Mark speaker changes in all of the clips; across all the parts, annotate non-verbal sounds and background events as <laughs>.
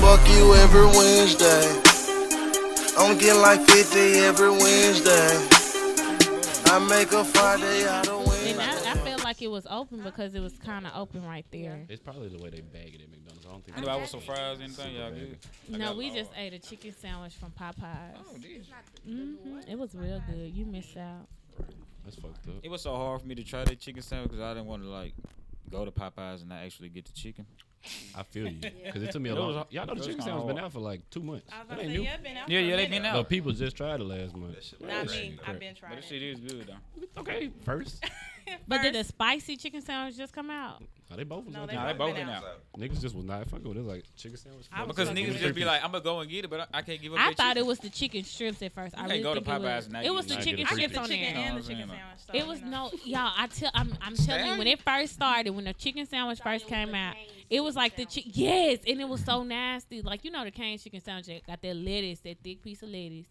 Speaker 1: fuck you every Wednesday. I'm getting like 50 every Wednesday. I make a Friday out of Wednesday.
Speaker 2: And I, I felt like it was open because it was kind of open right there.
Speaker 3: It's probably the way they bag it at McDonald's. I don't think.
Speaker 4: Anybody want some fries? Anything? Y'all
Speaker 3: Super
Speaker 4: good? I
Speaker 2: No,
Speaker 4: got
Speaker 2: we
Speaker 4: all-
Speaker 2: just ate a chicken sandwich from Popeyes.
Speaker 4: Oh, did you?
Speaker 2: hmm It was real good. You missed out.
Speaker 3: That's fucked up.
Speaker 4: It was so hard for me to try that chicken sandwich because I didn't want to like go to Popeyes and not actually get the chicken.
Speaker 3: I feel you. Because it took me a
Speaker 4: It was-
Speaker 3: long Y'all know
Speaker 4: it
Speaker 3: the
Speaker 4: was
Speaker 3: chicken
Speaker 4: kinda
Speaker 3: sandwich been
Speaker 4: hard.
Speaker 3: out for like two months.
Speaker 5: I was
Speaker 3: It
Speaker 5: about to
Speaker 3: ain't
Speaker 5: say,
Speaker 3: new.
Speaker 5: yeah, been out
Speaker 4: Yeah,
Speaker 5: for a
Speaker 4: yeah, they been
Speaker 5: minute.
Speaker 4: out.
Speaker 3: No, people just tried it last month.
Speaker 5: Not
Speaker 3: That shit
Speaker 5: me. I've
Speaker 3: crack.
Speaker 5: been trying.
Speaker 4: But this
Speaker 5: it.
Speaker 4: shit is good though.
Speaker 3: Okay, first.
Speaker 2: But did a
Speaker 5: First-
Speaker 2: spicy chicken sandwich just come out?
Speaker 3: Nah, they both was
Speaker 5: No,
Speaker 3: out
Speaker 5: they
Speaker 4: Nah,
Speaker 3: there.
Speaker 4: they
Speaker 5: both
Speaker 4: both
Speaker 5: been
Speaker 4: been
Speaker 5: out.
Speaker 4: out.
Speaker 3: Niggas just was not fucking with it. It was like chicken sandwich.
Speaker 5: I was
Speaker 4: Because
Speaker 5: Fuck
Speaker 4: niggas
Speaker 5: you.
Speaker 4: just be like, I'm gonna go and get it, but I, I can't give up.
Speaker 2: I
Speaker 4: that
Speaker 2: thought
Speaker 4: chicken.
Speaker 2: it was the chicken strips at first. I
Speaker 4: You
Speaker 2: really
Speaker 4: can't go to
Speaker 2: think it
Speaker 4: Popeyes
Speaker 2: was.
Speaker 4: and not
Speaker 2: It was
Speaker 4: get
Speaker 2: the
Speaker 3: it.
Speaker 2: chicken
Speaker 3: I
Speaker 5: I
Speaker 3: get
Speaker 5: get
Speaker 2: strips
Speaker 5: the
Speaker 2: on
Speaker 5: chicken
Speaker 2: there.
Speaker 4: No,
Speaker 5: and the
Speaker 4: I'm
Speaker 5: chicken
Speaker 4: saying,
Speaker 5: sandwich. so,
Speaker 2: It
Speaker 5: you
Speaker 2: was
Speaker 5: know.
Speaker 2: no, y'all. I tell, I'm, I'm telling you, when it first started, when the chicken sandwich first came out, it was like the chi- yes, and it was so nasty. Like you know, the Cane's chicken sandwich that got that lettuce, that thick piece of lettuce.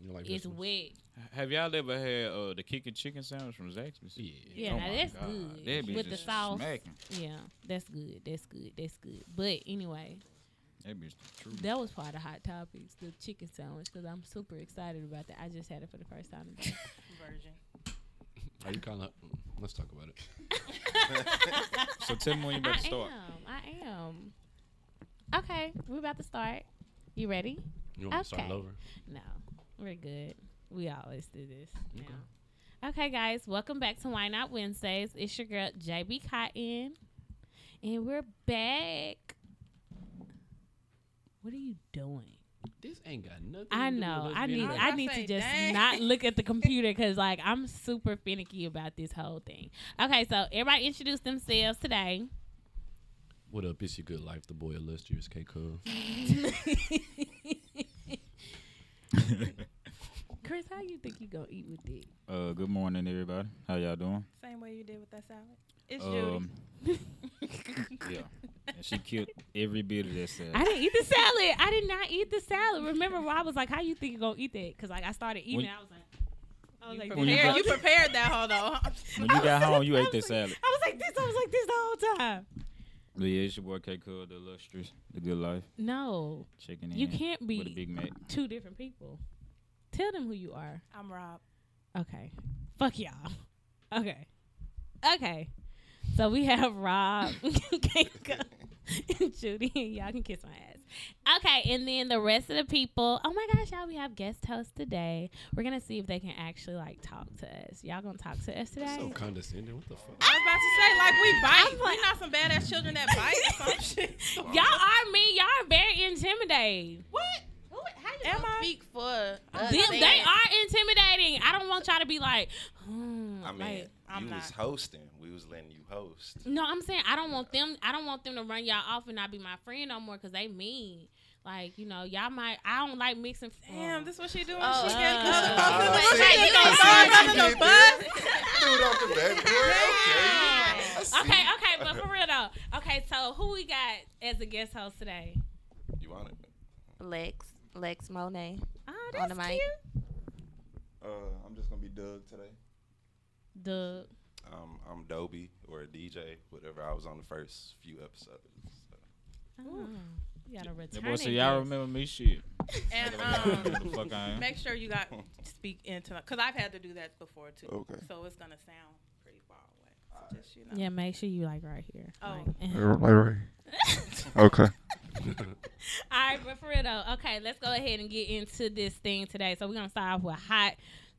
Speaker 3: You like
Speaker 2: It's
Speaker 3: vegetables?
Speaker 2: wet.
Speaker 4: Have y'all ever had uh, the kicking chicken sandwich from Zaxby's?
Speaker 3: Yeah.
Speaker 2: Yeah, now
Speaker 4: Oh my
Speaker 2: that's
Speaker 4: God,
Speaker 2: good.
Speaker 4: that bitch
Speaker 2: With the
Speaker 4: is
Speaker 2: sauce.
Speaker 4: smacking.
Speaker 2: Yeah, that's good. That's good. That's good. But anyway,
Speaker 4: That bitch the truth.
Speaker 2: that was part of hot topics, the chicken sandwich, because I'm super excited about that. I just had it for the first time. today.
Speaker 5: Virgin.
Speaker 3: Are you kind of? Let's talk about it.
Speaker 4: So tell me when you
Speaker 2: I
Speaker 4: <laughs> about to start.
Speaker 2: am. I am. Okay, we're about to start. You ready?
Speaker 3: You want me to start
Speaker 2: Okay.
Speaker 3: it over?
Speaker 2: No, we're good. We always do this now. Okay, guys, welcome back to Why Not Wednesdays. It's your girl JB Cotton, and we're back. What are you doing?
Speaker 3: This ain't got nothing.
Speaker 2: I
Speaker 3: to do with
Speaker 2: know.
Speaker 3: us
Speaker 2: I
Speaker 3: being
Speaker 2: need.
Speaker 3: black.
Speaker 5: about
Speaker 2: I
Speaker 5: to
Speaker 2: need to
Speaker 5: say,
Speaker 2: just
Speaker 5: dang.
Speaker 2: not look at the computer because, like, I'm super finicky about this whole thing. Okay, so everybody introduce themselves today.
Speaker 3: What up? It's your good life, the boy illustrious K Cub.
Speaker 2: <laughs> Chris, how you think you gonna eat with it?
Speaker 4: Uh, good morning, everybody. How y'all doing?
Speaker 5: Same way you did with that salad. It's Judy.
Speaker 4: Um, <laughs> yeah. And she killed every bit of that salad.
Speaker 2: I didn't eat the salad. I did not eat the salad. Remember, why I was like, "How you think you gonna eat that?" Because like I started eating,
Speaker 4: When-
Speaker 2: I was like, I was like,
Speaker 4: When you
Speaker 5: Prepared-
Speaker 2: <laughs>
Speaker 4: got-
Speaker 5: you prepared that whole though.
Speaker 4: when you got home, you
Speaker 2: I
Speaker 4: ate <laughs> that
Speaker 2: was like-
Speaker 4: salad.
Speaker 2: I was like this. I was like this the whole time.
Speaker 4: But yeah, it's your boy K Cub, the illustrious, the good life,
Speaker 2: No,
Speaker 4: chicken
Speaker 2: you
Speaker 4: in
Speaker 2: can't
Speaker 4: with a
Speaker 2: be
Speaker 4: Big Mac.
Speaker 2: two different people. Tell them who you are.
Speaker 5: <laughs> I'm Rob.
Speaker 2: Okay. Fuck y'all. Okay. Okay. So we have Rob, <laughs> Keiko, and Judy, and y'all can kiss my ass. Okay, and then the rest of the people. Oh my gosh, y'all, we have guest hosts today. We're gonna see if they can actually like talk to us. Y'all gonna talk to us today?
Speaker 3: So condescending. What the fuck?
Speaker 5: I was about to say like we bite. we not some badass children that bite or <laughs> some shit.
Speaker 2: y'all are mean. Y'all are very intimidating.
Speaker 5: What? Who? How you Am I? speak for us?
Speaker 2: Them, they are intimidating. I don't want y'all to be like. hmm,
Speaker 6: I mean,
Speaker 2: like-
Speaker 5: I'm
Speaker 6: you
Speaker 5: not.
Speaker 6: was hosting. We was letting you host.
Speaker 2: No, I'm saying I don't want them. I don't want them to run y'all off and not be my friend no more because they mean. Like you know, y'all might. I don't like mixing.
Speaker 5: Damn, this what she doing?
Speaker 2: Oh,
Speaker 5: she
Speaker 2: uh,
Speaker 5: getting other
Speaker 2: uh,
Speaker 5: folks.
Speaker 6: uh,
Speaker 5: Like,
Speaker 6: see,
Speaker 5: hey,
Speaker 6: I
Speaker 5: you gonna
Speaker 6: see
Speaker 5: throw
Speaker 6: what
Speaker 5: us
Speaker 6: you
Speaker 5: under the <laughs>
Speaker 6: did
Speaker 5: bus?
Speaker 6: Dude, off
Speaker 5: <laughs>
Speaker 6: the back
Speaker 5: Damn.
Speaker 6: door. Okay. I
Speaker 2: Okay,
Speaker 6: see.
Speaker 2: okay, but for real though. Okay, so who we got as a guest host today?
Speaker 6: You want it?
Speaker 7: Lex, Lex Monet.
Speaker 2: Oh,
Speaker 7: On the mic.
Speaker 6: Uh, I'm just gonna be Doug today.
Speaker 2: Doug.
Speaker 6: Um, I'm Dobie or a DJ, whatever. I was on the first few episodes. So.
Speaker 2: Oh, you got a
Speaker 4: Yeah,
Speaker 2: returning.
Speaker 4: boy, so y'all
Speaker 2: guest.
Speaker 4: remember
Speaker 2: <laughs>
Speaker 4: me shit.
Speaker 5: And
Speaker 4: Who
Speaker 5: um,
Speaker 4: the fuck I am.
Speaker 5: make sure you
Speaker 6: <laughs>
Speaker 5: got to speak into because I've had to do that before too.
Speaker 6: Okay.
Speaker 5: So it's gonna sound pretty far away. So just you know.
Speaker 2: Yeah, make sure you like right here.
Speaker 5: Oh.
Speaker 2: <laughs> Like, <laughs>
Speaker 6: Okay.
Speaker 2: All right, but for real though, okay, let's go ahead and get into this thing today. So we're gonna start off with hot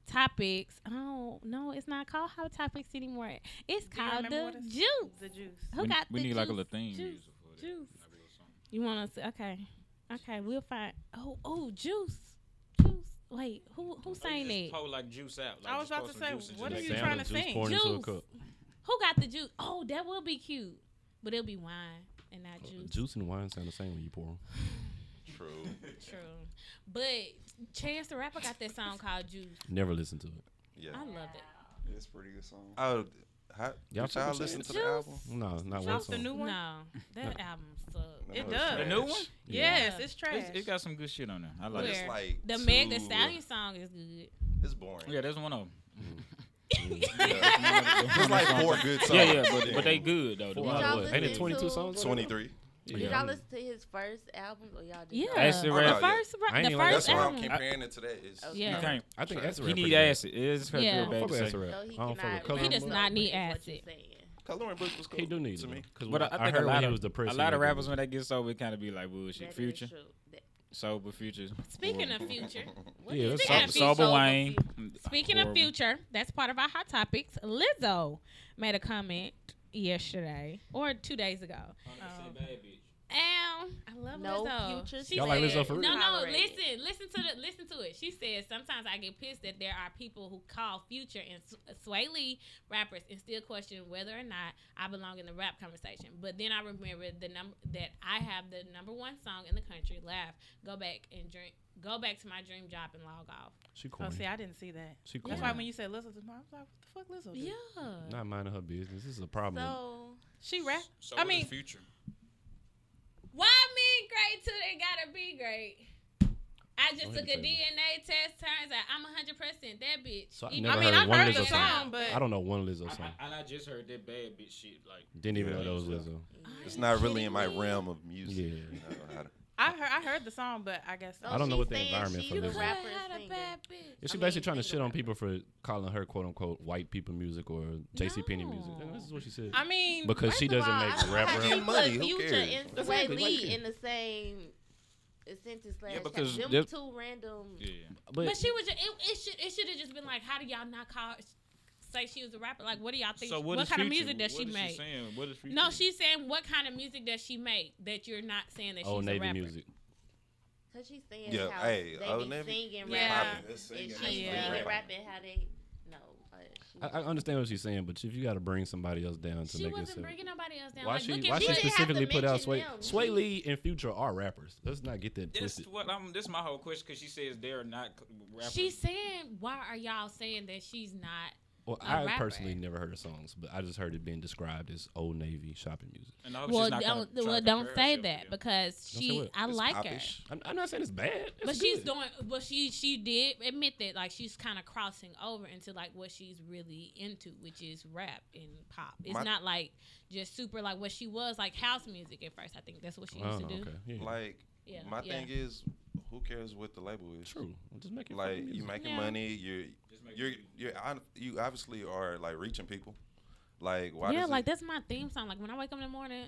Speaker 2: topics. Oh no, it's not called hot topics anymore. It's
Speaker 5: you
Speaker 2: called
Speaker 5: remember
Speaker 2: the
Speaker 5: what it's-
Speaker 2: juice.
Speaker 5: The juice.
Speaker 2: Who
Speaker 4: we
Speaker 2: got
Speaker 4: we
Speaker 2: the
Speaker 4: need
Speaker 2: juice?
Speaker 4: like a little theme.
Speaker 2: Juice.
Speaker 4: music for that.
Speaker 2: Juice.
Speaker 4: Like a little something.
Speaker 2: You want to? Okay, okay, we'll find. Oh, oh, juice, juice. Wait, who who sang
Speaker 4: Just
Speaker 2: it?
Speaker 4: pour, like juice out. Like,
Speaker 5: I was
Speaker 4: just
Speaker 5: about
Speaker 4: pour
Speaker 5: to
Speaker 4: some
Speaker 5: say,
Speaker 4: juice and
Speaker 5: what
Speaker 4: just
Speaker 5: are
Speaker 4: let
Speaker 5: you
Speaker 4: it
Speaker 5: trying
Speaker 4: out.
Speaker 5: to
Speaker 3: Juice
Speaker 5: sing?
Speaker 3: poured into a
Speaker 2: Juice.
Speaker 3: cup.
Speaker 2: Who got the juice? Oh, that will be cute, but it'll be wine and not juice.
Speaker 3: Oh, Juice and wine sound the same when you pour them.
Speaker 6: True.
Speaker 2: True, but Chance the Rapper got that song called Juice.
Speaker 3: Never listen to it.
Speaker 6: Yeah.
Speaker 2: I love it.
Speaker 8: It's a pretty good song.
Speaker 6: Oh, how,
Speaker 3: Y'all
Speaker 6: y'all
Speaker 3: fuck
Speaker 6: y'all
Speaker 3: with
Speaker 6: listen to the
Speaker 2: Juice?
Speaker 6: album?
Speaker 3: No, not
Speaker 5: That
Speaker 3: one
Speaker 5: was the
Speaker 3: song.
Speaker 5: new one.
Speaker 2: No, that album sucks.
Speaker 6: No,
Speaker 5: It
Speaker 6: it's
Speaker 5: does.
Speaker 4: The
Speaker 6: trash.
Speaker 4: new one?
Speaker 5: Yes,
Speaker 2: Yeah.
Speaker 5: it's trash.
Speaker 4: It's- It got some good shit on there. I
Speaker 6: But
Speaker 4: like
Speaker 2: Where?
Speaker 4: it.
Speaker 6: it's like
Speaker 2: The
Speaker 6: too,
Speaker 2: Meg The Stallion song is good.
Speaker 6: It's boring.
Speaker 4: Yeah, there's one of them.
Speaker 6: It's like four good songs.
Speaker 4: Yeah, yeah, but, but they good though. The
Speaker 3: Four
Speaker 4: one-
Speaker 3: out of
Speaker 7: y'all
Speaker 3: what? Ain't it
Speaker 7: listen
Speaker 3: 22
Speaker 7: to-
Speaker 3: songs?
Speaker 6: Twenty three.
Speaker 7: Did
Speaker 3: Yeah.
Speaker 7: y'all listen to his first album or y'all just
Speaker 2: Yeah,
Speaker 4: Acid
Speaker 2: the
Speaker 4: rap.
Speaker 2: first,
Speaker 3: I ain't
Speaker 2: the
Speaker 3: even like
Speaker 2: first
Speaker 6: That's why I'm
Speaker 2: album.
Speaker 6: comparing it to that. It's
Speaker 2: Yeah.
Speaker 4: He can't.
Speaker 3: I think
Speaker 6: Sure.
Speaker 3: that's
Speaker 4: He need
Speaker 3: ass.
Speaker 4: acid. It is
Speaker 2: Yeah.
Speaker 4: yeah.
Speaker 3: I
Speaker 4: bad
Speaker 3: fuck
Speaker 4: to
Speaker 3: with
Speaker 4: say.
Speaker 3: acid rap.
Speaker 7: So
Speaker 3: I
Speaker 7: he
Speaker 3: don't fuck
Speaker 7: cannot
Speaker 3: with color.
Speaker 2: He does
Speaker 7: remember
Speaker 2: not need
Speaker 7: what you're
Speaker 2: acid.
Speaker 7: saying.
Speaker 6: Coloring Book was cool
Speaker 3: He do need
Speaker 6: to me.
Speaker 3: Because
Speaker 4: But I, I think
Speaker 3: heard
Speaker 4: a lot
Speaker 3: when he
Speaker 4: of
Speaker 3: was depressed.
Speaker 4: a
Speaker 3: he
Speaker 4: lot of
Speaker 3: made
Speaker 4: rappers
Speaker 3: it.
Speaker 4: when they get sober, it kind of be like
Speaker 7: That
Speaker 4: bullshit.
Speaker 7: is
Speaker 4: Future,
Speaker 7: true. That-
Speaker 4: sober, future.
Speaker 2: Speaking
Speaker 4: Or-
Speaker 2: of future,
Speaker 3: Yeah, that's
Speaker 2: Speaking
Speaker 4: so,
Speaker 2: of
Speaker 3: something.
Speaker 2: future-
Speaker 4: sober Wayne.
Speaker 2: Speaking
Speaker 4: Horrible.
Speaker 2: of future, that's part of our hot topics. Lizzo made a comment yesterday or two days ago.
Speaker 4: Oh.
Speaker 2: Um, Um, I love
Speaker 7: No
Speaker 2: Lizzo.
Speaker 7: future.
Speaker 2: She
Speaker 3: Y'all like
Speaker 2: said-
Speaker 3: Lizzo for real?
Speaker 2: No, no.
Speaker 7: Tolerated.
Speaker 2: Listen, listen to the listen to it. She says sometimes I get pissed that there are people who call Future and S- uh, Sway Lee rappers and still question whether or not I belong in the rap conversation. But then I remember the number that I have the number one song in the country. Laugh, go back and drink. Go back to my dream job and log off.
Speaker 3: She
Speaker 5: Oh, see,
Speaker 3: corny.
Speaker 5: I didn't see that.
Speaker 3: She
Speaker 5: That's why
Speaker 3: corny.
Speaker 5: when you said Lizzo, I was like, what the fuck, Lizzo? do?
Speaker 2: Yeah.
Speaker 3: Not minding her business. This is a problem.
Speaker 7: So
Speaker 5: She rap.
Speaker 8: So
Speaker 5: I
Speaker 8: what is
Speaker 5: mean-
Speaker 8: future.
Speaker 2: Why men great till they gotta be great? I
Speaker 3: Go
Speaker 2: just
Speaker 3: ahead
Speaker 2: took a
Speaker 3: and say
Speaker 2: DNA test. Turns out I'm 100 percent that bitch.
Speaker 3: So I
Speaker 2: You-
Speaker 3: never
Speaker 5: I mean,
Speaker 3: heard
Speaker 5: I've
Speaker 3: one
Speaker 5: heard
Speaker 3: Lizzo
Speaker 5: the
Speaker 3: song.
Speaker 5: song, but
Speaker 3: I don't know one Lizzo
Speaker 4: I,
Speaker 3: song.
Speaker 4: I, and I just heard that bad bitch shit. Like
Speaker 3: Didn't even
Speaker 6: Yeah.
Speaker 3: know that was Lizzo.
Speaker 6: It's not really in my realm of music.
Speaker 3: Yeah.
Speaker 6: You know, I-
Speaker 5: I heard I heard the song, but I guess
Speaker 7: So
Speaker 3: I don't know what
Speaker 7: she's
Speaker 3: the
Speaker 7: saying
Speaker 3: environment
Speaker 7: she's
Speaker 3: for
Speaker 7: a
Speaker 3: Lizzo.
Speaker 7: rapper
Speaker 2: had a
Speaker 7: singer.
Speaker 2: bad bitch.
Speaker 3: Is she
Speaker 7: I
Speaker 3: basically
Speaker 7: mean,
Speaker 3: trying to
Speaker 7: think
Speaker 3: shit on
Speaker 7: about it.
Speaker 3: people for calling her quote unquote white people music or JC Penney music?
Speaker 2: No.
Speaker 3: This is what she said.
Speaker 5: I mean,
Speaker 3: because
Speaker 7: First
Speaker 3: she
Speaker 7: of
Speaker 3: doesn't
Speaker 7: all, I
Speaker 3: make
Speaker 7: feel
Speaker 3: rap
Speaker 7: like
Speaker 6: Get
Speaker 3: rap.
Speaker 7: you put
Speaker 6: money, who
Speaker 7: Future
Speaker 6: cares?
Speaker 7: and
Speaker 3: That's
Speaker 7: Sway
Speaker 3: exactly what you-
Speaker 7: Lee in the same sentence slash
Speaker 4: because
Speaker 7: them
Speaker 4: this-
Speaker 7: two random.
Speaker 4: yeah.
Speaker 2: But, she was. Just, it, it should. It should have just been like, how do y'all not call? Say she was a rapper. Like, what do y'all think?
Speaker 4: So
Speaker 2: what
Speaker 4: what, is
Speaker 2: kind of
Speaker 4: Future?
Speaker 2: music does
Speaker 4: What
Speaker 2: she
Speaker 4: is
Speaker 2: make?
Speaker 4: saying? What is future?
Speaker 2: no, she's saying what kind of music does she make that you're not saying that
Speaker 3: Old
Speaker 2: she's a
Speaker 3: Oh, Navy
Speaker 2: rapper.
Speaker 3: music.
Speaker 7: Cause she's saying
Speaker 6: Yeah,
Speaker 7: how
Speaker 6: hey, oh,
Speaker 7: they
Speaker 6: Old
Speaker 7: be
Speaker 6: Navy
Speaker 7: singing,
Speaker 2: Yeah.
Speaker 7: rapping,
Speaker 6: Poppin', it's
Speaker 7: and
Speaker 6: singing,
Speaker 7: she's
Speaker 6: it's
Speaker 7: singing,
Speaker 5: Yeah.
Speaker 6: rapping.
Speaker 7: rapping how they no. uh, she-
Speaker 3: I, I understand what she's saying, but if you got to bring somebody else down to
Speaker 2: She
Speaker 3: make
Speaker 2: wasn't
Speaker 3: yourself.
Speaker 2: bringing nobody else down.
Speaker 3: Why
Speaker 2: like,
Speaker 3: she?
Speaker 2: look
Speaker 3: Why
Speaker 2: at
Speaker 3: she
Speaker 2: me.
Speaker 7: Future. You didn't have to
Speaker 3: specifically put out
Speaker 7: mention
Speaker 3: Sway?
Speaker 7: them.
Speaker 3: Sway Lee and Future are rappers. Let's not get that
Speaker 4: That's
Speaker 3: twisted.
Speaker 4: what I'm. This is my whole question because she says they're not c- rappers.
Speaker 2: She's saying, why are y'all saying that she's not?
Speaker 3: Well,
Speaker 2: a
Speaker 3: I
Speaker 2: rapper.
Speaker 3: personally never heard the songs, but I just heard it being described as old Navy shopping music.
Speaker 4: And I hope she's
Speaker 2: Well,
Speaker 4: not gonna
Speaker 2: don't
Speaker 4: try to
Speaker 2: well, don't
Speaker 4: compare
Speaker 2: say
Speaker 4: herself
Speaker 2: that
Speaker 4: to them.
Speaker 2: because
Speaker 3: Don't say
Speaker 2: she.
Speaker 3: what?
Speaker 2: I
Speaker 6: It's
Speaker 2: like her.
Speaker 6: popish.
Speaker 3: I'm, I'm not saying it's bad. It's
Speaker 2: But she's
Speaker 3: good.
Speaker 2: doing. But she she did admit that like she's kind of crossing over into like what she's really into, which is rap and pop. It's
Speaker 6: My-
Speaker 2: not like just super like what she was like house music at first. I think that's what she used
Speaker 3: Oh,
Speaker 2: to do.
Speaker 3: okay. Yeah.
Speaker 6: Like,
Speaker 2: Yeah,
Speaker 6: my
Speaker 2: yeah.
Speaker 6: thing is, who cares what the label is?
Speaker 3: true. Just make it
Speaker 6: Like, you making
Speaker 2: Yeah.
Speaker 6: money. You're
Speaker 4: Just make
Speaker 6: you're
Speaker 4: it-
Speaker 6: you're on- you obviously are like reaching people. Like, why?
Speaker 2: yeah,
Speaker 6: does
Speaker 2: like
Speaker 6: it,
Speaker 2: that's my theme song. Like when I wake up in the morning,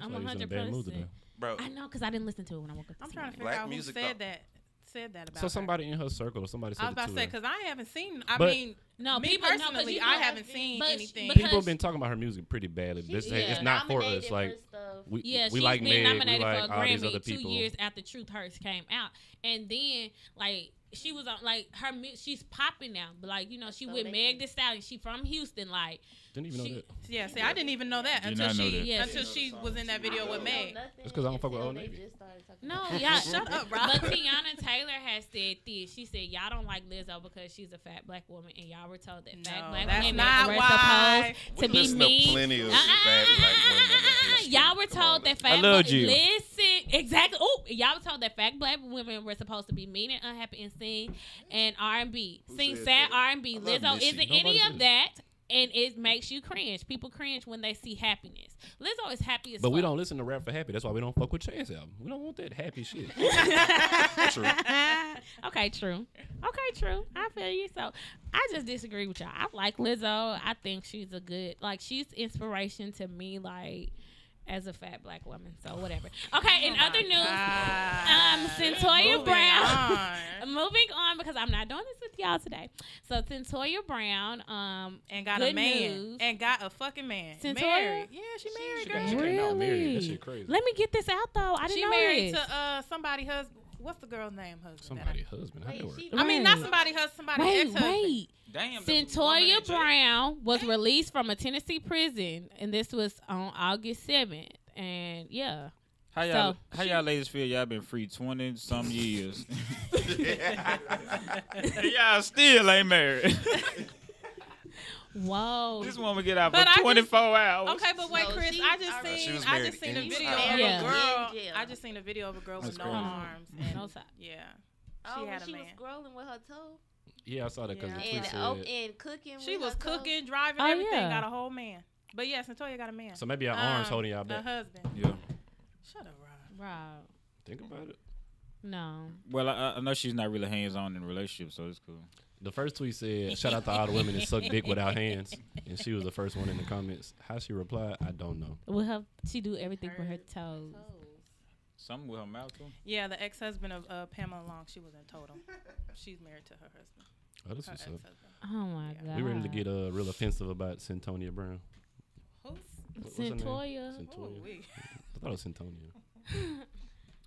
Speaker 2: I, I'm
Speaker 3: why you was in a
Speaker 2: hundred
Speaker 3: bad mood
Speaker 2: percent.
Speaker 3: today.
Speaker 8: Oh.
Speaker 6: bro.
Speaker 2: I know because I didn't listen to it when I woke up.
Speaker 5: I'm
Speaker 2: this
Speaker 5: trying to figure
Speaker 6: Black
Speaker 5: out who
Speaker 6: music,
Speaker 5: said
Speaker 6: though.
Speaker 5: that said that about.
Speaker 3: So
Speaker 5: her.
Speaker 3: somebody in her circle or somebody said
Speaker 5: I
Speaker 3: it
Speaker 5: was about to say
Speaker 3: to her.
Speaker 5: because I haven't seen. I
Speaker 3: But-
Speaker 5: mean,
Speaker 2: No,
Speaker 5: me
Speaker 2: people, no, 'cause
Speaker 5: personally,
Speaker 2: you
Speaker 5: I
Speaker 2: know-
Speaker 5: haven't seen
Speaker 2: but she-
Speaker 5: anything.
Speaker 2: because-
Speaker 3: People have been talking about her music pretty badly. But this
Speaker 2: She-
Speaker 3: ain't-
Speaker 2: yeah.
Speaker 3: it's not for
Speaker 7: nominated
Speaker 3: us. Like
Speaker 7: stuff.
Speaker 3: we
Speaker 2: Yeah,
Speaker 3: we
Speaker 2: she's
Speaker 3: like
Speaker 2: been
Speaker 3: Meg, we
Speaker 2: nominated
Speaker 3: like
Speaker 2: for a
Speaker 3: all these other
Speaker 2: Grammy two
Speaker 3: people.
Speaker 2: years after Truth Hurts came out, and then like she was on like her mu- she's popping now, but like you know she
Speaker 7: So
Speaker 2: with
Speaker 7: they
Speaker 2: Meg
Speaker 7: can-
Speaker 2: Thee Stallion, she from Houston, like
Speaker 3: Didn't even know
Speaker 2: She-
Speaker 3: that.
Speaker 5: yeah, see, I didn't even know that
Speaker 4: Did
Speaker 5: until
Speaker 4: not know
Speaker 5: she
Speaker 4: that.
Speaker 2: Yeah,
Speaker 5: until
Speaker 4: she-
Speaker 5: she was in that
Speaker 7: I
Speaker 5: video
Speaker 7: don't
Speaker 5: with
Speaker 7: know
Speaker 5: Meg.
Speaker 7: nothing
Speaker 3: That's 'cause I don't fuck with
Speaker 7: until
Speaker 3: Old
Speaker 7: they
Speaker 3: Navy.
Speaker 7: just started
Speaker 2: <laughs>
Speaker 7: talking
Speaker 2: No,
Speaker 7: about it.
Speaker 2: y'all
Speaker 5: Shut up, Rob.
Speaker 2: But Tiana Taylor has said this. She said y'all don't like Lizzo because she's a fat black woman, and y'all were told that fat
Speaker 5: No,
Speaker 2: black
Speaker 5: that's
Speaker 2: women
Speaker 5: not
Speaker 2: were
Speaker 5: why.
Speaker 2: supposed to
Speaker 6: We
Speaker 2: be
Speaker 6: listen to
Speaker 2: mean.
Speaker 6: plenty of
Speaker 2: Uh, uh,
Speaker 6: fat
Speaker 2: uh,
Speaker 6: black
Speaker 2: uh, uh,
Speaker 6: women in
Speaker 2: uh, uh,
Speaker 6: this
Speaker 2: Y'all
Speaker 6: shit.
Speaker 2: were
Speaker 6: ah, Come on
Speaker 2: told
Speaker 6: now.
Speaker 2: that fat
Speaker 4: love
Speaker 2: black
Speaker 4: you.
Speaker 2: listen exactly. Oh, y'all were told that fat black women were supposed to be mean and unhappy and sing and R and B,
Speaker 6: Who
Speaker 2: sing
Speaker 6: said
Speaker 2: sad
Speaker 6: that?
Speaker 2: R and B.
Speaker 6: I love
Speaker 2: Lizzo
Speaker 6: Missy.
Speaker 2: isn't
Speaker 3: Nobody
Speaker 2: any
Speaker 3: said
Speaker 2: of
Speaker 3: that.
Speaker 2: that, and it makes you cringe. People cringe when they see happiness. Lizzo is happy as
Speaker 3: But we
Speaker 2: fuck.
Speaker 3: don't listen to rap for happy. That's why we don't fuck with Chance album. We don't want <laughs> that happy shit.
Speaker 6: True.
Speaker 2: okay, true. Okay, true. I feel you. So I just disagree with y'all. I like Lizzo. I think she's a good like she's inspiration to me, like as a fat black woman. So whatever. Okay, in other news, um, Centoya
Speaker 5: Oh Moving
Speaker 2: Brown. <laughs>
Speaker 5: on.
Speaker 2: Moving on because I'm not doing this with y'all today. So Centoya Brown, um,
Speaker 5: and got
Speaker 2: Good
Speaker 5: a man
Speaker 2: news.
Speaker 5: and got a got a man.
Speaker 2: Centoya?
Speaker 5: Married. Yeah, she married.
Speaker 3: She
Speaker 5: girl.
Speaker 3: got- she came out married. That
Speaker 2: Really?
Speaker 3: shit crazy.
Speaker 2: let me get this out though. I didn't
Speaker 5: She
Speaker 2: know
Speaker 5: married
Speaker 2: this.
Speaker 5: to uh somebody husband. What's the girl's name? Husband. that I-
Speaker 3: Somebody husband. How
Speaker 7: Wait,
Speaker 3: that work?
Speaker 7: she-
Speaker 5: I mean, not
Speaker 2: Right.
Speaker 5: somebody husband. Somebody
Speaker 2: wait,
Speaker 5: ex-husband.
Speaker 2: wait.
Speaker 4: Damn. the woman in
Speaker 2: Centoya
Speaker 4: jail.
Speaker 2: Brown was released from a Tennessee prison, and this was on August 7th. And yeah,
Speaker 4: How y'all?
Speaker 2: So,
Speaker 4: how y'all ladies feel? Y'all been free twenty some <laughs> years.
Speaker 6: <laughs>
Speaker 4: y'all still
Speaker 2: <laughs>
Speaker 4: ain't married.
Speaker 2: whoa.
Speaker 4: this woman get out
Speaker 5: But I
Speaker 4: for
Speaker 5: just-
Speaker 4: twenty four hours.
Speaker 5: Okay, but wait,
Speaker 7: No,
Speaker 5: Chris.
Speaker 7: she-
Speaker 5: I
Speaker 7: I-
Speaker 5: just
Speaker 7: She
Speaker 5: seen.
Speaker 6: was
Speaker 5: I
Speaker 6: married
Speaker 5: just seen a
Speaker 6: in
Speaker 5: video
Speaker 2: jail.
Speaker 5: of
Speaker 2: Yeah.
Speaker 5: a girl.
Speaker 7: In jail.
Speaker 5: I just seen a video of a girl
Speaker 4: That's
Speaker 5: with no
Speaker 4: crazy.
Speaker 5: arms. And,
Speaker 2: No side.
Speaker 5: yeah,
Speaker 7: Oh,
Speaker 5: she
Speaker 7: when
Speaker 5: had a
Speaker 7: she was
Speaker 5: man.
Speaker 7: scrolling with her toe
Speaker 3: Yeah, I saw that because
Speaker 5: Yeah.
Speaker 3: the
Speaker 7: and,
Speaker 3: tweet
Speaker 7: oh,
Speaker 3: said.
Speaker 7: and cooking.
Speaker 5: she
Speaker 7: with
Speaker 5: was
Speaker 7: her toe.
Speaker 5: cooking, driving,
Speaker 2: Oh,
Speaker 5: everything.
Speaker 2: yeah.
Speaker 5: Got a whole man. But yes, Santoya got a man.
Speaker 3: So maybe our arms
Speaker 5: Um,
Speaker 3: holding y'all
Speaker 5: a
Speaker 3: back.
Speaker 5: husband.
Speaker 4: Yeah.
Speaker 5: Shut up, Rob.
Speaker 2: Rob.
Speaker 3: Think about it.
Speaker 2: No.
Speaker 4: Well, I, I know she's not really hands on in relationships, so it's cool.
Speaker 3: The first tweet said, "Shout out to all the women that suck dick without hands," and she was the first one in the comments. How she replied, I don't know.
Speaker 2: With her, she do everything with her toes.
Speaker 7: Toes.
Speaker 4: Something with her mouth too.
Speaker 5: Yeah, the ex husband of uh, Pamela Long. She was in <laughs> Totem. She's married to her husband.
Speaker 3: Oh, this
Speaker 5: Her
Speaker 3: was
Speaker 5: ex
Speaker 3: up.
Speaker 5: husband.
Speaker 2: Oh my god.
Speaker 3: We ready to get uh, real offensive about Centonia Brown.
Speaker 5: Who?
Speaker 3: What- what's her name?
Speaker 2: Centoria.
Speaker 5: Ooh,
Speaker 3: Centonia.
Speaker 5: we.
Speaker 3: I thought it was Centonia.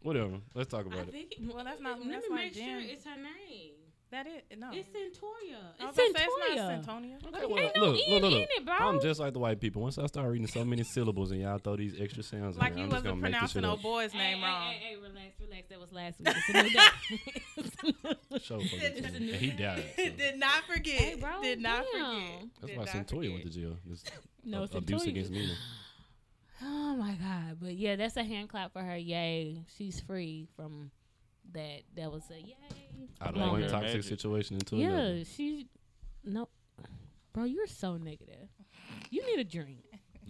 Speaker 3: Whatever. Let's talk about it.
Speaker 2: think.
Speaker 5: Well, that's not- that's not Jen.
Speaker 2: her name.
Speaker 5: That it? No.
Speaker 2: Centoria.
Speaker 5: I
Speaker 2: It's
Speaker 5: was about to say, it's not
Speaker 2: Centoria.
Speaker 5: Santonia.
Speaker 3: Okay, well,
Speaker 2: Ain't no
Speaker 3: look,
Speaker 2: E
Speaker 3: look, look,
Speaker 2: in
Speaker 3: look.
Speaker 2: it, bro.
Speaker 3: I'm just like the white people. Once I start reading so many syllables and y'all throw these extra sounds, in
Speaker 5: Like
Speaker 3: there,
Speaker 5: you
Speaker 3: I'm just
Speaker 5: wasn't
Speaker 3: gonna make this shit
Speaker 5: pronouncing old
Speaker 3: up.
Speaker 5: boy's name
Speaker 2: hey,
Speaker 5: wrong.
Speaker 2: Hey, hey, relax, relax. That was <laughs> last week. It's a new day. It's a new-
Speaker 3: Show fucking
Speaker 5: It's a
Speaker 3: Tonya.
Speaker 5: new-
Speaker 3: And he died. so
Speaker 5: <laughs> Did not forget.
Speaker 2: Hey, bro,
Speaker 5: Did not
Speaker 2: damn.
Speaker 5: forget.
Speaker 3: That's
Speaker 5: Did
Speaker 3: why
Speaker 5: not
Speaker 3: Centoya went
Speaker 5: forget.
Speaker 3: to jail. This
Speaker 2: no,
Speaker 3: ab- abuse against
Speaker 2: Centoria.
Speaker 3: me.
Speaker 2: Oh my god! But yeah, that's a hand clap for her. Yay, she's free from that. That was a yay.
Speaker 3: Out
Speaker 2: Well,
Speaker 3: of one
Speaker 4: yeah.
Speaker 3: toxic
Speaker 4: Magic.
Speaker 3: situation into another.
Speaker 2: Yeah, she. No, bro, you're so negative. You need a drink.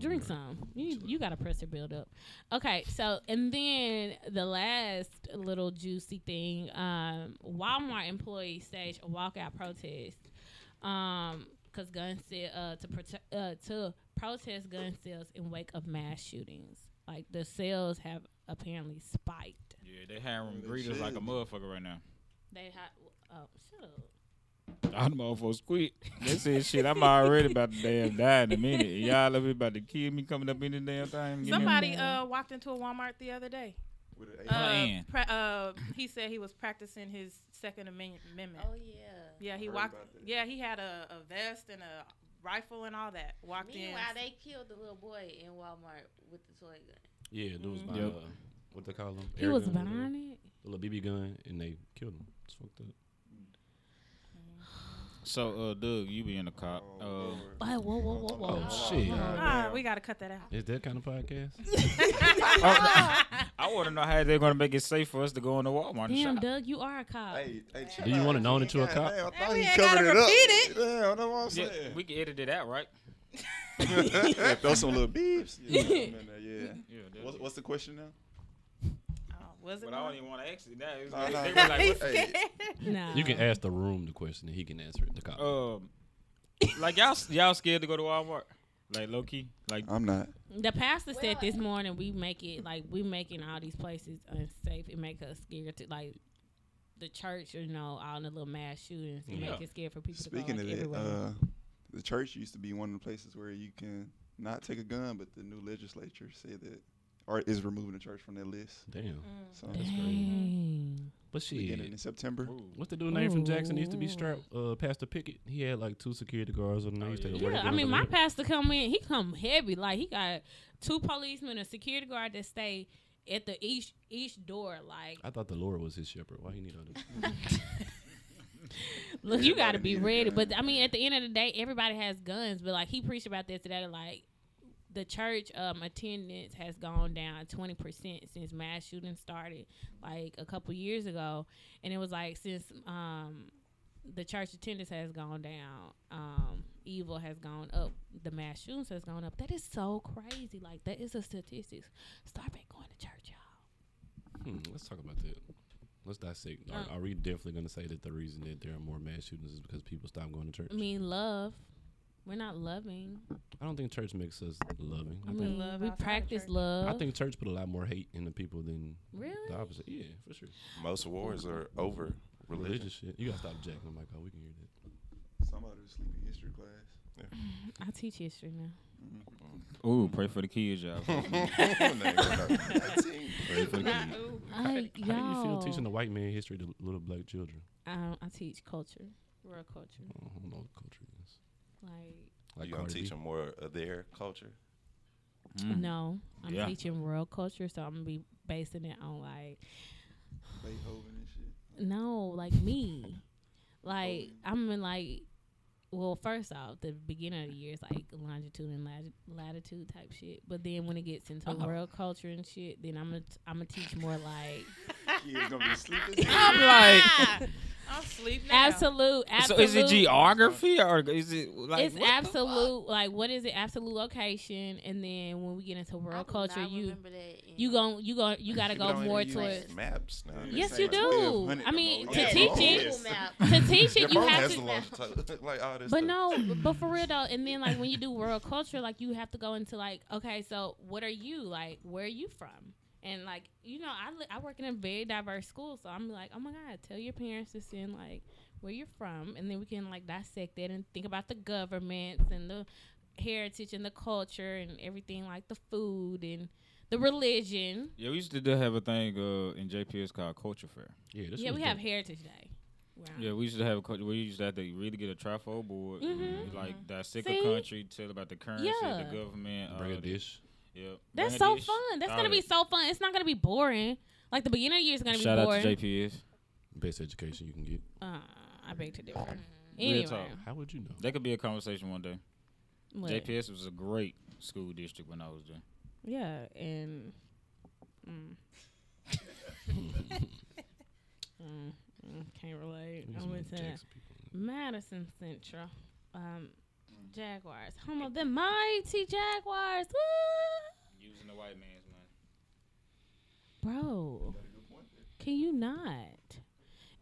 Speaker 2: Drink some. You need, you gotta press your build up. Okay, so and then the last little juicy thing: um, Walmart employees stage a walkout protest um, cause gun sale uh, to prote- uh, to protest gun sales in wake of mass shootings. Like the sales have apparently spiked.
Speaker 4: Yeah, they hiring
Speaker 6: Holy
Speaker 4: greeters like a
Speaker 6: shit.
Speaker 4: motherfucker right now. <laughs>
Speaker 2: They ha- oh shut up.
Speaker 4: I'm motherfucker squeak. They said shit. I'm already about to damn die in a minute. And Y'all up here about to kill me coming up in the damn thing. Give me a-
Speaker 5: Somebody uh, walked into a Walmart the other day.
Speaker 6: With an
Speaker 5: Uh,
Speaker 4: Plan.
Speaker 5: pra- uh, he said he was practicing his Second Amendment.
Speaker 7: Oh yeah.
Speaker 5: Yeah, he
Speaker 6: Heard
Speaker 5: walked.
Speaker 6: about that.
Speaker 5: Yeah, he had a, a vest and a rifle and all that. Walked in.
Speaker 7: Meanwhile, they killed the little boy in Walmart with the toy gun.
Speaker 3: Yeah, dude was
Speaker 5: Mhm.
Speaker 3: by
Speaker 4: Yep.
Speaker 3: uh, what they call them.
Speaker 2: He was
Speaker 3: gun, whatever.
Speaker 2: behind it.
Speaker 3: A little BB gun, and they killed him. It's fucked up.
Speaker 4: So, uh, Doug, you be in the cop.
Speaker 6: Oh,
Speaker 4: Uh,
Speaker 6: Lord.
Speaker 2: Whoa, whoa, whoa, whoa, whoa.
Speaker 3: Oh, shit.
Speaker 5: Ah,
Speaker 6: Damn.
Speaker 5: we gotta cut that out.
Speaker 3: Is that kind of podcast?
Speaker 4: <laughs> I want to know how they're gonna make it safe for us to go into Walmart. and
Speaker 2: Damn,
Speaker 4: shop.
Speaker 2: Doug, you are a cop.
Speaker 6: Hey, hey, chill
Speaker 3: Do you
Speaker 6: out.
Speaker 3: wanna know that you a cop?
Speaker 6: Goddamn, I
Speaker 5: Hey,
Speaker 6: thought
Speaker 5: we
Speaker 6: he
Speaker 5: ain't
Speaker 6: covered
Speaker 5: gotta
Speaker 6: it up.
Speaker 5: repeat it.
Speaker 6: Damn, that's what I'm
Speaker 4: Yeah,
Speaker 6: saying.
Speaker 4: we can edit it out, right?
Speaker 6: <laughs> Yeah, Throw some little beeps. <laughs> Yeah,
Speaker 2: <laughs>
Speaker 6: I'm in there, yeah.
Speaker 4: Yeah.
Speaker 6: What's, what's the question now?
Speaker 5: Oh, was it?
Speaker 4: but I don't
Speaker 5: one?
Speaker 4: even want to ask it. Now. It's
Speaker 6: No, no.
Speaker 4: they were like, what-
Speaker 7: <laughs>
Speaker 6: Hey,
Speaker 2: Nah.
Speaker 3: You can ask the room the question, and he can answer it. The cop.
Speaker 4: <laughs> um, like y'all y'all scared to go to Walmart? Like low key, like
Speaker 6: I'm not.
Speaker 2: The pastor said
Speaker 7: Well,
Speaker 2: this morning we make it like we making all these places unsafe. It make us scared to like the church, you know, all the little mass shootings. It
Speaker 4: Yeah.
Speaker 2: make it scared for people
Speaker 6: Speaking
Speaker 2: to
Speaker 6: of
Speaker 2: go like,
Speaker 6: that,
Speaker 2: everywhere.
Speaker 6: uh, the church used to be one of the places where you can not take a gun, but the new legislature said that, or is removing the church from that list.
Speaker 3: Damn.
Speaker 6: So
Speaker 2: Dang.
Speaker 3: But
Speaker 6: beginning
Speaker 3: shit.
Speaker 6: in
Speaker 4: Uh,
Speaker 6: September.
Speaker 3: What's the dude name from Jackson? He used to be strapped. Uh, Pastor Pickett. He had like two security guards on the
Speaker 4: Oh,
Speaker 3: night.
Speaker 4: yeah.
Speaker 2: Oh. Yeah, I mean, my pastor come in, he come heavy. Like he got two policemen, a security guard that stay at the each each door. Like,
Speaker 3: I thought the Lord was his shepherd. Why he need all this?
Speaker 2: look, you got to
Speaker 6: Everybody
Speaker 2: be
Speaker 6: need a
Speaker 2: ready.
Speaker 6: gun.
Speaker 2: But I mean, at the end of the day, everybody has guns. But like he preached about this today, like. The church um, attendance has gone down twenty percent since mass shooting started, like a couple years ago, and it was like since um, the church attendance has gone down, um, evil has gone up, the mass shootings has gone up. That is so crazy. Like that is a statistics. Start back going to church, y'all.
Speaker 3: <laughs> Hmm, let's talk about that. Let's dissect. Are,
Speaker 2: Uh.
Speaker 3: are we definitely gonna say that the reason that there are more mass shootings is because people stop going to church?
Speaker 2: I mean, love. We're not loving.
Speaker 3: I don't think church makes us loving. I,
Speaker 2: I
Speaker 3: think,
Speaker 2: mean,
Speaker 5: love
Speaker 2: we
Speaker 5: outside of
Speaker 2: practice
Speaker 5: church.
Speaker 2: love.
Speaker 3: I think church put a lot more hate in the people than
Speaker 2: Mm. really.
Speaker 3: the opposite. Yeah, for sure.
Speaker 6: Most wars are over
Speaker 3: Religious shit. You gotta stop jacking. I'm like, oh, we can hear that.
Speaker 6: Somebody was sleeping history class.
Speaker 2: I teach history now.
Speaker 4: ooh, pray for the kids, <laughs> y'all.
Speaker 6: <laughs>
Speaker 4: pray for the kids.
Speaker 5: Nah, ooh.
Speaker 2: I,
Speaker 3: How do you feel
Speaker 2: y'all-
Speaker 3: teaching a white man history to little black children?
Speaker 2: Um, I teach culture, real culture.
Speaker 4: Mm.
Speaker 3: I don't know what culture is.
Speaker 2: Like
Speaker 3: Like
Speaker 6: you gonna
Speaker 3: Cardi B.
Speaker 6: teach them more of their culture?
Speaker 4: Mm.
Speaker 2: no, I'm
Speaker 4: Yeah.
Speaker 2: teaching real culture, so I'm gonna be basing it on like
Speaker 6: Beethoven and
Speaker 2: <laughs>
Speaker 6: shit.
Speaker 2: No, like me. Like
Speaker 4: Oh.
Speaker 2: I'm in like well, first off, the beginning of the year is like longitude and lati- latitude type shit. But then when it gets into
Speaker 4: Uh-huh.
Speaker 3: Oh.
Speaker 2: world culture and shit, then I'm gonna t- I'm gonna teach more like
Speaker 4: <laughs>
Speaker 6: Kids gonna be sleeping.
Speaker 4: I'm <laughs> like,
Speaker 5: I'm sleep now.
Speaker 2: Absolute,
Speaker 4: So
Speaker 2: absolute.
Speaker 4: is it geography or is it like
Speaker 2: it's
Speaker 4: what the fuck?
Speaker 2: absolute. Like, what is it? Absolute location, and then when we get into world culture, you you gon' you gon' you
Speaker 8: <laughs>
Speaker 2: gotta
Speaker 8: People
Speaker 2: go
Speaker 8: don't
Speaker 2: more
Speaker 8: even use
Speaker 2: towards.
Speaker 8: maps now.
Speaker 6: They
Speaker 2: Yes,
Speaker 6: say
Speaker 2: you
Speaker 6: like 1200
Speaker 2: do.
Speaker 6: no
Speaker 2: I
Speaker 6: more.
Speaker 2: mean,
Speaker 8: Yeah,
Speaker 2: to teach
Speaker 8: Google
Speaker 2: it,
Speaker 8: Maps.
Speaker 2: <laughs> to teach
Speaker 8: Your
Speaker 2: it, you
Speaker 8: phone
Speaker 2: have
Speaker 8: has a
Speaker 2: to.
Speaker 8: launch to- <laughs> like all this.
Speaker 2: But
Speaker 8: stuff.
Speaker 2: no, but for real though, and then like when you do world culture, like you have to go into like, okay, so what are you like? Where are you from? And like you know, I li- I work in a very diverse school, so I'm like, oh my god, tell your parents to send like where you're from, and then we can like dissect it and think about the governments and the heritage and the culture and everything like the food and the religion.
Speaker 4: Yeah, we used to do have a thing uh, in JPS called Culture Fair.
Speaker 3: Yeah, this
Speaker 2: yeah,
Speaker 3: was
Speaker 2: we
Speaker 3: the-
Speaker 2: have Heritage Day. Wow.
Speaker 4: Yeah, we used to have a culture. We used to have to really get a trifold board, and
Speaker 2: Mhm.
Speaker 4: we, like dissect
Speaker 2: See?
Speaker 4: a country, tell about the currency,
Speaker 2: Yeah.
Speaker 4: the government.
Speaker 6: Oh,
Speaker 4: all
Speaker 3: bring a
Speaker 4: that.
Speaker 3: dish.
Speaker 4: Yep.
Speaker 2: That's
Speaker 4: Bring
Speaker 2: so
Speaker 4: a dish,
Speaker 2: fun. That's
Speaker 4: all
Speaker 2: gonna be
Speaker 4: that.
Speaker 2: so fun. It's not gonna be boring. Like the beginning of the year is gonna
Speaker 4: Shout
Speaker 2: be boring.
Speaker 4: out to JPS.
Speaker 3: Best education you can get.
Speaker 2: Uh, I beg to differ.
Speaker 4: Real
Speaker 2: Anyway,
Speaker 4: talk.
Speaker 3: How would you know?
Speaker 4: That could be a conversation one day.
Speaker 2: what?
Speaker 4: JPS was a great school district when I was there.
Speaker 2: yeah, and mm. Mm, mm, can't relate. I went to Madison Central. Um, Jaguars, home of the mighty Jaguars. Woo!
Speaker 4: Using the white man's money.
Speaker 2: Bro, can you not?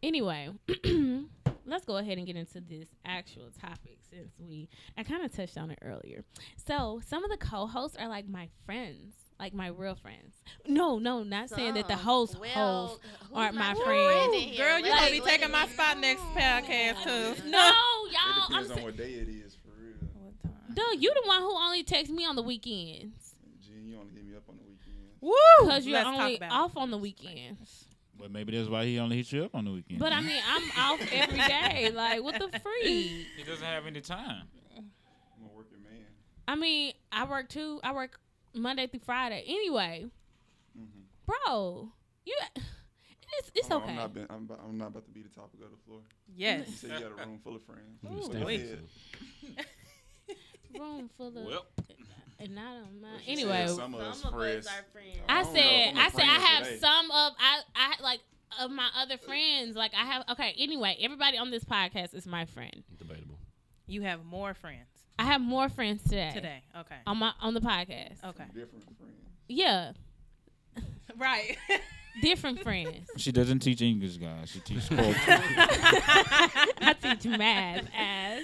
Speaker 2: Anyway, <clears throat> let's go ahead and get into this actual topic since we I kind of touched on it earlier. So some of the co-hosts are like my friends, like my real friends. No, no, not saying that the hosts hosts. aren't my friends.
Speaker 5: Girl, you
Speaker 2: Like,
Speaker 5: gonna be taking my spot next podcast too.
Speaker 2: No, y'all,
Speaker 6: It
Speaker 2: I'm
Speaker 6: depends on
Speaker 2: saying,
Speaker 6: what day it is, for real.
Speaker 5: What time?
Speaker 2: dude, you the one who only texts me on the weekends
Speaker 6: Gene, you only hit me up on the weekend.
Speaker 5: Woo!
Speaker 2: because you're
Speaker 5: Let's talk
Speaker 2: only
Speaker 5: about it.
Speaker 2: off on the weekend.
Speaker 4: But maybe that's why he only hit you up on the weekend.
Speaker 2: But I mean, I'm off every day. Like, what the freak?
Speaker 4: <laughs> he doesn't have any time.
Speaker 6: I'm a working man.
Speaker 2: I mean, I work too. I work Monday through Friday. Anyway,
Speaker 6: Mhm.
Speaker 2: bro, you. It's, it's
Speaker 6: Hold on,
Speaker 2: okay.
Speaker 6: Oh, I'm not, been, I'm, about, I'm not about to be the topic of the floor.
Speaker 5: Yes.
Speaker 6: You said you got a room full of friends.
Speaker 3: You
Speaker 6: Go
Speaker 3: stand for
Speaker 6: ahead.
Speaker 3: yourself.
Speaker 2: Room full of
Speaker 4: Well.
Speaker 2: and I don't mind.
Speaker 6: But you said
Speaker 2: Anyway,
Speaker 6: some of us friends.
Speaker 7: friends.
Speaker 6: I
Speaker 2: I
Speaker 6: don't know if
Speaker 2: said,
Speaker 6: I'm a
Speaker 2: I said, I
Speaker 6: friend
Speaker 2: have
Speaker 6: today.
Speaker 2: some of I, I like of my other friends. Like I have. Okay. Anyway, everybody on this podcast is my friend.
Speaker 3: Debatable.
Speaker 5: You have more friends
Speaker 2: I have more friends today.
Speaker 5: today. Okay.
Speaker 2: On my on the podcast.
Speaker 5: Okay.
Speaker 6: Different friends.
Speaker 2: Yeah,
Speaker 5: Right.
Speaker 2: different friends.
Speaker 4: She doesn't teach English, guys. She <laughs> teaches sports.
Speaker 2: <laughs> <laughs> I teach math as.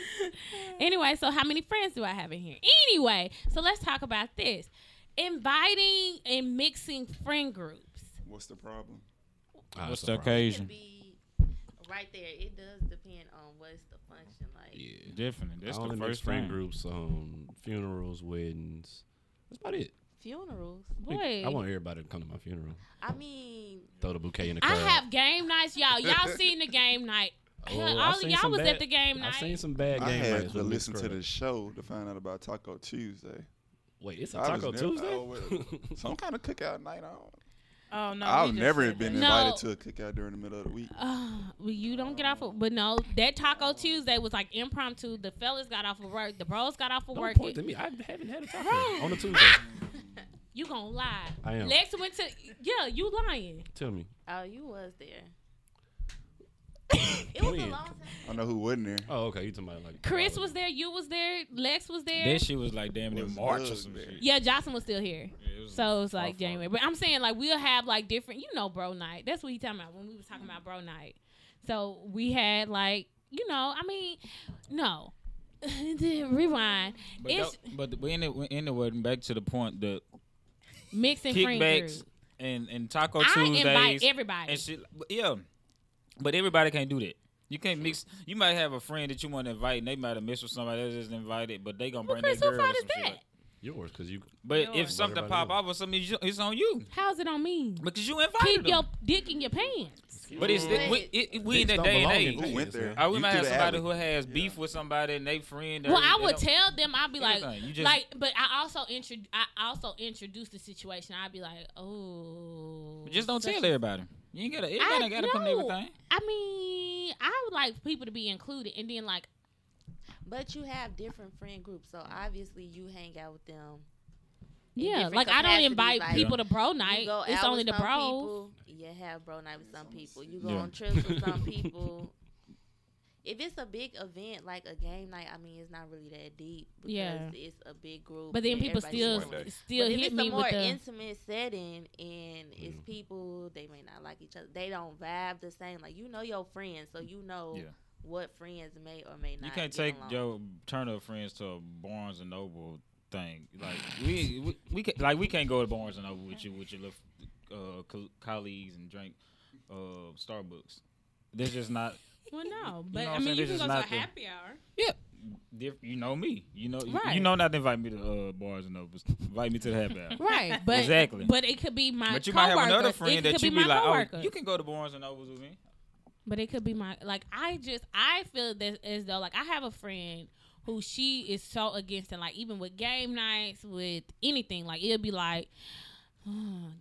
Speaker 2: Anyway, so how many friends do I have in here? Anyway, so let's talk about this. Inviting and mixing friend groups.
Speaker 6: What's the problem?
Speaker 3: Ah, that's
Speaker 4: What's the
Speaker 3: a problem.
Speaker 7: It can
Speaker 4: occasion?
Speaker 7: be right there. It does depend on what's the function. Like,
Speaker 3: Yeah.
Speaker 4: Definitely. That's
Speaker 3: I
Speaker 4: the
Speaker 3: only mix
Speaker 4: first
Speaker 3: friend
Speaker 4: friend group.
Speaker 3: groups, um, funerals, weddings. That's about it.
Speaker 7: funerals.
Speaker 2: Boy,
Speaker 3: I want everybody to come to my funeral.
Speaker 7: I mean,
Speaker 3: Throw the bouquet in the
Speaker 2: I
Speaker 3: crowd.
Speaker 2: have game nights, y'all.
Speaker 3: <laughs>
Speaker 2: Y'all seen the game night?
Speaker 3: Oh,
Speaker 2: Hell,
Speaker 3: I've
Speaker 2: all
Speaker 3: seen
Speaker 2: y'all
Speaker 3: some
Speaker 2: was
Speaker 3: bad-
Speaker 2: at the game
Speaker 3: I've
Speaker 2: night.
Speaker 3: seen some bad
Speaker 6: I
Speaker 3: game
Speaker 6: had
Speaker 3: nights
Speaker 6: to
Speaker 3: with
Speaker 6: listen
Speaker 3: mixed
Speaker 6: to
Speaker 3: crowd.
Speaker 6: the show to find out about Taco Tuesday.
Speaker 3: Wait, it's a
Speaker 6: I was
Speaker 3: Taco
Speaker 6: never-
Speaker 3: <laughs>
Speaker 6: I was-
Speaker 3: Tuesday.
Speaker 6: Some kind of cookout night. I don't,
Speaker 5: Oh no.
Speaker 6: I've
Speaker 5: we just
Speaker 6: never
Speaker 5: said
Speaker 6: been
Speaker 5: that.
Speaker 2: No.
Speaker 6: invited to a cookout during the middle of the week.
Speaker 2: Uh, well, you don't get off of, but no, that Taco Tuesday was like impromptu. The fellas got off of work, the bros got off of
Speaker 3: Don't
Speaker 2: work.
Speaker 3: point to me. I haven't had a taco on a Tuesday.
Speaker 2: You gonna lie?
Speaker 3: I am.
Speaker 2: Lex went to, yeah, you lying.
Speaker 3: Tell me.
Speaker 7: oh, you was there. It was a
Speaker 3: When?
Speaker 7: long time.
Speaker 6: I know who wasn't there.
Speaker 3: Oh, okay. You talking about like
Speaker 2: Chris
Speaker 3: Wally.
Speaker 2: was there, you was there, Lex was there.
Speaker 4: Then she was like, damn, near
Speaker 6: Was
Speaker 4: March or
Speaker 6: good,
Speaker 4: some
Speaker 6: man.
Speaker 4: shit.
Speaker 2: yeah, Jocelyn was still here.
Speaker 4: Yeah, it was
Speaker 2: So it's
Speaker 4: our
Speaker 2: like
Speaker 4: fault.
Speaker 2: January. But I'm saying like we'll have like different, you know, bro night. That's what he talking about when we was talking about bro night. So we had like, you know, I mean, no. <laughs> Rewind.
Speaker 4: But,
Speaker 2: It's-
Speaker 4: that- but we ended, we ended with- back to the point that
Speaker 2: Mixing friend
Speaker 4: kickbacks
Speaker 2: groups.
Speaker 4: and, and Taco
Speaker 2: I
Speaker 4: Tuesdays.
Speaker 2: invite everybody.
Speaker 4: and shit. But yeah, but everybody can't do that. You can't mix. You might have a friend that you want to invite, and they might have mixed with somebody that isn't invited, but they gonna
Speaker 2: Well,
Speaker 4: bring
Speaker 2: Chris,
Speaker 4: their
Speaker 2: what
Speaker 4: girl.
Speaker 2: fault
Speaker 4: or
Speaker 2: is
Speaker 4: some shit
Speaker 2: that?
Speaker 4: like-
Speaker 3: yours because you.
Speaker 4: But if
Speaker 5: Yours.
Speaker 4: something
Speaker 3: Everybody
Speaker 4: pop
Speaker 3: else.
Speaker 4: off or something, it's- it's on you
Speaker 2: How's it on me?
Speaker 4: because you invited
Speaker 2: Keep
Speaker 4: them.
Speaker 2: your dick in your pants.
Speaker 4: but it's
Speaker 7: Wait.
Speaker 4: we, it, it- we in
Speaker 3: Dicks
Speaker 4: that
Speaker 3: don't
Speaker 4: day and
Speaker 3: belong in
Speaker 4: age.
Speaker 6: Who went there?
Speaker 4: Uh, we
Speaker 6: You
Speaker 4: might
Speaker 6: threw
Speaker 4: have
Speaker 6: the
Speaker 4: somebody
Speaker 6: alley.
Speaker 4: who has beef with somebody and they friend. or
Speaker 2: Well,
Speaker 4: they
Speaker 2: I would
Speaker 4: don't-
Speaker 2: tell them. I'd be like,
Speaker 4: Everything. You just-
Speaker 2: like, but I also intro, I also introduce the situation. I'd be like, oh,
Speaker 4: Just don't
Speaker 2: such
Speaker 4: tell
Speaker 2: a-
Speaker 4: everybody. You ain't gotta. Everybody gotta come to
Speaker 2: know.
Speaker 4: everything.
Speaker 2: I mean, I would like people to be included, and then like,
Speaker 7: But you have different friend groups, so obviously you hang out with them. in
Speaker 2: yeah,
Speaker 7: different
Speaker 2: like I don't
Speaker 7: capacities,
Speaker 2: invite
Speaker 7: like,
Speaker 2: people to bro
Speaker 7: You
Speaker 2: night.
Speaker 7: go
Speaker 2: It's
Speaker 7: out
Speaker 2: only
Speaker 7: with
Speaker 2: the
Speaker 7: some
Speaker 2: bros.
Speaker 7: People, you have bro night with some people. You go
Speaker 4: Yeah.
Speaker 3: <laughs>
Speaker 7: on trips with some people. If it's a big event like a game night, I mean, it's not really that deep because
Speaker 2: Yeah.
Speaker 7: it's a big group.
Speaker 2: But then
Speaker 7: and
Speaker 2: people
Speaker 7: everybody's
Speaker 2: still
Speaker 8: One day.
Speaker 2: still
Speaker 7: but if
Speaker 2: hit
Speaker 7: it's
Speaker 2: me
Speaker 7: a more
Speaker 2: with the
Speaker 7: intimate setting and it's
Speaker 3: Mm.
Speaker 7: people, they may not like each other. They don't vibe the same. Like you know your friends, so you know
Speaker 4: Yeah.
Speaker 7: what friends may or may not.
Speaker 4: You can't
Speaker 7: get
Speaker 4: take
Speaker 7: along.
Speaker 4: your turn up friends to a Barnes and Noble thing. Like we, we, we can, like we can't go to Barnes and Noble with you with your little, uh, co- colleagues and drink uh, Starbucks. There's just not.
Speaker 2: well, no,
Speaker 4: You
Speaker 2: but
Speaker 4: know what
Speaker 2: I mean,
Speaker 4: I'm saying?
Speaker 2: you
Speaker 4: This
Speaker 2: can
Speaker 4: is
Speaker 2: go to a
Speaker 4: not the-
Speaker 2: happy hour.
Speaker 4: Diff, you know me. You know. you- You,
Speaker 2: Right.
Speaker 4: know not to invite me to uh, Barnes and Nobles. Invite me to the happy hour.
Speaker 2: Right, but
Speaker 4: Exactly.
Speaker 2: But it could be <laughs> my.
Speaker 4: But you might have
Speaker 2: coworker.
Speaker 4: another friend
Speaker 2: it
Speaker 4: that
Speaker 2: could
Speaker 4: you
Speaker 2: be
Speaker 4: be
Speaker 2: my
Speaker 4: like,
Speaker 2: coworker.
Speaker 4: oh, you can go to Barnes and Nobles with me.
Speaker 2: But it could be my like I just I feel that as though like I have a friend who she is so against it. Like even with game nights, with anything, like it'll be like "Huh,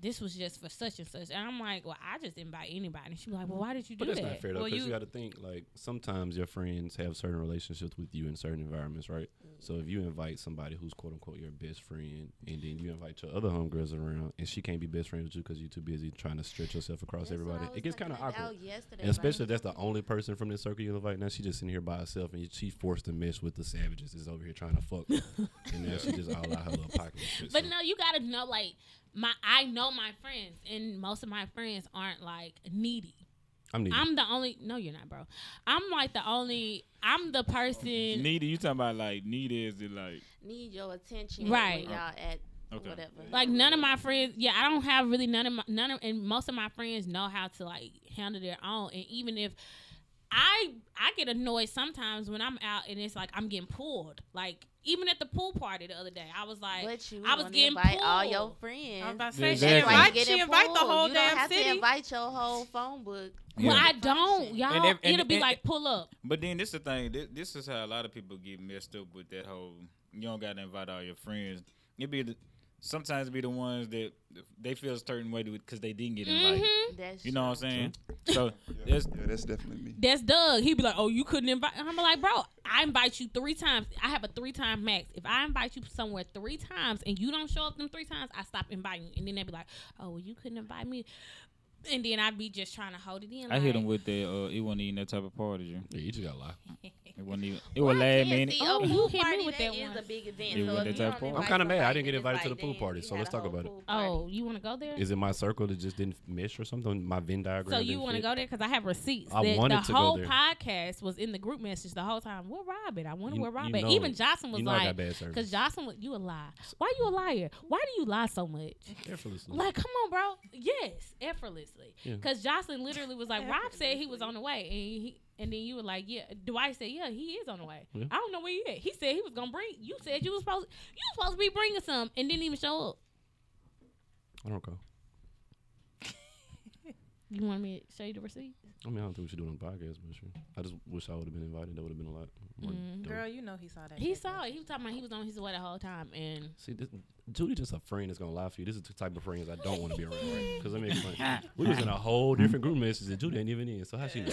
Speaker 2: this was just for such and such, and I'm like, well, I just invite anybody. And she's like, well, why did you do
Speaker 3: But that's
Speaker 2: that?
Speaker 3: not fair though,
Speaker 5: Well,
Speaker 3: because you,
Speaker 5: you-
Speaker 3: got to think like sometimes your friends have certain relationships with you in certain environments, right? So if you invite somebody who's quote unquote your best friend, and then you invite your other homegirls around, and she can't be best friends with you because you're too busy trying to stretch yourself across
Speaker 7: That's what
Speaker 3: everybody,
Speaker 7: I
Speaker 3: it
Speaker 7: was
Speaker 3: gets kind of
Speaker 7: thinking about
Speaker 3: awkward.
Speaker 7: Yesterday,
Speaker 3: And especially if
Speaker 7: right?
Speaker 3: that's the only person from this circle you invite. Now she just sitting here by herself, and she's forced to mesh with the savages. Is over here trying to fuck,
Speaker 2: <laughs>
Speaker 3: and now she just all out her little pocket. and shit,
Speaker 2: But
Speaker 3: so-
Speaker 2: no, you gotta know like my I know my friends, and most of my friends aren't like needy.
Speaker 3: I'm needy.
Speaker 2: I'm the only. No, you're not, bro. I'm like the only. I'm the person.
Speaker 4: Needy, you talking about like needy is it like
Speaker 7: need your attention,
Speaker 2: Right.
Speaker 7: When y'all at
Speaker 4: Okay.
Speaker 7: whatever.
Speaker 2: like none of my friends yeah i don't have really none of my none of and most of my friends know how to like handle their own and even if i i get annoyed sometimes when i'm out and it's like i'm getting pulled like even at the pool party the other day i was like
Speaker 7: But you
Speaker 2: I was
Speaker 7: wanna
Speaker 2: getting
Speaker 7: invite all
Speaker 2: pulled.
Speaker 7: your
Speaker 5: I was
Speaker 7: friends.
Speaker 5: about to say,
Speaker 4: Exactly.
Speaker 5: she
Speaker 7: That's like
Speaker 5: invite,
Speaker 7: getting
Speaker 5: she invite the
Speaker 7: pulled.
Speaker 5: whole
Speaker 7: you don't
Speaker 5: damn
Speaker 7: have to
Speaker 5: city.
Speaker 7: invite your whole phone book.
Speaker 2: well
Speaker 4: Yeah.
Speaker 2: i don't y'all
Speaker 4: And if- and-
Speaker 2: it'll be
Speaker 4: and-
Speaker 2: like pull up
Speaker 4: But then this the thing. This, this is how a lot of people get messed up with that whole. You don't gotta invite all your friends. It be the, sometimes it be the ones that they feel a certain way because they didn't get invited.
Speaker 2: hmm
Speaker 7: That's
Speaker 4: You know what I'm saying? So
Speaker 6: Yeah,
Speaker 4: that's
Speaker 6: yeah, that's definitely me.
Speaker 2: that's doug he'd be like oh you couldn't invite and i'm like bro i invite you three times i have a three time max if i invite you somewhere three times and you don't show up them three times i stop inviting you and then they'd be like oh well you couldn't invite me and then i'd be just trying to hold it in
Speaker 4: I hit
Speaker 2: like,
Speaker 4: them with that. Uh, it wasn't even that type of party. Jim.
Speaker 3: yeah, you just gotta lie.
Speaker 4: It wasn't even. It was last minute.
Speaker 7: See,
Speaker 2: Oh,
Speaker 7: a
Speaker 2: you
Speaker 7: pool
Speaker 2: hit me
Speaker 7: party
Speaker 2: with
Speaker 7: that
Speaker 2: that
Speaker 7: is
Speaker 2: one.
Speaker 7: a big event.
Speaker 4: You
Speaker 7: so
Speaker 4: with
Speaker 7: if
Speaker 4: that
Speaker 7: you
Speaker 4: type
Speaker 7: don't
Speaker 4: of party?
Speaker 7: invite
Speaker 3: I'm kinda mad I
Speaker 7: somebody,
Speaker 3: didn't get
Speaker 7: then
Speaker 3: invited to
Speaker 7: invite
Speaker 3: the pool
Speaker 7: them.
Speaker 3: party,
Speaker 7: You
Speaker 3: so
Speaker 7: had
Speaker 3: let's
Speaker 7: a
Speaker 3: talk
Speaker 7: whole
Speaker 3: about it.
Speaker 7: pool party.
Speaker 2: Oh, you want to go there?
Speaker 3: Is it my circle that just didn't mesh or something? My Venn diagram.
Speaker 2: So you
Speaker 3: didn't
Speaker 2: want to
Speaker 3: fit?
Speaker 2: go there? Because I have receipts.
Speaker 3: I
Speaker 2: that
Speaker 3: wanted
Speaker 2: the
Speaker 3: to go
Speaker 2: whole
Speaker 3: there.
Speaker 2: podcast was in the group message the whole time. Where Robin? I wonder
Speaker 3: You-
Speaker 2: where
Speaker 3: you
Speaker 2: Robin.
Speaker 3: know-
Speaker 2: Even Jocelyn was
Speaker 3: You know I
Speaker 2: like,
Speaker 3: got bad service.
Speaker 2: because Jocelyn, was, you a lie. Why you a liar? Why do you lie so much?
Speaker 3: Effortlessly.
Speaker 2: Like, come on, bro. Yes, effortlessly.
Speaker 3: Yeah.
Speaker 2: Because Jocelyn literally was like, Rob said he was on the way, and he. And then you were like, "Yeah." Dwight said, "Yeah, he is on the way."
Speaker 3: Yeah.
Speaker 2: I don't know where he at. He said he was gonna bring. You said you was supposed. You was supposed to be bringing some, and didn't even show up.
Speaker 3: I don't go.
Speaker 2: You want me to show you the receipt?
Speaker 3: I mean, I don't think we should do it on the podcast, but sure. I just wish I would have been invited. That would have been a lot. More
Speaker 2: Mhm.
Speaker 3: dope.
Speaker 5: Girl, you know he saw that.
Speaker 2: He
Speaker 5: shit,
Speaker 2: saw
Speaker 5: girl.
Speaker 2: it. He was talking about he was on his way the whole time, and
Speaker 3: See, this, Judy just a friend that's gonna lie for you. This is the type of friends I don't want to be around.
Speaker 2: <laughs>
Speaker 3: Right? Because let me explain. we was in a whole different group message that Judy ain't even in. So how she? Know?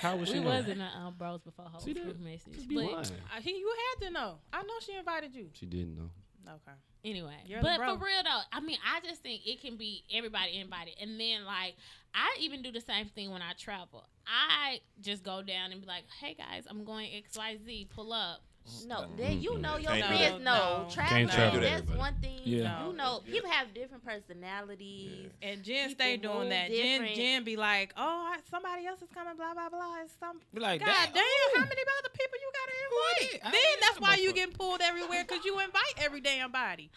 Speaker 3: how was
Speaker 2: <laughs>
Speaker 3: she?
Speaker 2: we
Speaker 3: know?
Speaker 2: was in the um, bros before whole
Speaker 3: See that?
Speaker 2: group message.
Speaker 3: Just be lying.
Speaker 2: But
Speaker 5: Uh, he, you had to know. I know she invited you.
Speaker 3: She didn't know.
Speaker 5: Okay.
Speaker 2: anyway,
Speaker 5: You're the
Speaker 2: but
Speaker 5: bro.
Speaker 2: for real though, I mean, I just think it can be everybody invited, and then like I even do the same thing when I travel. I just go down and be like, "Hey guys, I'm going X Y Z. Pull up."
Speaker 7: No, then you know your
Speaker 8: Can't do
Speaker 7: friends
Speaker 5: that.
Speaker 7: know.
Speaker 5: No.
Speaker 7: Travel,
Speaker 3: Can't
Speaker 8: travel.
Speaker 7: that's
Speaker 3: Everybody.
Speaker 7: one thing.
Speaker 4: Yeah.
Speaker 7: You know, people have different personalities.
Speaker 5: And Jen
Speaker 7: People
Speaker 5: stay doing
Speaker 7: move
Speaker 5: that. Jen,
Speaker 7: different.
Speaker 5: Jen be like, oh, I, somebody else is coming, blah, blah, blah. It's some
Speaker 4: Be like,
Speaker 5: God
Speaker 4: that,
Speaker 5: damn, how many other people you
Speaker 4: Who it is?
Speaker 5: gotta
Speaker 4: I
Speaker 5: invite?
Speaker 4: ain't
Speaker 5: Then that's
Speaker 4: that
Speaker 5: why you
Speaker 4: motherfucker.
Speaker 5: getting pulled everywhere because you invite every damn body.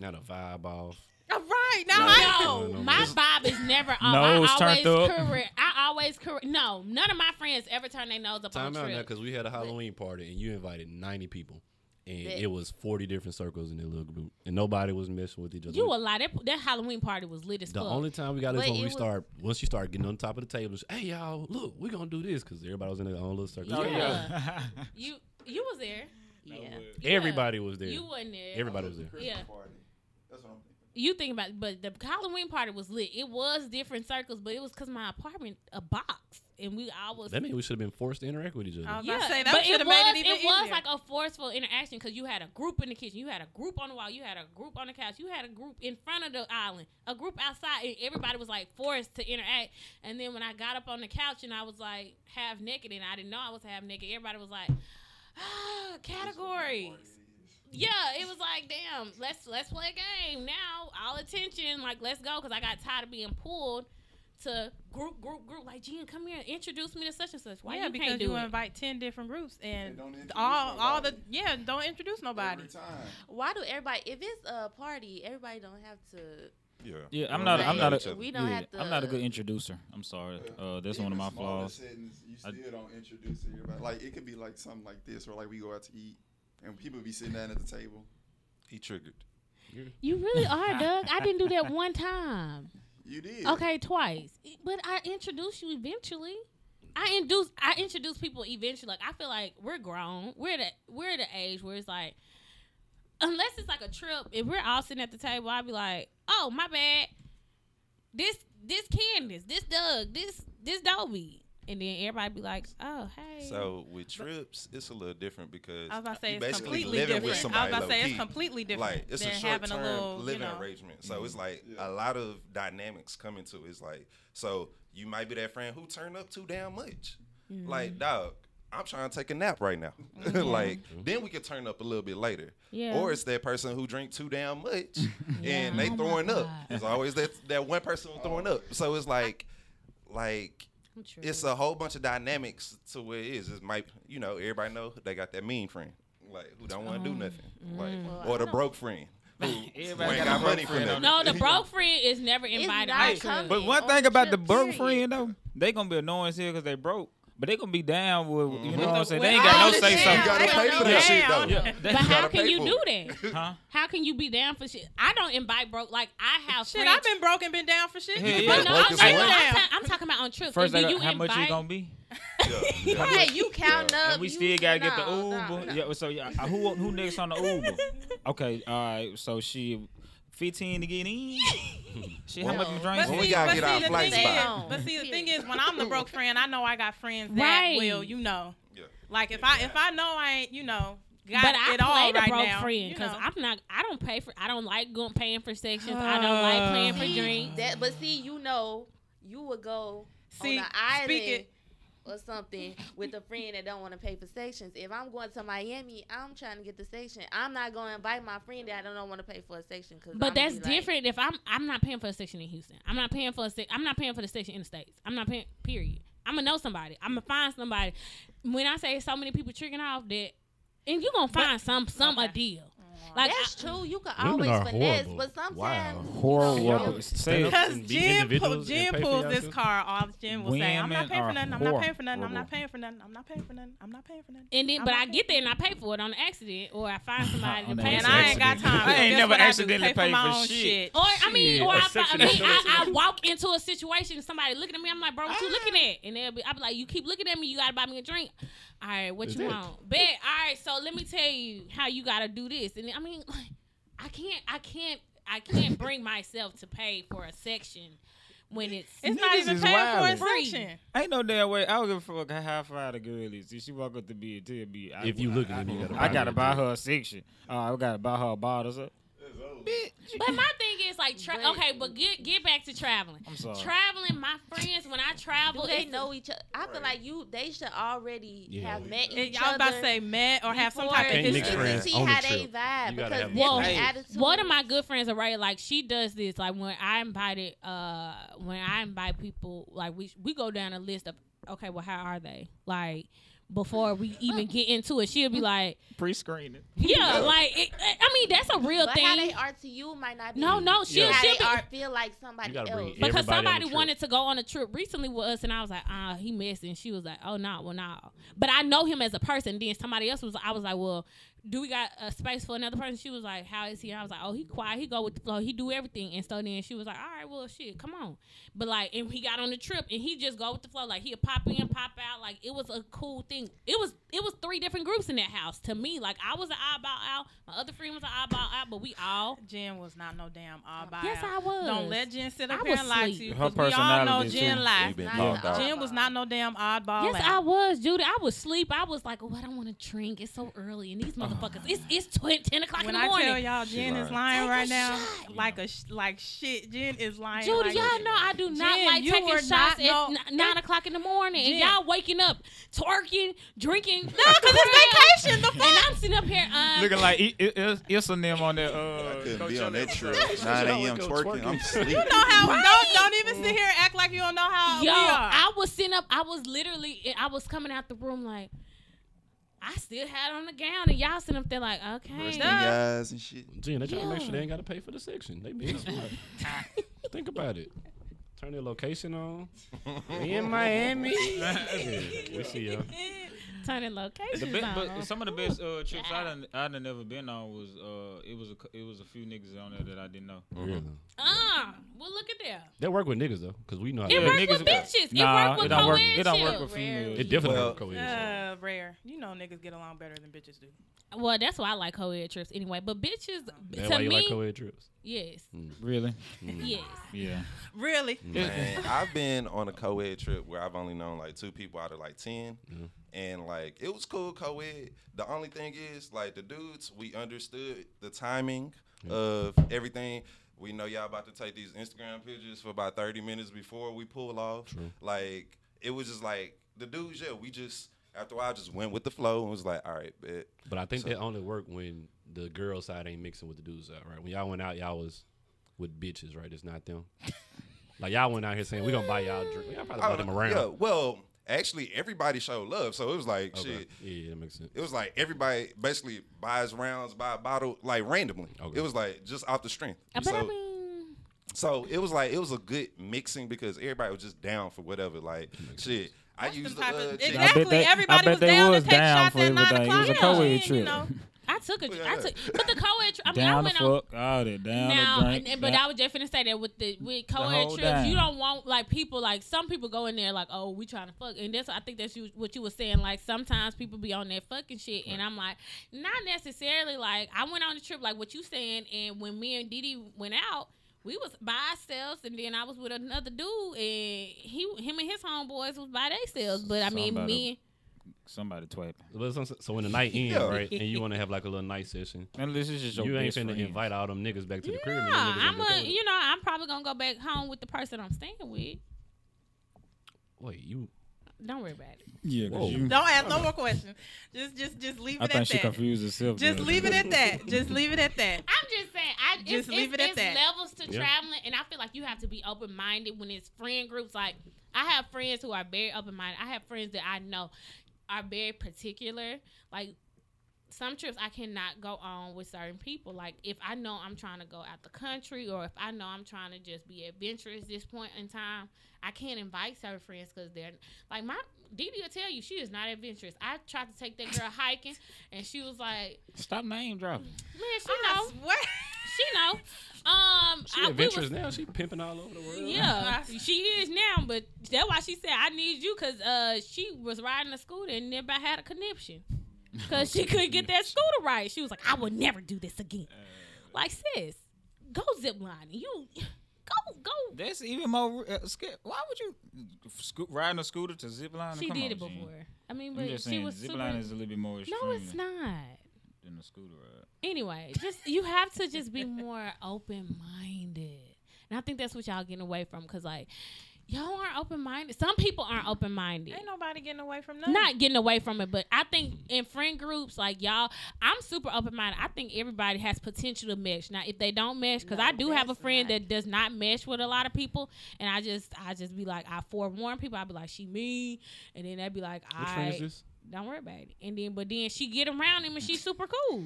Speaker 3: Not a vibe off.
Speaker 5: <laughs> All right, now
Speaker 3: No.
Speaker 5: I
Speaker 3: No,
Speaker 2: No,
Speaker 3: no,
Speaker 2: "Oh, my
Speaker 3: no.
Speaker 2: vibe is
Speaker 3: <laughs>
Speaker 2: never off.
Speaker 4: Nose
Speaker 2: I always
Speaker 4: turned up.
Speaker 2: correct. I always correct. No, none of my friends ever turn their nose up
Speaker 3: Time
Speaker 2: on
Speaker 3: out now
Speaker 2: trips.
Speaker 3: because we had a Halloween party and you invited 90 people. And
Speaker 7: That-
Speaker 3: it was 40 different circles in that little group. And nobody was messing with each other.
Speaker 2: You
Speaker 3: We-
Speaker 2: a lot. That, that Halloween party was lit as
Speaker 3: the
Speaker 2: fuck.
Speaker 3: only time we got is
Speaker 7: But
Speaker 3: when
Speaker 7: it
Speaker 3: we
Speaker 7: was-
Speaker 3: start, once you start getting on top of the tables, hey, y'all, look, we're going to do this because everybody was in their own little circle.
Speaker 2: Oh,
Speaker 3: Yeah.
Speaker 2: yeah. you you was there.
Speaker 4: <laughs>
Speaker 7: <laughs> Yeah.
Speaker 2: Yeah.
Speaker 3: Everybody was there.
Speaker 2: You wasn't there.
Speaker 3: everybody was there.
Speaker 2: Yeah.
Speaker 6: Party. That's what I'm thinking.
Speaker 2: You think about, it, but the Halloween party was lit. It was different circles, but it was because my apartment a box. and we all was
Speaker 3: That means we should have been forced to interact with each other.
Speaker 5: I was about to say, that
Speaker 2: but it
Speaker 5: should've
Speaker 2: was
Speaker 5: made it even
Speaker 2: was
Speaker 5: easier.
Speaker 2: like a forceful interaction because you had a group in the kitchen, you had a group on the wall, you had a group on the couch, you had a group in front of the island, a group outside, and everybody was like forced to interact. And then when I got up on the couch and I was like half naked, and I didn't know I was half naked, everybody was like, ah, categories. Yeah, it was like, damn, let's let's play a game now. All attention, like let's go, because I got tired of being pulled to group, group, group. Like, Gene, come here and introduce me to such and such. Why
Speaker 5: yeah,
Speaker 2: you
Speaker 5: because
Speaker 2: can't do
Speaker 5: you
Speaker 2: it?
Speaker 5: invite ten different groups and,
Speaker 6: don't introduce
Speaker 5: all all the
Speaker 6: nobody.
Speaker 5: yeah, don't introduce nobody.
Speaker 6: Every time.
Speaker 4: Uh,
Speaker 7: Why do everybody? If it's a party, everybody don't have to.
Speaker 8: Yeah.
Speaker 4: Yeah, I'm
Speaker 8: We
Speaker 4: not.
Speaker 8: don't
Speaker 4: I'm
Speaker 8: know
Speaker 4: not.
Speaker 8: each
Speaker 4: A,
Speaker 8: other.
Speaker 7: We don't
Speaker 4: yeah,
Speaker 7: have to-
Speaker 4: I'm not a good introducer. I'm sorry. Uh, that's one of
Speaker 6: Even
Speaker 4: my
Speaker 6: smaller
Speaker 4: flaws.
Speaker 6: settings, you
Speaker 4: I-
Speaker 6: still don't introduce everybody. Like it could be like something like this, or like we go out to eat, and people be sitting down at the table.
Speaker 8: He triggered.
Speaker 2: You really are, Doug. I didn't do that one
Speaker 7: <laughs>
Speaker 2: time.
Speaker 6: You did.
Speaker 2: Okay, twice. E, But I introduced you eventually. I induce I introduce people eventually. Like I feel like we're grown. We're the we're at the age where it's like unless it's like a trip, if we're all sitting at the table, I'd be like, Oh, my bad. This this Candace, this Doug, this this Dolby. And then everybody be like, Oh, hey.
Speaker 8: So with trips, it's a little different because
Speaker 5: I was about to say
Speaker 8: you
Speaker 5: it's
Speaker 8: basically
Speaker 5: completely
Speaker 8: living
Speaker 5: different.
Speaker 8: with
Speaker 5: I
Speaker 8: somebody.
Speaker 5: was about to say it's
Speaker 8: low-key.
Speaker 5: completely different
Speaker 8: Like it's
Speaker 5: than
Speaker 8: a short
Speaker 5: having
Speaker 8: term
Speaker 5: a little
Speaker 8: living
Speaker 5: you know,
Speaker 8: arrangement. So it's like
Speaker 6: Yeah.
Speaker 8: a lot of dynamics come into it. It's like so you might be that friend who turned up too damn much.
Speaker 5: Mm-hmm.
Speaker 8: Like dog, I'm trying to take a nap right now. <laughs> like then we could turn up a little bit later.
Speaker 2: Yeah.
Speaker 8: Or it's that person who drink too damn much and they
Speaker 2: Oh my
Speaker 8: throwing up.
Speaker 2: God.
Speaker 8: It's always that that one person throwing up. So it's like like
Speaker 2: I'm true.
Speaker 8: it's a whole bunch of dynamics to where it is. It might, you know, everybody know they got that mean friend, like who don't
Speaker 4: Oh.
Speaker 8: want to do nothing,
Speaker 4: Mm.
Speaker 8: like or the
Speaker 4: <laughs>
Speaker 8: broke friend who ain't
Speaker 4: Everybody got a
Speaker 8: got
Speaker 4: broke
Speaker 8: money for
Speaker 4: friend on
Speaker 8: nothing.
Speaker 2: no,
Speaker 8: <laughs>
Speaker 2: the broke friend is never invited
Speaker 7: not
Speaker 2: on a trip.
Speaker 7: coming.
Speaker 4: But one
Speaker 7: on
Speaker 4: thing
Speaker 7: the
Speaker 4: about the
Speaker 7: trip,
Speaker 4: broke
Speaker 7: period.
Speaker 4: friend though, they gonna be annoyance here because they broke. But they gonna be down with you know what I'm saying. They
Speaker 5: Well,
Speaker 4: ain't got
Speaker 5: all
Speaker 4: no
Speaker 5: the
Speaker 4: say so.
Speaker 5: down,
Speaker 8: You gotta
Speaker 5: they
Speaker 8: pay
Speaker 5: don't
Speaker 8: for
Speaker 5: know
Speaker 8: that shit
Speaker 5: down.
Speaker 8: though.
Speaker 4: Yeah, they-
Speaker 2: But how
Speaker 8: gotta
Speaker 2: can
Speaker 8: pay
Speaker 2: you
Speaker 8: for
Speaker 2: do
Speaker 8: it.
Speaker 2: that?
Speaker 4: huh?
Speaker 2: How can you be down for shit? I don't invite broke. Like I have
Speaker 5: Shit,
Speaker 2: friends.
Speaker 5: I've been broke and been down for shit.
Speaker 4: Hell
Speaker 2: But
Speaker 4: yeah.
Speaker 2: no,
Speaker 8: broke
Speaker 2: I'm,
Speaker 8: as
Speaker 2: saying-
Speaker 8: well.
Speaker 2: I'm ta- I'm talking about on trips.
Speaker 4: First,
Speaker 2: and
Speaker 4: they
Speaker 2: do
Speaker 4: got,
Speaker 2: you
Speaker 4: how much you
Speaker 2: invite-
Speaker 4: gonna be? <laughs>
Speaker 8: Yeah. How
Speaker 7: Right,
Speaker 8: much-
Speaker 7: you count up.
Speaker 4: And we
Speaker 7: you-
Speaker 4: still gotta get the
Speaker 7: no, no,
Speaker 4: Uber.
Speaker 7: no.
Speaker 4: Yeah, so yeah, uh, who who next on the Uber? Okay, all right. So she, fifteen to get in. She how much you
Speaker 5: But
Speaker 4: drink?
Speaker 8: Well,
Speaker 5: see,
Speaker 8: we gotta
Speaker 5: but
Speaker 8: get
Speaker 5: see,
Speaker 8: our
Speaker 5: the
Speaker 8: flights
Speaker 5: thing
Speaker 8: back.
Speaker 5: Is, but see, the thing
Speaker 7: Period.
Speaker 5: is, when I'm the broke friend, I know I got friends that
Speaker 2: Right.
Speaker 5: will, you know.
Speaker 8: Yeah.
Speaker 5: Like if I if I know I ain't, you know, got
Speaker 2: But
Speaker 5: it
Speaker 2: I
Speaker 5: all
Speaker 2: play the
Speaker 5: right
Speaker 2: broke
Speaker 5: now,
Speaker 2: friend
Speaker 5: you
Speaker 2: because
Speaker 5: know.
Speaker 2: I'm not. I don't pay for. I don't like going paying for sections. I
Speaker 5: Oh,
Speaker 2: don't like paying for
Speaker 7: See,
Speaker 2: drinks.
Speaker 7: That, but see, you know, you would go
Speaker 5: See,
Speaker 7: on an island
Speaker 5: speak it.
Speaker 7: or something with a friend that don't want to pay for sections. If I'm going to Miami, I'm trying to get the section. I'm not going to invite my friend that I don't want to pay for a section. Cause
Speaker 2: But
Speaker 7: I'ma
Speaker 2: that's
Speaker 7: be like,
Speaker 2: different. If I'm, I'm not paying for a section in Houston. I'm not paying for a. Sec- I'm not paying for the section in the states. I'm not paying. Period. I'm gonna know somebody. I'm gonna find somebody. When I say so many people tricking off that, and you gonna find some some a
Speaker 5: Okay. Mm.
Speaker 2: deal. Like I-
Speaker 7: That's true. You can
Speaker 3: Women
Speaker 7: always
Speaker 3: are
Speaker 7: finesse,
Speaker 3: horrible.
Speaker 7: but
Speaker 3: Wow.
Speaker 7: sometimes
Speaker 4: Horrible.
Speaker 7: You know,
Speaker 4: Say it.
Speaker 5: Because
Speaker 3: and be
Speaker 5: Jim, pull,
Speaker 3: individuals and
Speaker 5: Jim
Speaker 3: pay for
Speaker 5: pulls
Speaker 3: yourself?
Speaker 5: this car off. Jim will say, "I'm not
Speaker 4: Women
Speaker 5: paying
Speaker 4: are
Speaker 5: for nothing. I'm not paying for nothing. I'm
Speaker 4: horrible.
Speaker 5: not paying for nothing. I'm not paying for nothing. I'm not paying for nothing."
Speaker 2: And then,
Speaker 5: I'm
Speaker 2: but
Speaker 5: not
Speaker 2: I
Speaker 5: paying
Speaker 2: get there and I pay for it on accident, or I
Speaker 3: <laughs>
Speaker 2: find somebody to
Speaker 4: On
Speaker 2: pay
Speaker 5: And
Speaker 2: for
Speaker 4: accident.
Speaker 5: I ain't
Speaker 2: it.
Speaker 5: got time.
Speaker 4: Oh, I ain't
Speaker 5: Guess
Speaker 4: never
Speaker 5: what I do?
Speaker 4: accidentally
Speaker 5: Pay for
Speaker 4: paid
Speaker 5: my
Speaker 4: for
Speaker 5: own
Speaker 4: shit.
Speaker 2: Or I mean,
Speaker 3: Shit,
Speaker 2: or
Speaker 3: a
Speaker 2: I, fi- I
Speaker 3: section
Speaker 2: mean,
Speaker 3: is
Speaker 2: I, I
Speaker 3: something.
Speaker 2: walk into a situation, somebody looking at me, I'm like, bro, what you looking at? And they'll be, I be like, you keep looking at me, you gotta buy me a drink. All right, what
Speaker 3: That's
Speaker 2: you
Speaker 3: it.
Speaker 2: want? Bet. All right, so let me tell you how you gotta do this. And I mean, like, I can't, I can't, I can't bring myself to pay for a section when it's.
Speaker 5: It's not
Speaker 4: Niggas
Speaker 5: even
Speaker 4: is
Speaker 5: paying
Speaker 4: wildin'.
Speaker 5: for a section.
Speaker 4: Ain't no damn way. I don't give a fuck how high five the girl is. If she walk up to me and tell me, I,
Speaker 3: If you
Speaker 4: I-
Speaker 3: look
Speaker 4: I,
Speaker 3: at me, you gotta
Speaker 4: I
Speaker 3: buy
Speaker 4: gotta
Speaker 3: me a
Speaker 4: buy
Speaker 3: drink.
Speaker 4: her a section. Uh, I gotta buy her a bottle. So.
Speaker 2: But my thing is like, tra-
Speaker 7: But-
Speaker 2: okay, but get get back to traveling.
Speaker 3: Uh.
Speaker 4: I'm sorry.
Speaker 2: Traveling, my friends, when I travel,
Speaker 7: do they
Speaker 2: it's-
Speaker 7: know each other? I feel like you they should already
Speaker 3: Yeah.
Speaker 7: have met
Speaker 5: And
Speaker 7: each
Speaker 5: y'all
Speaker 7: other.
Speaker 5: about to say met or have some
Speaker 7: before
Speaker 5: type of
Speaker 3: Can't
Speaker 7: you
Speaker 3: mix
Speaker 7: can
Speaker 5: history.
Speaker 3: friends
Speaker 7: see
Speaker 3: on a
Speaker 7: how
Speaker 3: trip.
Speaker 7: they vibe
Speaker 3: You gotta
Speaker 7: because
Speaker 3: have
Speaker 7: different
Speaker 2: Hey,
Speaker 7: attitudes.
Speaker 2: One of my good friends, Araya, like she does this. Like when I invited, uh, when I invite people, like we we go down a list of okay, well, how are they? Like before we
Speaker 7: <laughs>
Speaker 2: even get into it, she'll be like,
Speaker 4: Pre-screening.
Speaker 2: yeah, like it, I mean that's a real
Speaker 7: but
Speaker 2: thing.
Speaker 7: how they are to you might not be.
Speaker 2: no, no, she'll
Speaker 7: how
Speaker 2: she'll
Speaker 7: they
Speaker 2: be.
Speaker 7: are feel like somebody
Speaker 3: You gotta bring
Speaker 7: else.
Speaker 3: it in.
Speaker 2: because
Speaker 3: Everybody on the
Speaker 2: somebody
Speaker 3: trip.
Speaker 2: wanted to go on a trip recently with us, and I was like, "Ah, he missed," and she was like, "Oh no, well no." But I know him as a person. Then somebody else was, I was like, "Well, do we got a space for another person?" She was like, "How is he?" And I was like, "Oh, he quiet. He go with the flow. He do everything." And so then she was like, "All right, well, shit, come on." But like, and he got on the trip, and he just go with the flow. Like he'll pop in, pop out. Like it was a cool thing. thing. It was it was three different groups in that house. To me, like I was an eyeball out, my other friend was an eyeball out, but we all.
Speaker 5: Jen was not no damn all by.
Speaker 2: Yes, I was.
Speaker 5: Don't let Jen sit
Speaker 2: I
Speaker 5: up here
Speaker 2: was
Speaker 5: and lie to
Speaker 2: sleep.
Speaker 5: you.
Speaker 4: Her
Speaker 5: 'cause we all know
Speaker 4: personality,
Speaker 5: Jen
Speaker 4: too.
Speaker 5: lies.
Speaker 8: been
Speaker 7: Not
Speaker 8: knocked
Speaker 7: the
Speaker 8: out.
Speaker 5: Jen was not no damn oddball.
Speaker 2: Yes, I
Speaker 5: out.
Speaker 2: was, Judy. I was sleep. I was like, "What? I want to drink. It's so early, and these motherfuckers. It's it's tw- ten o'clock
Speaker 5: When
Speaker 2: in the
Speaker 5: I
Speaker 2: morning."
Speaker 5: tell y'all
Speaker 8: She
Speaker 5: Jen is
Speaker 8: lying.
Speaker 5: lying
Speaker 2: Take a
Speaker 5: right now,
Speaker 2: shot.
Speaker 5: like a sh- like shit. Jen is lying.
Speaker 2: Judy,
Speaker 5: like
Speaker 2: y'all know I do not
Speaker 5: Jen,
Speaker 2: like
Speaker 5: you
Speaker 2: taking
Speaker 5: were
Speaker 2: shots
Speaker 5: not
Speaker 2: at
Speaker 5: no-
Speaker 2: n- nine o'clock in the morning, and
Speaker 5: Jen.
Speaker 2: y'all waking up twerking, drinking.
Speaker 5: <laughs>
Speaker 2: No,
Speaker 5: because
Speaker 2: <laughs>
Speaker 5: it's vacation. The
Speaker 2: and I'm sitting up here. Um,
Speaker 4: Looking like it, it, it's, it's a name on that. Uh,
Speaker 6: I couldn't be
Speaker 4: Coachella
Speaker 6: on that
Speaker 4: episode.
Speaker 6: trip. 9 a.m.
Speaker 3: Go
Speaker 6: twerking. I'm
Speaker 3: twerking.
Speaker 6: sleep.
Speaker 5: You know how? Don't don't even sit here and act like you don't know how
Speaker 2: Yo,
Speaker 5: we are.
Speaker 2: I was sitting up. I was literally. eh, I was coming out the room like. I still had on the gown, and y'all sitting up there like, okay.
Speaker 6: Resting eyes and shit.
Speaker 3: Gene, they trying to make sure they
Speaker 2: Yeah.
Speaker 3: ain't got to pay for the section. They <laughs> being smart. Think about it. Turn their location on. We in Miami. Yeah, we see y'all.
Speaker 2: Turning locations
Speaker 4: <laughs> The be-
Speaker 2: on.
Speaker 4: but some of the best uh, trips I done, I done never been on was uh, it was a, cou- it was a few niggas on there that I didn't know.
Speaker 3: Yeah.
Speaker 2: Uh, well, look at there.
Speaker 3: They work with niggas though, because we know how
Speaker 2: It
Speaker 3: they
Speaker 2: work
Speaker 4: niggas-
Speaker 2: with bitches.
Speaker 4: Nah,
Speaker 2: it work with
Speaker 4: it don't work. It don't
Speaker 2: co-ed
Speaker 4: work
Speaker 2: shit.
Speaker 4: with females.
Speaker 7: Rarely.
Speaker 3: It definitely
Speaker 8: Well-
Speaker 3: work co
Speaker 5: Uh, rare. You know niggas get along better than bitches do.
Speaker 2: Well, that's why I like co-ed trips anyway. But bitches, b-
Speaker 3: That's
Speaker 2: to
Speaker 3: why you
Speaker 2: me,
Speaker 3: like co-ed Mm. trips.
Speaker 2: yes,
Speaker 4: Really?
Speaker 2: yes.
Speaker 4: Yeah.
Speaker 5: Really?
Speaker 4: Mm.
Speaker 8: Man, I've been on a co ed trip where I've only known like two people out of like 10.
Speaker 3: Mm-hmm.
Speaker 8: And like, it was cool co ed. The only thing is, like, the dudes, we understood the timing of everything. We know y'all about to take these Instagram pictures for about 30 minutes before we pull off. Like, it was just like, the dudes, yeah, we just, after a while, just went with the flow and was like, all right, bet.
Speaker 3: But I think
Speaker 8: So-
Speaker 3: they only work when the girl side ain't mixing with the dudes out, right? When y'all went out, y'all was with bitches, right? It's not them.
Speaker 2: <laughs>
Speaker 3: like y'all went out here saying we gonna buy y'all drink. Y'all probably
Speaker 8: Oh,
Speaker 3: bought them around.
Speaker 8: Yeah, well, actually, everybody showed love. So it was like,
Speaker 3: Okay.
Speaker 8: shit.
Speaker 3: Yeah, yeah, that makes sense.
Speaker 8: It was like everybody basically buys rounds, buy a bottle, like randomly.
Speaker 3: Okay.
Speaker 8: It was like just off the strength.
Speaker 2: But I
Speaker 8: So,
Speaker 2: mean,
Speaker 8: so it was like it was a good mixing because everybody was just down for whatever. Like shit, I
Speaker 5: That's
Speaker 8: used
Speaker 5: the
Speaker 8: the
Speaker 5: type
Speaker 8: uh,
Speaker 5: of-
Speaker 8: chick-
Speaker 5: Exactly. Everybody was down to take shots at nine o'clock.
Speaker 4: It was a
Speaker 5: Yeah.
Speaker 4: co-ed
Speaker 5: And, you
Speaker 4: trip.
Speaker 5: know,
Speaker 2: I took a, I
Speaker 8: Yeah.
Speaker 2: took, but the co-ed trip. I mean, I
Speaker 4: down the
Speaker 2: went on.
Speaker 4: fuck out it. Down
Speaker 2: Now,
Speaker 4: the drink.
Speaker 2: and, and- but
Speaker 4: down-
Speaker 2: I was just finna say that with the with co-ed
Speaker 4: whole
Speaker 2: trips,
Speaker 4: dime.
Speaker 2: you don't want like people like some people go in there like, oh, we trying to fuck, and that's I think that's you, what you were saying. Like sometimes people be on that fucking shit, and I'm like, not necessarily. Like I went on the trip like what you saying, and when me and Didi went out, we was by ourselves, and then I was with another dude, and he him and his homeboys was by themselves. But I mean,
Speaker 4: Somebody-
Speaker 2: me,
Speaker 4: Somebody twat.
Speaker 3: But some- So when the
Speaker 8: <laughs>
Speaker 3: night ends,
Speaker 8: Yeah.
Speaker 3: right, and you want to have like a little night session,
Speaker 4: Man, this is just your
Speaker 3: you ain't
Speaker 4: best
Speaker 3: finna
Speaker 4: friend.
Speaker 3: invite all them niggas back to the crib.
Speaker 2: nah,
Speaker 3: and them niggas
Speaker 2: I'm
Speaker 3: ain't
Speaker 2: a,
Speaker 3: gonna do it.
Speaker 2: you know, I'm probably gonna go back home with the person I'm staying with.
Speaker 3: Wait, you?
Speaker 2: Don't worry about it.
Speaker 4: Yeah, 'cause
Speaker 3: Whoa.
Speaker 4: you.
Speaker 5: don't ask no more questions. Just just just leave
Speaker 4: I
Speaker 5: it at
Speaker 4: think she
Speaker 5: that.
Speaker 4: confused herself.
Speaker 5: Just
Speaker 4: there.
Speaker 5: leave it at that. Just leave it at that.
Speaker 2: I'm just saying, I it's,
Speaker 5: Just leave
Speaker 2: it's-
Speaker 5: it at
Speaker 2: it's
Speaker 5: that.
Speaker 2: levels to
Speaker 3: Yeah.
Speaker 2: traveling, and I feel like you have to be open minded when it's friend groups. Like I have friends who are very open minded. I have friends that I know are very particular. Like some trips I cannot go on with certain people. Like if I know I'm trying to go out the country, or if I know I'm trying to just be adventurous this point in time, I can't invite certain friends because they're like my. Didi will tell you she is not adventurous. I tried to take that girl hiking, and she was like,
Speaker 4: Stop name dropping.
Speaker 2: "Man, she know."
Speaker 5: I swear.
Speaker 2: She know. Um,
Speaker 3: She
Speaker 2: I, we
Speaker 3: adventurous
Speaker 2: was-
Speaker 3: now. She pimping all over the world.
Speaker 2: yeah, she is now, but that's why she said I need you because uh she was riding a scooter and nearby had a
Speaker 4: <laughs>
Speaker 2: conniption because she couldn't get that scooter right. She was like, I will never do this again.
Speaker 4: Uh.
Speaker 2: Like sis, go zip lining. You go go.
Speaker 4: That's even more. Uh, sca- Why would you sco- riding a scooter to zip line?
Speaker 2: She
Speaker 4: Come
Speaker 2: did it
Speaker 4: on, Gene.
Speaker 2: before. I mean,
Speaker 4: I'm
Speaker 2: but
Speaker 4: just
Speaker 2: she
Speaker 4: saying,
Speaker 2: was
Speaker 4: zip
Speaker 2: super.
Speaker 4: line is a little bit more extreme
Speaker 2: no, it's not.
Speaker 4: than a scooter ride.
Speaker 2: anyway, just you have to just be more <laughs> open minded, and I think that's what y'all getting away from because like y'all aren't open minded. Some people aren't open minded.
Speaker 5: Ain't nobody getting away from nothing.
Speaker 2: Not getting away from it, but I think in friend groups like y'all, I'm super open minded. I think everybody has potential to mesh. Now, if they don't mesh, because I
Speaker 7: No,
Speaker 2: do have a
Speaker 7: that's
Speaker 2: friend
Speaker 7: not-
Speaker 2: that does not mesh with a lot of people, and I just, I just be like, I forewarn people. I be like, she mean, and then they be like,
Speaker 3: Which friend is
Speaker 2: I
Speaker 3: this?
Speaker 2: don't worry about it. And then, but then she get around him and she's super cool.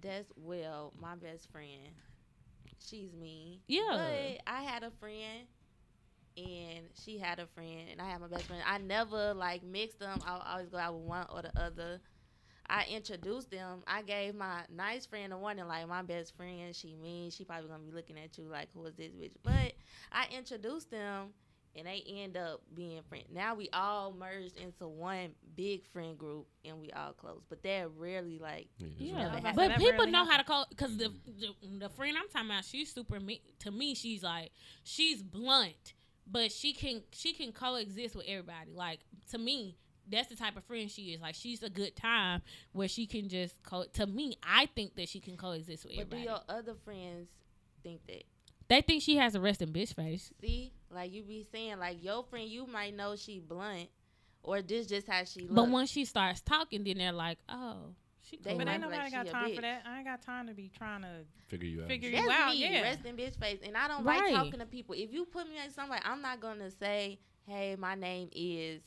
Speaker 7: That's well, my best friend. She's mean.
Speaker 2: Yeah.
Speaker 7: But I had a friend and she had a friend and I had my best friend. I never like mixed them. I would always go out with one or the other. I introduced them. I gave my nice friend a warning, like my best friend, she mean, she probably gonna be looking at you like who is this bitch? But I introduced them and they end up being friends. Now we all merged into one big friend group, and we all close. But that rarely like
Speaker 3: Yeah, that's right.
Speaker 2: Yeah,
Speaker 7: right.
Speaker 2: but
Speaker 5: That
Speaker 2: people
Speaker 5: rarely
Speaker 2: know how to call because the, the the friend I'm talking about, she's super mean to me. She's like she's blunt, but she can she can coexist with everybody. Like to me, that's the type of friend she is. Like she's a good time where she can just co. To me, I think that she can coexist with
Speaker 7: But do
Speaker 2: everybody.
Speaker 7: your other friends think that?
Speaker 2: they think she has a resting bitch face.
Speaker 7: See, like you be saying, like your friend, you might know she blunt, or this just how she look.
Speaker 2: But once she starts talking, then they're like, oh, she.
Speaker 7: They
Speaker 2: cool.
Speaker 5: But
Speaker 7: Like,
Speaker 5: ain't nobody
Speaker 7: like she
Speaker 5: got
Speaker 7: a
Speaker 5: time
Speaker 7: bitch.
Speaker 5: for that. I ain't got time to be trying to.
Speaker 3: Figure you out.
Speaker 5: Figure
Speaker 3: and
Speaker 5: you
Speaker 3: shit.
Speaker 7: That's
Speaker 5: Wow,
Speaker 7: me,
Speaker 5: yeah.
Speaker 7: resting bitch face, and I don't
Speaker 2: Right.
Speaker 7: like talking to people. If you put me like somebody, I'm not gonna say, "Hey, my name is."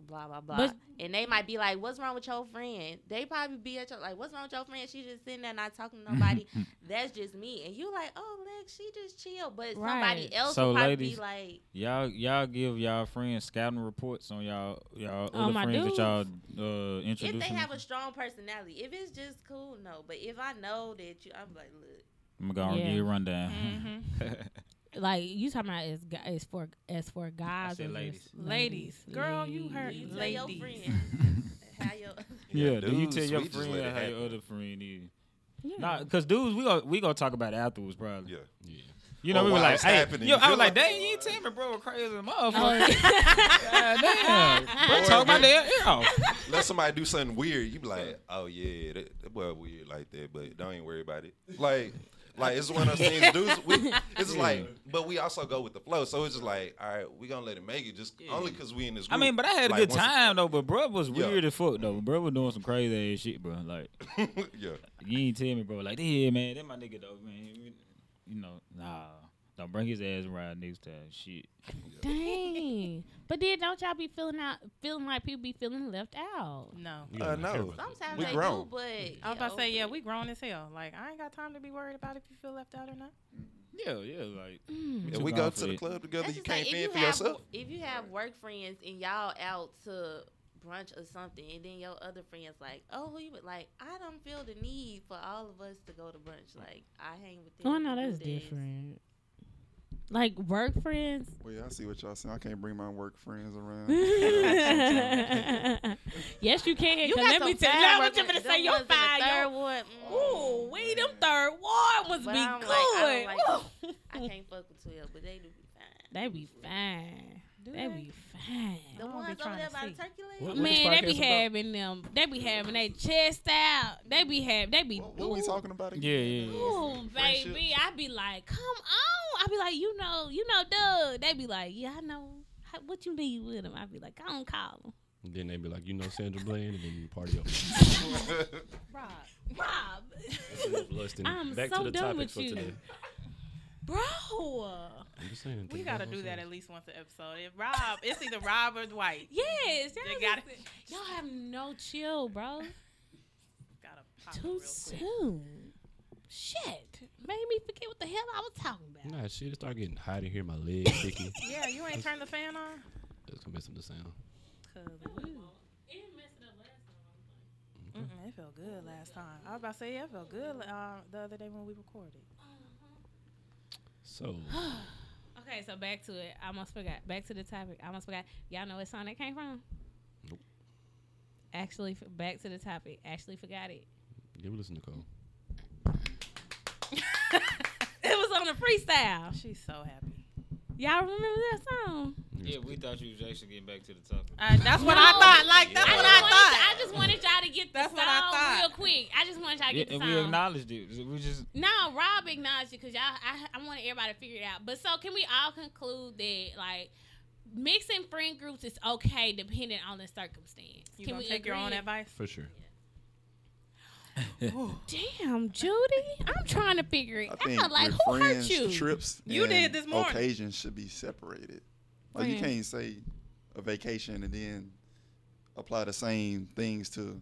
Speaker 7: Blah blah blah,
Speaker 2: But-
Speaker 7: and they might be like, "What's wrong with your friend?" They probably be at your like, "What's wrong with your friend?" She just sitting there not
Speaker 2: <laughs>
Speaker 7: talking to nobody. That's just me, and you like, "Oh, Lex, she just chill," but
Speaker 2: Right.
Speaker 7: somebody else
Speaker 4: So,
Speaker 7: will probably
Speaker 4: ladies-
Speaker 7: be like,
Speaker 4: <laughs> Y'all, y'all give y'all friends scouting reports on y'all, y'all
Speaker 2: On
Speaker 4: other
Speaker 2: my
Speaker 4: friends
Speaker 2: dudes.
Speaker 4: that y'all uh, introduced.
Speaker 7: if they
Speaker 4: me-
Speaker 7: have a strong personality, if it's just cool, no. But if I know that you, I'm like, look,
Speaker 4: I'm gonna
Speaker 2: Yeah. Mm-hmm.
Speaker 4: give you a rundown. <laughs>
Speaker 5: Mhm.
Speaker 2: like you talking about as gu- as for as for guys
Speaker 4: said
Speaker 2: or
Speaker 4: ladies.
Speaker 2: just
Speaker 5: Ladies. Girl, you heard-
Speaker 7: you
Speaker 2: Ladies.
Speaker 7: tell your
Speaker 5: Ladies.
Speaker 7: friend
Speaker 5: <laughs>
Speaker 7: how your
Speaker 4: yeah, do you
Speaker 8: dudes,
Speaker 4: tell your
Speaker 8: we just
Speaker 4: friend
Speaker 8: let it
Speaker 4: how your
Speaker 8: happen.
Speaker 4: other friend is?
Speaker 2: Yeah.
Speaker 4: Nah, cause dudes, we gonna we gonna talk about it afterwards, probably.
Speaker 8: Yeah.
Speaker 3: Yeah.
Speaker 4: You know,
Speaker 8: Or
Speaker 4: we were
Speaker 8: while
Speaker 4: like,
Speaker 8: it's
Speaker 4: hey,
Speaker 8: happening,
Speaker 4: yo,
Speaker 8: you
Speaker 4: I
Speaker 8: feel
Speaker 4: was like,
Speaker 8: like-
Speaker 4: dang, you ain't tell me, bro, we're crazy motherfucker.
Speaker 2: Oh,
Speaker 4: God
Speaker 5: <laughs>
Speaker 4: damn, bro,
Speaker 8: Or
Speaker 4: talk about
Speaker 8: if-
Speaker 4: that. ear off.
Speaker 8: Let somebody do something weird, you be like, oh yeah, that, that boy weird like that, but don't even worry about it. Like, like it's one of those things. Dudes, we, it's just like, but we also go with the flow, so it's just like, all right, we gonna let it make it, just only because we in this.
Speaker 4: I
Speaker 8: Group.
Speaker 4: mean, but I had a
Speaker 8: Like,
Speaker 4: good
Speaker 8: once-
Speaker 4: time though. But bro was
Speaker 8: Yeah.
Speaker 4: weird as fuck though. Bro was doing some crazy ass shit, bro. Like
Speaker 8: <laughs> yeah,
Speaker 4: you ain't tell me, bro. Like yeah, man, that my nigga though, man. You know, nah, don't bring his ass around next time. Shit.
Speaker 2: Dang. But then don't y'all be feeling out feeling like people be feeling left out.
Speaker 5: No.
Speaker 3: You
Speaker 8: Uh,
Speaker 3: don't care
Speaker 8: no.
Speaker 3: about that.
Speaker 7: sometimes
Speaker 8: We
Speaker 7: they
Speaker 8: grown.
Speaker 7: do, but
Speaker 5: I was about to say, yeah,
Speaker 7: we.
Speaker 5: we grown as hell. Like, I ain't got time to be worried about if you feel left out or not.
Speaker 4: Yeah, yeah, like
Speaker 2: Mm.
Speaker 8: if
Speaker 4: too
Speaker 8: we
Speaker 4: gone
Speaker 8: go
Speaker 4: for
Speaker 8: to the
Speaker 4: that.
Speaker 8: club together,
Speaker 7: That's
Speaker 8: you
Speaker 7: just like
Speaker 8: can't fend
Speaker 7: if
Speaker 8: for
Speaker 7: you have
Speaker 8: yourself.
Speaker 7: if you have work friends and y'all out to brunch or something, and then your other friends like, oh, who you with?" like? I don't feel the need for all of us to go to brunch. Like I hang with them.
Speaker 2: Oh no,
Speaker 7: we do
Speaker 2: that's
Speaker 7: this.
Speaker 2: different. Like work friends. <laughs>
Speaker 6: Well, yeah, I see what y'all saying. I can't bring my work
Speaker 5: <laughs>
Speaker 6: friends around.
Speaker 2: yes, you can.
Speaker 7: You
Speaker 2: 'cause
Speaker 7: got
Speaker 2: let me tell you,
Speaker 7: some third
Speaker 2: know what
Speaker 7: work
Speaker 2: you're gonna
Speaker 7: friends.
Speaker 2: say.
Speaker 7: Them
Speaker 2: Your
Speaker 7: ones in the
Speaker 2: five,
Speaker 7: third one.
Speaker 2: your
Speaker 7: mm.
Speaker 2: ooh, we them third war was
Speaker 7: But
Speaker 2: be
Speaker 7: I'm
Speaker 2: good.
Speaker 7: like, I don't
Speaker 2: Ooh.
Speaker 7: I can't fuck with Twelve, but they do be fine.
Speaker 2: they be fine.
Speaker 5: Do
Speaker 2: They
Speaker 5: they?
Speaker 2: be fine.
Speaker 7: The
Speaker 5: I don't be
Speaker 7: ones over
Speaker 5: trying
Speaker 7: there
Speaker 5: to
Speaker 7: by the
Speaker 5: see.
Speaker 7: turkey leg.
Speaker 3: What- what this
Speaker 2: Man, they
Speaker 3: podcast
Speaker 2: be
Speaker 3: about?
Speaker 2: having them. They be having they chest out. They be having. They be.
Speaker 6: what, what we
Speaker 2: ooh.
Speaker 6: talking about again?
Speaker 4: Yeah, yeah, yeah.
Speaker 2: Ooh,
Speaker 8: Friendships.
Speaker 2: baby, I be like, come on. I be like, you know, you know, Doug. They be like, yeah, I know. How, what you need with him? I be like, I don't call him.
Speaker 3: And then they be like, you know, Sandra Bland, and then you party up.
Speaker 5: Rob.
Speaker 2: Rob,
Speaker 3: Lusting.
Speaker 2: I'm
Speaker 3: Back
Speaker 2: so
Speaker 3: to the
Speaker 2: done
Speaker 3: topics
Speaker 2: with
Speaker 3: for
Speaker 2: you.
Speaker 3: today.
Speaker 2: bro.
Speaker 3: I'm just saying.
Speaker 5: We
Speaker 3: think
Speaker 5: got to
Speaker 3: about
Speaker 5: do that
Speaker 3: those
Speaker 5: at least once an episode. If Rob, it's either Rob or Dwight.
Speaker 2: Yes, y'all,
Speaker 5: They got it.
Speaker 2: just- y'all have no chill, bro.
Speaker 5: <laughs> Gotta pop it
Speaker 2: Too
Speaker 5: real quick.
Speaker 2: soon. Shit, made me forget what the hell I was talking
Speaker 3: things.
Speaker 2: about.
Speaker 3: Nah, shit, it start getting hot in here. My
Speaker 2: <laughs>
Speaker 3: legs shaking.
Speaker 5: Yeah, you ain't turned the fan on?
Speaker 3: That's gonna mess up the sound.
Speaker 5: Cause, ooh, mm-mm, it felt good last time. I was about to say, yeah, it felt good uh, the other day when we recorded.
Speaker 2: <gasps>
Speaker 3: So
Speaker 2: Okay, so back to it. I almost forgot. Back to the topic. I almost forgot. Y'all know what song that came from?
Speaker 3: Nope.
Speaker 2: Actually, f- back to the topic. Actually, forgot it. <laughs>
Speaker 3: give it listen to Cole.
Speaker 2: It was on a freestyle.
Speaker 5: She's so happy.
Speaker 2: Y'all remember that song?
Speaker 4: Yeah, we thought you was actually getting back to the topic.
Speaker 5: Uh, that's what
Speaker 2: No.
Speaker 5: I thought. Like, that's
Speaker 2: I,
Speaker 5: what
Speaker 2: just
Speaker 5: I
Speaker 2: wanted,
Speaker 5: thought.
Speaker 2: I just wanted y'all to get the
Speaker 5: That's
Speaker 2: song
Speaker 5: what I thought.
Speaker 2: real quick. I just wanted y'all to
Speaker 4: Yeah,
Speaker 2: get
Speaker 4: and
Speaker 2: the
Speaker 4: we
Speaker 2: song.
Speaker 4: acknowledged it. We just
Speaker 2: No, Rob acknowledged it because y'all. I, I wanted everybody to figure it out. But so can we all conclude that like mixing friend groups is okay depending on the circumstance?
Speaker 5: You
Speaker 2: can
Speaker 5: gonna
Speaker 2: we
Speaker 5: take your own
Speaker 2: agree?
Speaker 5: advice?
Speaker 3: For sure.
Speaker 2: Damn, Judy, I'm trying to figure it
Speaker 6: I think
Speaker 2: out. Like,
Speaker 6: your
Speaker 2: who hurt
Speaker 6: friends,
Speaker 2: you?
Speaker 6: trips,
Speaker 5: You
Speaker 6: and
Speaker 5: did this morning.
Speaker 6: Occasions should be separated. Like you
Speaker 2: Friends.
Speaker 6: can't say a vacation and then apply the same things to.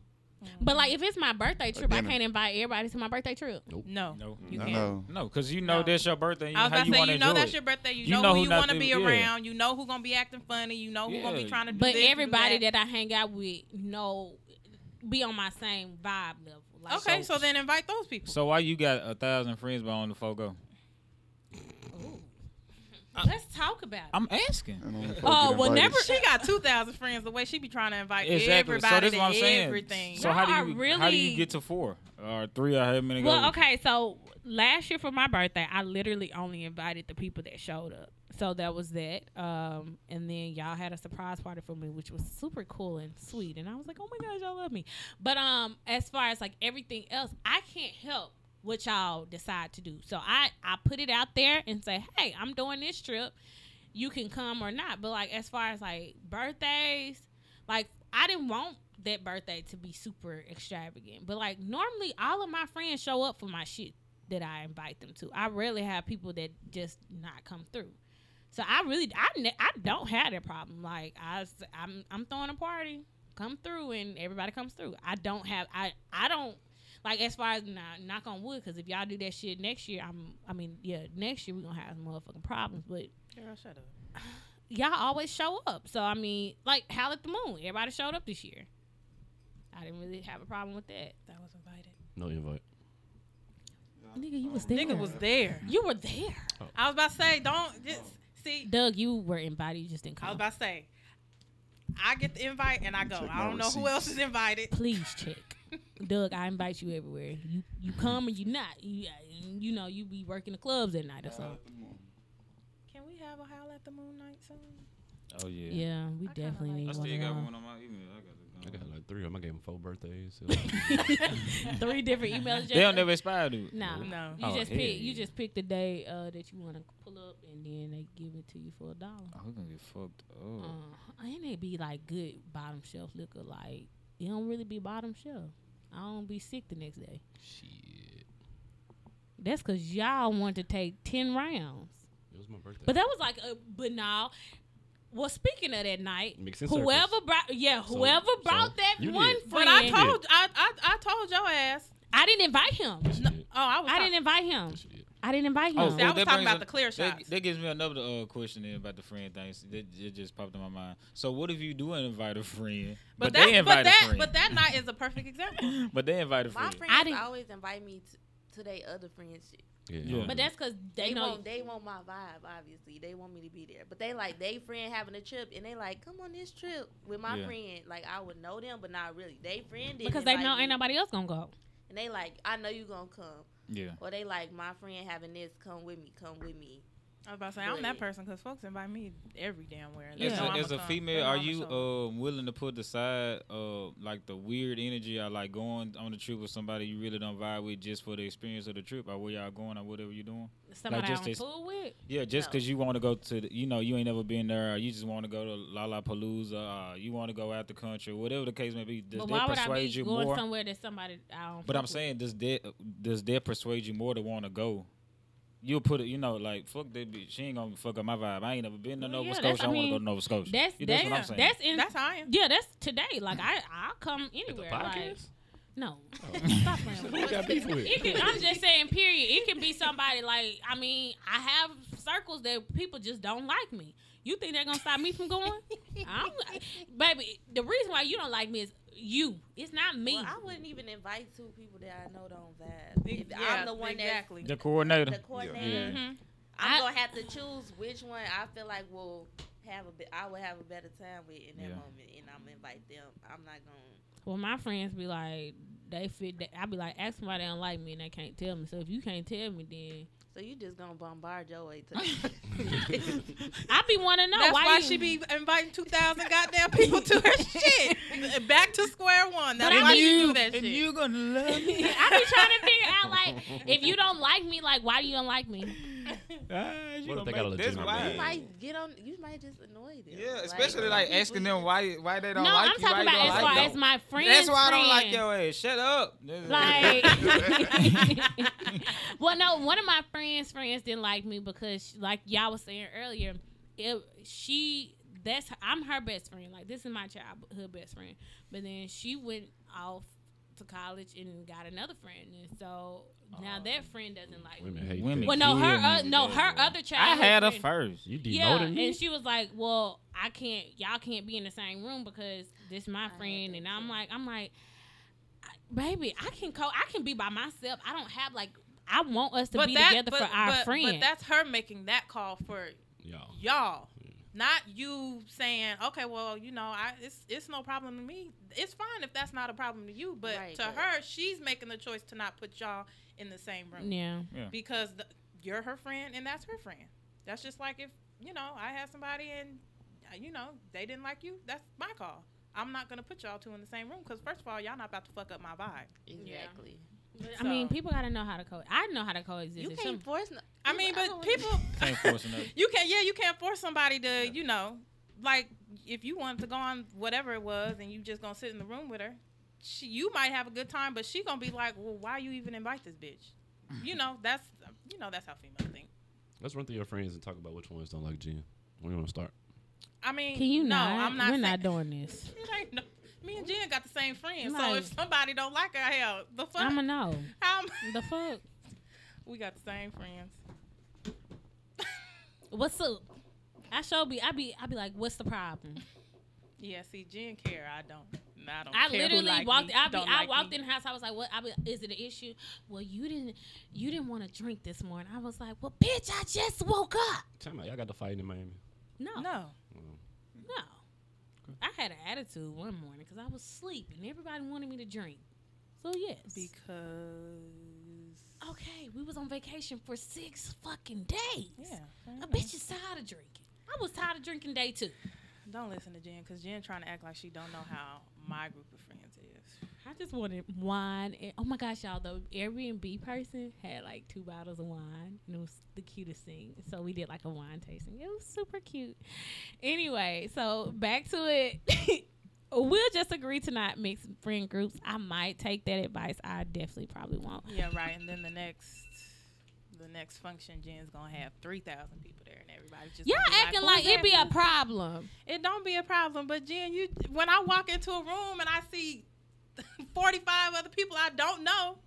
Speaker 2: But like, if it's my birthday trip, I
Speaker 6: dinner.
Speaker 2: can't invite everybody to my birthday trip.
Speaker 5: No.
Speaker 4: no,
Speaker 5: You
Speaker 6: I
Speaker 5: can't.
Speaker 6: know.
Speaker 4: no, because you know
Speaker 5: No.
Speaker 4: that's your birthday. And
Speaker 5: I was
Speaker 4: how
Speaker 5: about to
Speaker 4: you
Speaker 5: say,
Speaker 4: want to
Speaker 5: you know that's your birthday. You,
Speaker 4: You
Speaker 5: know,
Speaker 4: know
Speaker 5: who
Speaker 4: who
Speaker 5: you
Speaker 4: not
Speaker 5: want
Speaker 4: to-
Speaker 5: to be
Speaker 4: yeah.
Speaker 5: around. You know who gonna be acting funny. You know who gonna be
Speaker 4: Yeah.
Speaker 5: trying to. Do
Speaker 2: But
Speaker 5: this, do
Speaker 2: everybody that. I hang out with know be on my same vibe level. Like,
Speaker 5: okay, so, then invite those people.
Speaker 4: So why you got a thousand friends but only four go?
Speaker 5: Uh,
Speaker 2: Let's talk about it.
Speaker 4: I'm asking.
Speaker 6: I don't know if I
Speaker 2: Oh,
Speaker 6: get
Speaker 2: well,
Speaker 6: invited.
Speaker 2: never-
Speaker 5: She got two thousand friends. The way she be trying to invite
Speaker 4: Exactly. So
Speaker 5: everybody
Speaker 4: that's
Speaker 5: to
Speaker 4: what I'm saying.
Speaker 5: everything.
Speaker 4: So how
Speaker 2: Y'all
Speaker 4: do you
Speaker 2: are
Speaker 4: how do
Speaker 2: really-
Speaker 4: you get to four or three or however many?
Speaker 2: Well,
Speaker 4: goes?
Speaker 2: okay, so last year for my birthday, I literally only invited the people that showed up. So that was that. Um, and then y'all had a surprise party for me, which was super cool and sweet. And I was like, oh my gosh, y'all love me. But um, as far as like everything else, I can't help what y'all decide to do. So I I put it out there and say, hey, I'm doing this trip. You can come or not. But like as far as like birthdays, like I didn't want that birthday to be super extravagant. But like normally all of my friends show up for my shit that I invite them to. I rarely have people that just not come through. So I really I ne- I don't have that problem. Like I s- I'm I'm throwing a party, come through and everybody comes through. I don't have I I don't like as far as nah, knock on wood because if y'all do that shit next year, I'm I mean yeah next year we are gonna have some motherfucking problems. But
Speaker 5: Girl, shut up.
Speaker 2: y'all always show up. So I mean, like Howl at the Moon, everybody showed up this year. I didn't really have a problem with that.
Speaker 5: That was invited.
Speaker 3: No invite.
Speaker 2: Nigga, you was there.
Speaker 5: Nigga was there.
Speaker 2: You were there.
Speaker 5: I was about to say, don't just see.
Speaker 2: Doug, you were invited. You just didn't
Speaker 5: I was
Speaker 2: come.
Speaker 5: about to say, I get the invite and I go.
Speaker 6: Check my
Speaker 5: I don't know who else is
Speaker 6: receipts.
Speaker 5: invited.
Speaker 2: Please check. Doug, I invite you everywhere. You you come and you not. You uh, you know you be working the clubs at
Speaker 4: Uh,
Speaker 2: night or something.
Speaker 5: Can we have a howl at the moon night soon?
Speaker 4: Oh yeah.
Speaker 2: Yeah, we
Speaker 5: I kinda
Speaker 2: definitely
Speaker 5: like
Speaker 2: need
Speaker 4: I
Speaker 2: one.
Speaker 4: still
Speaker 2: of
Speaker 4: got
Speaker 2: them.
Speaker 4: one on my email. I
Speaker 3: I
Speaker 4: got it.
Speaker 3: got like three of them. I gave them four birthdays.
Speaker 2: <laughs> Three different email addresses.
Speaker 4: <laughs> They don't never expire, dude.
Speaker 2: No.
Speaker 5: No.
Speaker 2: You
Speaker 4: Oh,
Speaker 2: just
Speaker 4: hell
Speaker 2: pick. You
Speaker 4: yeah.
Speaker 2: just pick the day uh, that you want to pull up, and then they give it to you for a dollar.
Speaker 4: I'm gonna get fucked
Speaker 2: Uh,
Speaker 4: up.
Speaker 2: and it be like good bottom shelf liquor. Like it don't really be bottom shelf. I don't be sick the next day.
Speaker 3: Shit.
Speaker 2: That's cause y'all want to take ten rounds.
Speaker 3: It was my birthday.
Speaker 2: But that was like, a, but now, well, speaking of that night,
Speaker 3: Mixed in
Speaker 2: whoever
Speaker 3: circles.
Speaker 2: brought, yeah,
Speaker 3: So-
Speaker 2: whoever brought
Speaker 3: so
Speaker 2: that
Speaker 3: you
Speaker 2: one
Speaker 3: did.
Speaker 2: friend,
Speaker 5: But I told I, I I told your ass.
Speaker 2: I didn't invite him.
Speaker 3: Yes, you did.
Speaker 5: Oh, I was.
Speaker 2: I
Speaker 5: talk-
Speaker 2: didn't invite him.
Speaker 3: Yes, you did.
Speaker 2: I didn't invite him.
Speaker 4: Oh,
Speaker 5: See, I
Speaker 4: Well,
Speaker 5: was
Speaker 4: that
Speaker 5: talking
Speaker 4: brings
Speaker 5: about
Speaker 4: up-
Speaker 5: the clear
Speaker 4: That,
Speaker 5: shots.
Speaker 4: that gives me another uh, question then about the friend things. That, it just popped in my mind. So what if you do invite a friend, but,
Speaker 5: but that,
Speaker 4: they invite
Speaker 5: but that,
Speaker 4: a friend,
Speaker 5: but that night is a perfect example.
Speaker 4: but they invite a
Speaker 7: My
Speaker 4: friend?
Speaker 7: friends
Speaker 2: I didn't-
Speaker 7: always invite me to, to their other friends' shit.
Speaker 3: Yeah.
Speaker 4: Yeah.
Speaker 3: yeah.
Speaker 2: but that's cause they,
Speaker 7: They
Speaker 2: know.
Speaker 7: want they want my vibe. Obviously, they want me to be there. But they like they friend having a trip, and they like come on this trip with my
Speaker 4: Yeah.
Speaker 7: friend. Like I would know them, but not really. They friend didn't
Speaker 2: because they
Speaker 7: invite
Speaker 2: know ain't
Speaker 7: me.
Speaker 2: nobody else gonna go.
Speaker 7: And they like I know you gonna come,
Speaker 4: Yeah.
Speaker 7: or they like my friend having this. Come with me. Come with me.
Speaker 5: I was about to say I'm that person because folks invite me every damn where. They
Speaker 4: As
Speaker 5: know
Speaker 4: a,
Speaker 5: I'ma
Speaker 4: as a
Speaker 5: come. They
Speaker 4: female,
Speaker 5: know
Speaker 4: are
Speaker 5: I'ma
Speaker 4: you
Speaker 5: show up.
Speaker 4: um, willing to put aside uh, like the weird energy or like going on a trip with somebody you really don't vibe with just for the experience of the trip or where y'all going or whatever you're doing?
Speaker 2: Somebody
Speaker 4: just
Speaker 2: I'm
Speaker 4: this-
Speaker 2: cool with.
Speaker 4: Yeah, just
Speaker 7: No.
Speaker 4: because you want to go to, the, you know, you ain't never been there or you just want to go to Lollapalooza or you want to go out the country, whatever the case may be, does
Speaker 2: But why
Speaker 4: that
Speaker 2: would I
Speaker 4: persuade
Speaker 2: be
Speaker 4: you
Speaker 2: going
Speaker 4: more?
Speaker 2: somewhere that somebody I don't?
Speaker 4: But
Speaker 2: fuck
Speaker 4: I'm
Speaker 2: with?
Speaker 4: saying, does that does that persuade you more to want to go? You'll put it, you know, like fuck that bitch. She ain't gonna fuck up my vibe. I ain't never been to
Speaker 2: Well,
Speaker 4: Nova
Speaker 2: yeah, that's-
Speaker 4: Scotia. I,
Speaker 2: I
Speaker 4: want to go
Speaker 2: mean,
Speaker 4: to Nova Scotia.
Speaker 2: that's
Speaker 4: You-
Speaker 2: that's
Speaker 4: what I'm saying.
Speaker 2: that's in
Speaker 5: That's how I am.
Speaker 2: yeah that's today. Like I I'll come anywhere. Like no, <laughs> stop playing. with me.
Speaker 3: Who got beef with?
Speaker 2: It can, I'm just saying, period. It can be somebody like I mean, I have circles that people just don't like me. You think they're gonna stop me from going? I'm, baby, the reason why you don't like me is you. It's not me.
Speaker 7: Well, I wouldn't even invite two people that I know don't vibe. If
Speaker 5: Yeah,
Speaker 7: I'm the one
Speaker 5: exactly. Mm-hmm.
Speaker 4: the
Speaker 7: that's
Speaker 4: coordinator.
Speaker 7: the coordinator.
Speaker 4: Yeah.
Speaker 7: I'm
Speaker 2: I-
Speaker 7: gonna have to choose which one I feel like will have a bit. I will have a better time with in that
Speaker 4: Yeah.
Speaker 7: moment, and I'm invite them. I'm not gonna.
Speaker 2: well, my friends be like, they fit. That. I be like, ask them why they don't like me, and they can't tell me. So if you can't tell me, then
Speaker 7: So you just gonna bombard your way to.
Speaker 2: <laughs>
Speaker 7: <laughs>
Speaker 2: I be want to know
Speaker 5: That's why,
Speaker 2: you,
Speaker 5: she be inviting two thousand goddamn people to <laughs> her shit. Back to square one. That's
Speaker 2: But I
Speaker 5: why
Speaker 2: be-
Speaker 5: you do that shit. <laughs>
Speaker 4: gonna love
Speaker 2: I be <laughs> trying to figure out like if you don't like me, like why do you don't like me?
Speaker 4: Ah,
Speaker 3: What
Speaker 4: you
Speaker 3: if they
Speaker 4: gonna
Speaker 3: got a
Speaker 4: make this
Speaker 3: legitimate Yeah.
Speaker 7: you
Speaker 4: wild.
Speaker 3: reason?
Speaker 7: might get on. You might just annoy them.
Speaker 4: Yeah, especially like
Speaker 7: people
Speaker 4: asking
Speaker 7: you
Speaker 4: them
Speaker 7: just-
Speaker 4: why why they
Speaker 2: No,
Speaker 4: don't like
Speaker 2: I'm talking
Speaker 4: you. why you
Speaker 2: about as
Speaker 4: don't
Speaker 2: far
Speaker 4: like
Speaker 2: as my friends.
Speaker 4: That's why I don't like
Speaker 2: friend.
Speaker 4: your ass. Shut up. That's-
Speaker 2: Like, <laughs> well, no, one of my friends' friends didn't like me because, like y'all was saying earlier, it, she that's I'm her best friend. Like this is my childhood best friend. But then she went off to college and got another friend, and so
Speaker 4: Oh,
Speaker 2: now that friend doesn't like me.
Speaker 3: Women hate
Speaker 4: Women
Speaker 3: that.
Speaker 2: Well, no, her
Speaker 4: kill me
Speaker 2: uh,
Speaker 4: with
Speaker 2: no,
Speaker 4: that,
Speaker 2: her
Speaker 4: bro.
Speaker 2: other
Speaker 4: I
Speaker 2: childhood.
Speaker 4: had a
Speaker 2: friend-
Speaker 4: first.
Speaker 3: You
Speaker 2: Yeah,
Speaker 3: demoted me.
Speaker 2: and she was like, "Well, I can't. Y'all can't be in the same room because this my
Speaker 7: had
Speaker 2: friend."
Speaker 7: that
Speaker 2: And I'm
Speaker 7: too.
Speaker 2: like, "I'm like, I- baby, I can co. I can be by myself. I don't have like. I want us to be together for our
Speaker 5: but,
Speaker 2: friend.
Speaker 5: But that's her making that call for
Speaker 3: y'all.
Speaker 5: y'all. Not you saying, okay, well, you know, I it's it's no problem to me. It's fine if that's not a problem to you, but
Speaker 7: Right,
Speaker 5: to
Speaker 7: but-
Speaker 5: her, she's making the choice to not put y'all in the same room
Speaker 2: Yeah.
Speaker 5: because the, you're her friend and that's her friend. That's just like if you know I had somebody and uh, you know they didn't like you. That's my call. I'm not gonna put y'all two in the same room because first of all, y'all not about to fuck up my vibe.
Speaker 7: Exactly.
Speaker 2: I mean,
Speaker 5: So-
Speaker 2: people gotta know how to co. I know how to coexist.
Speaker 7: You
Speaker 2: If some-
Speaker 7: can't force. No,
Speaker 5: I
Speaker 7: you-
Speaker 5: mean,
Speaker 7: don't
Speaker 5: but
Speaker 7: wanna-
Speaker 5: people,
Speaker 4: Can't force another.
Speaker 5: you can't. Yeah, you can't force somebody to. You know, like if you wanted to go on whatever it was, and you just gonna sit in the room with her, she, you might have a good time, but she gonna be like, well, why you even invite this bitch? You know, that's you know that's how females think.
Speaker 3: Let's run through your friends and talk about which ones don't like gin. Where you want to start?
Speaker 5: I mean,
Speaker 2: Can you
Speaker 5: no,
Speaker 2: not?
Speaker 5: I'm not.
Speaker 2: We're
Speaker 5: saying-
Speaker 2: not doing this.
Speaker 5: <laughs> It ain't no- me and Jen got the same friends, so
Speaker 2: Like-
Speaker 5: if somebody don't like her, hell, the fuck.
Speaker 2: I'm a no.
Speaker 5: how am-
Speaker 2: The fuck?
Speaker 5: <laughs> we got the same friends.
Speaker 2: What's up? I show be. I be. I be like, what's the problem?
Speaker 5: Yeah, see, Jen care. I don't. I don't.
Speaker 2: I
Speaker 5: care who
Speaker 2: literally
Speaker 5: like
Speaker 2: walked.
Speaker 5: me,
Speaker 2: I be,
Speaker 5: don't
Speaker 2: I
Speaker 5: like
Speaker 2: walked
Speaker 5: me.
Speaker 2: in the house. I was like, "What? I be, is it an issue?" Well, you didn't. You didn't want to drink this morning. I was like, "Well, bitch, I just woke up."
Speaker 3: Time out. Y'all got the fight in Miami.
Speaker 2: No, no,
Speaker 5: No,
Speaker 2: I had an attitude one morning because I was asleep and everybody wanted me to drink. So yes.
Speaker 5: because
Speaker 2: okay, we was on vacation for six fucking days.
Speaker 5: yeah, I
Speaker 2: a
Speaker 5: know.
Speaker 2: bitch is tired of drinking. I was tired of drinking day two.
Speaker 5: Don't listen to Jen because Jen trying to act like she don't know how my group of friends is.
Speaker 2: I just wanted wine. And, oh my gosh, y'all! The Airbnb person had like two bottles of wine, and it was the cutest thing. So we did like a wine tasting. It was super cute. Anyway, so back to it. <laughs> we'll just agree to not mix friend groups. I might take that advice. I definitely probably won't.
Speaker 5: Yeah, right. And then the next, the next function, Jen's gonna have three thousand people there, and everybody's just
Speaker 2: Y'all
Speaker 5: gonna be
Speaker 2: acting like
Speaker 5: "Who's
Speaker 2: it be
Speaker 5: that?"
Speaker 2: a problem.
Speaker 5: It don't be a problem, but Jen, you when I walk into a room and I see forty five other people I don't know,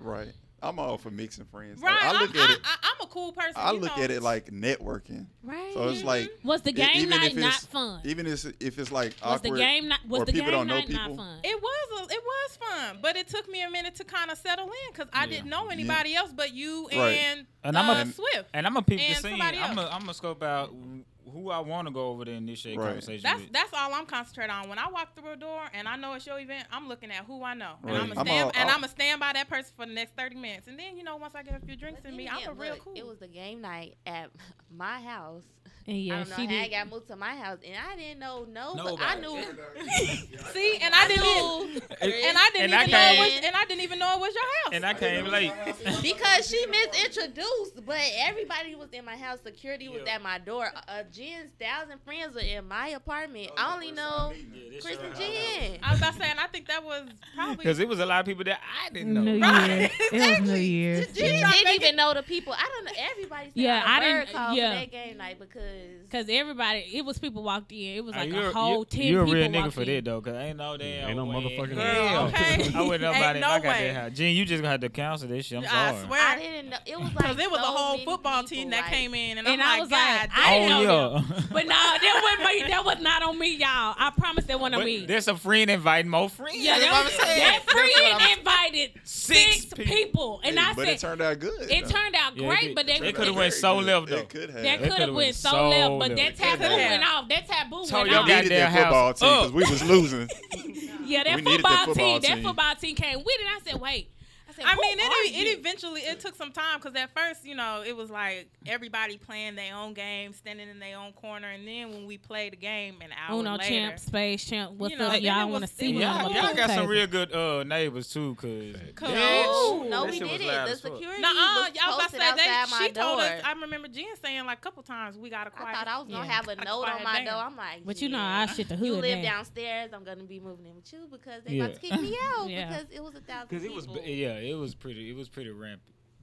Speaker 6: Right. I'm all for mixing friends.
Speaker 5: right?
Speaker 6: Like, I look
Speaker 5: I'm,
Speaker 6: at
Speaker 5: I,
Speaker 6: it.
Speaker 5: I, I'm a cool person.
Speaker 6: I
Speaker 5: you
Speaker 6: look
Speaker 5: know.
Speaker 6: at it like networking.
Speaker 2: Right.
Speaker 6: So it's like
Speaker 2: was the
Speaker 6: e-
Speaker 2: game
Speaker 6: even
Speaker 2: night
Speaker 6: if
Speaker 2: not
Speaker 6: it's-
Speaker 2: fun?
Speaker 6: even if it's- if it's like
Speaker 2: was
Speaker 6: awkward.
Speaker 2: the game not was
Speaker 6: or
Speaker 2: the
Speaker 6: people
Speaker 2: game
Speaker 6: don't know
Speaker 2: night not
Speaker 6: people?
Speaker 2: fun?
Speaker 5: It was a, it was fun, but it took me a minute to kind of settle in because I
Speaker 3: Yeah.
Speaker 5: didn't know anybody else but you
Speaker 6: Right.
Speaker 5: and
Speaker 4: And
Speaker 5: uh,
Speaker 4: I'm a-
Speaker 5: Swift.
Speaker 4: And I'm gonna peep
Speaker 5: And
Speaker 4: the scene.
Speaker 5: somebody
Speaker 4: I'm gonna
Speaker 5: else.
Speaker 4: I'm gonna scope out who I want to go over there and initiate
Speaker 6: Right.
Speaker 4: conversation
Speaker 5: That's
Speaker 4: with.
Speaker 5: that's all I'm concentrating on. When I walk through a door and I know it's your event, I'm looking at who I know, and
Speaker 6: Right.
Speaker 5: I'm gonna
Speaker 6: I'm
Speaker 5: stand
Speaker 6: all-
Speaker 5: and
Speaker 6: I'll-
Speaker 5: I'm gonna stand by that person for the next thirty minutes. And then you know, once I get a few drinks
Speaker 7: But
Speaker 5: in
Speaker 7: then
Speaker 5: me, I'm a
Speaker 7: again,
Speaker 5: real
Speaker 7: look,
Speaker 5: cool.
Speaker 7: It was the game night at my house.
Speaker 2: and yeah,
Speaker 7: I don't know
Speaker 2: she
Speaker 7: how I
Speaker 2: did.
Speaker 7: got moved to my house, and I didn't know <laughs> no. But I
Speaker 4: Nobody.
Speaker 7: knew.
Speaker 5: See, and I didn't.
Speaker 7: knew
Speaker 5: And I didn't
Speaker 4: And I
Speaker 5: even know it was,
Speaker 7: came-
Speaker 5: and I didn't even know it was your house.
Speaker 4: And I came late. <laughs>
Speaker 7: because she misintroduced, but everybody was in my house. Security was
Speaker 4: Yeah.
Speaker 7: at my door. Uh, Jen's thousand friends are in my
Speaker 4: Oh,
Speaker 7: apartment. I only know Chris and Jen.
Speaker 5: I was about saying, I think that was probably
Speaker 4: Because it was a lot of people that I didn't know.
Speaker 5: Right.
Speaker 2: It was New Year's.
Speaker 7: Jen didn't even know the people. I don't know. Everybody said
Speaker 2: Yeah,
Speaker 7: yeah,
Speaker 2: I
Speaker 7: I bird
Speaker 2: didn't-
Speaker 7: call
Speaker 2: yeah.
Speaker 7: for that game night because
Speaker 2: Cause everybody, it was people walked in. It was
Speaker 4: Ah,
Speaker 2: like
Speaker 4: you're-
Speaker 2: a whole
Speaker 4: you're,
Speaker 2: ten
Speaker 4: You're a
Speaker 2: people
Speaker 4: real nigga
Speaker 2: walked
Speaker 4: for
Speaker 2: in.
Speaker 4: that though, cause ain't no damn.
Speaker 3: Ain't no
Speaker 4: way.
Speaker 3: motherfucking
Speaker 4: Girl,
Speaker 5: okay.
Speaker 4: <laughs> I wouldn't know
Speaker 5: Ain't
Speaker 4: about it.
Speaker 5: no
Speaker 4: if I got
Speaker 5: way.
Speaker 4: that high. Gene, you just gonna have to counsel this shit. I'm
Speaker 5: I
Speaker 4: sorry.
Speaker 5: swear.
Speaker 7: I didn't know it was like
Speaker 5: Because it was
Speaker 7: so
Speaker 5: a whole
Speaker 7: many
Speaker 5: football
Speaker 7: people,
Speaker 5: team that
Speaker 7: like-
Speaker 5: came in, and,
Speaker 2: And
Speaker 5: I'm
Speaker 2: I
Speaker 5: like,
Speaker 2: was
Speaker 5: God,
Speaker 2: like,
Speaker 5: damn."
Speaker 2: I didn't
Speaker 4: Oh,
Speaker 2: know
Speaker 4: yeah.
Speaker 2: But no, that wasn't me. That was not on me, y'all. I promise that wasn't on
Speaker 4: But
Speaker 2: me.
Speaker 4: There's a friend inviting more friends.
Speaker 2: yeah, that, was, that friend invited
Speaker 4: Six
Speaker 2: six people,
Speaker 4: people.
Speaker 2: and
Speaker 6: Hey,
Speaker 2: I
Speaker 6: but
Speaker 2: said
Speaker 6: it turned out good.
Speaker 2: it
Speaker 6: though.
Speaker 2: turned out
Speaker 4: Yeah, it
Speaker 2: great,
Speaker 4: did.
Speaker 2: but that,
Speaker 4: It
Speaker 2: that,
Speaker 4: could have
Speaker 6: Very
Speaker 4: went so
Speaker 6: good.
Speaker 4: left though.
Speaker 6: It could have.
Speaker 4: It
Speaker 2: could have
Speaker 4: could've
Speaker 2: went
Speaker 4: went
Speaker 2: so
Speaker 4: so
Speaker 2: left, but
Speaker 4: little.
Speaker 2: that
Speaker 4: It could've
Speaker 2: taboo
Speaker 5: went-
Speaker 2: went off. That taboo went
Speaker 4: Tell your
Speaker 6: we
Speaker 2: off.
Speaker 4: goddamn
Speaker 6: needed that
Speaker 4: house Oh.
Speaker 6: football team because
Speaker 4: up.
Speaker 6: we was losing. <laughs>
Speaker 2: yeah, that
Speaker 6: we needed
Speaker 2: football,
Speaker 6: that football
Speaker 2: team, that
Speaker 6: team.
Speaker 2: football team came with it. I said, wait. I said,
Speaker 5: I
Speaker 2: who
Speaker 5: mean, it,
Speaker 2: are you?
Speaker 5: it eventually it took some time because at first, you know, it was like everybody playing their own game, standing in their own corner, and then when we played the game an hour
Speaker 2: Uno
Speaker 5: later,
Speaker 2: champ, space champ. What's
Speaker 5: You know,
Speaker 2: up,
Speaker 5: and
Speaker 2: y'all?
Speaker 5: it
Speaker 2: Want to
Speaker 5: was-
Speaker 2: see
Speaker 5: it
Speaker 2: me
Speaker 5: was
Speaker 2: on
Speaker 4: Y'all,
Speaker 2: my
Speaker 5: Y'all-
Speaker 4: y'all got some
Speaker 2: table.
Speaker 4: real good uh, neighbors too, cause
Speaker 5: Cause-
Speaker 7: No, no,
Speaker 4: That
Speaker 7: we
Speaker 4: shit was
Speaker 7: did
Speaker 4: loud
Speaker 7: it. The
Speaker 4: as fuck.
Speaker 7: security
Speaker 5: Nuh-uh,
Speaker 7: was
Speaker 5: y'all about to
Speaker 7: posted
Speaker 5: say
Speaker 7: outside
Speaker 5: that
Speaker 7: my
Speaker 5: she
Speaker 7: door.
Speaker 5: told us. I remember Jen saying like a couple times we got to
Speaker 7: I
Speaker 5: quiet.
Speaker 7: thought I was gonna
Speaker 2: Yeah.
Speaker 7: have a
Speaker 5: Like
Speaker 7: note on
Speaker 5: quiet down.
Speaker 7: my door. I'm like,
Speaker 2: But you know,
Speaker 7: yeah.
Speaker 2: I shit the hood.
Speaker 7: You live
Speaker 2: now.
Speaker 7: downstairs. I'm gonna be moving in with you because they about to
Speaker 4: Yeah.
Speaker 7: kick me out
Speaker 2: Yeah.
Speaker 7: because it was a thousand.
Speaker 4: Cause it was,
Speaker 7: people.
Speaker 4: yeah, it was pretty, it was pretty rampant.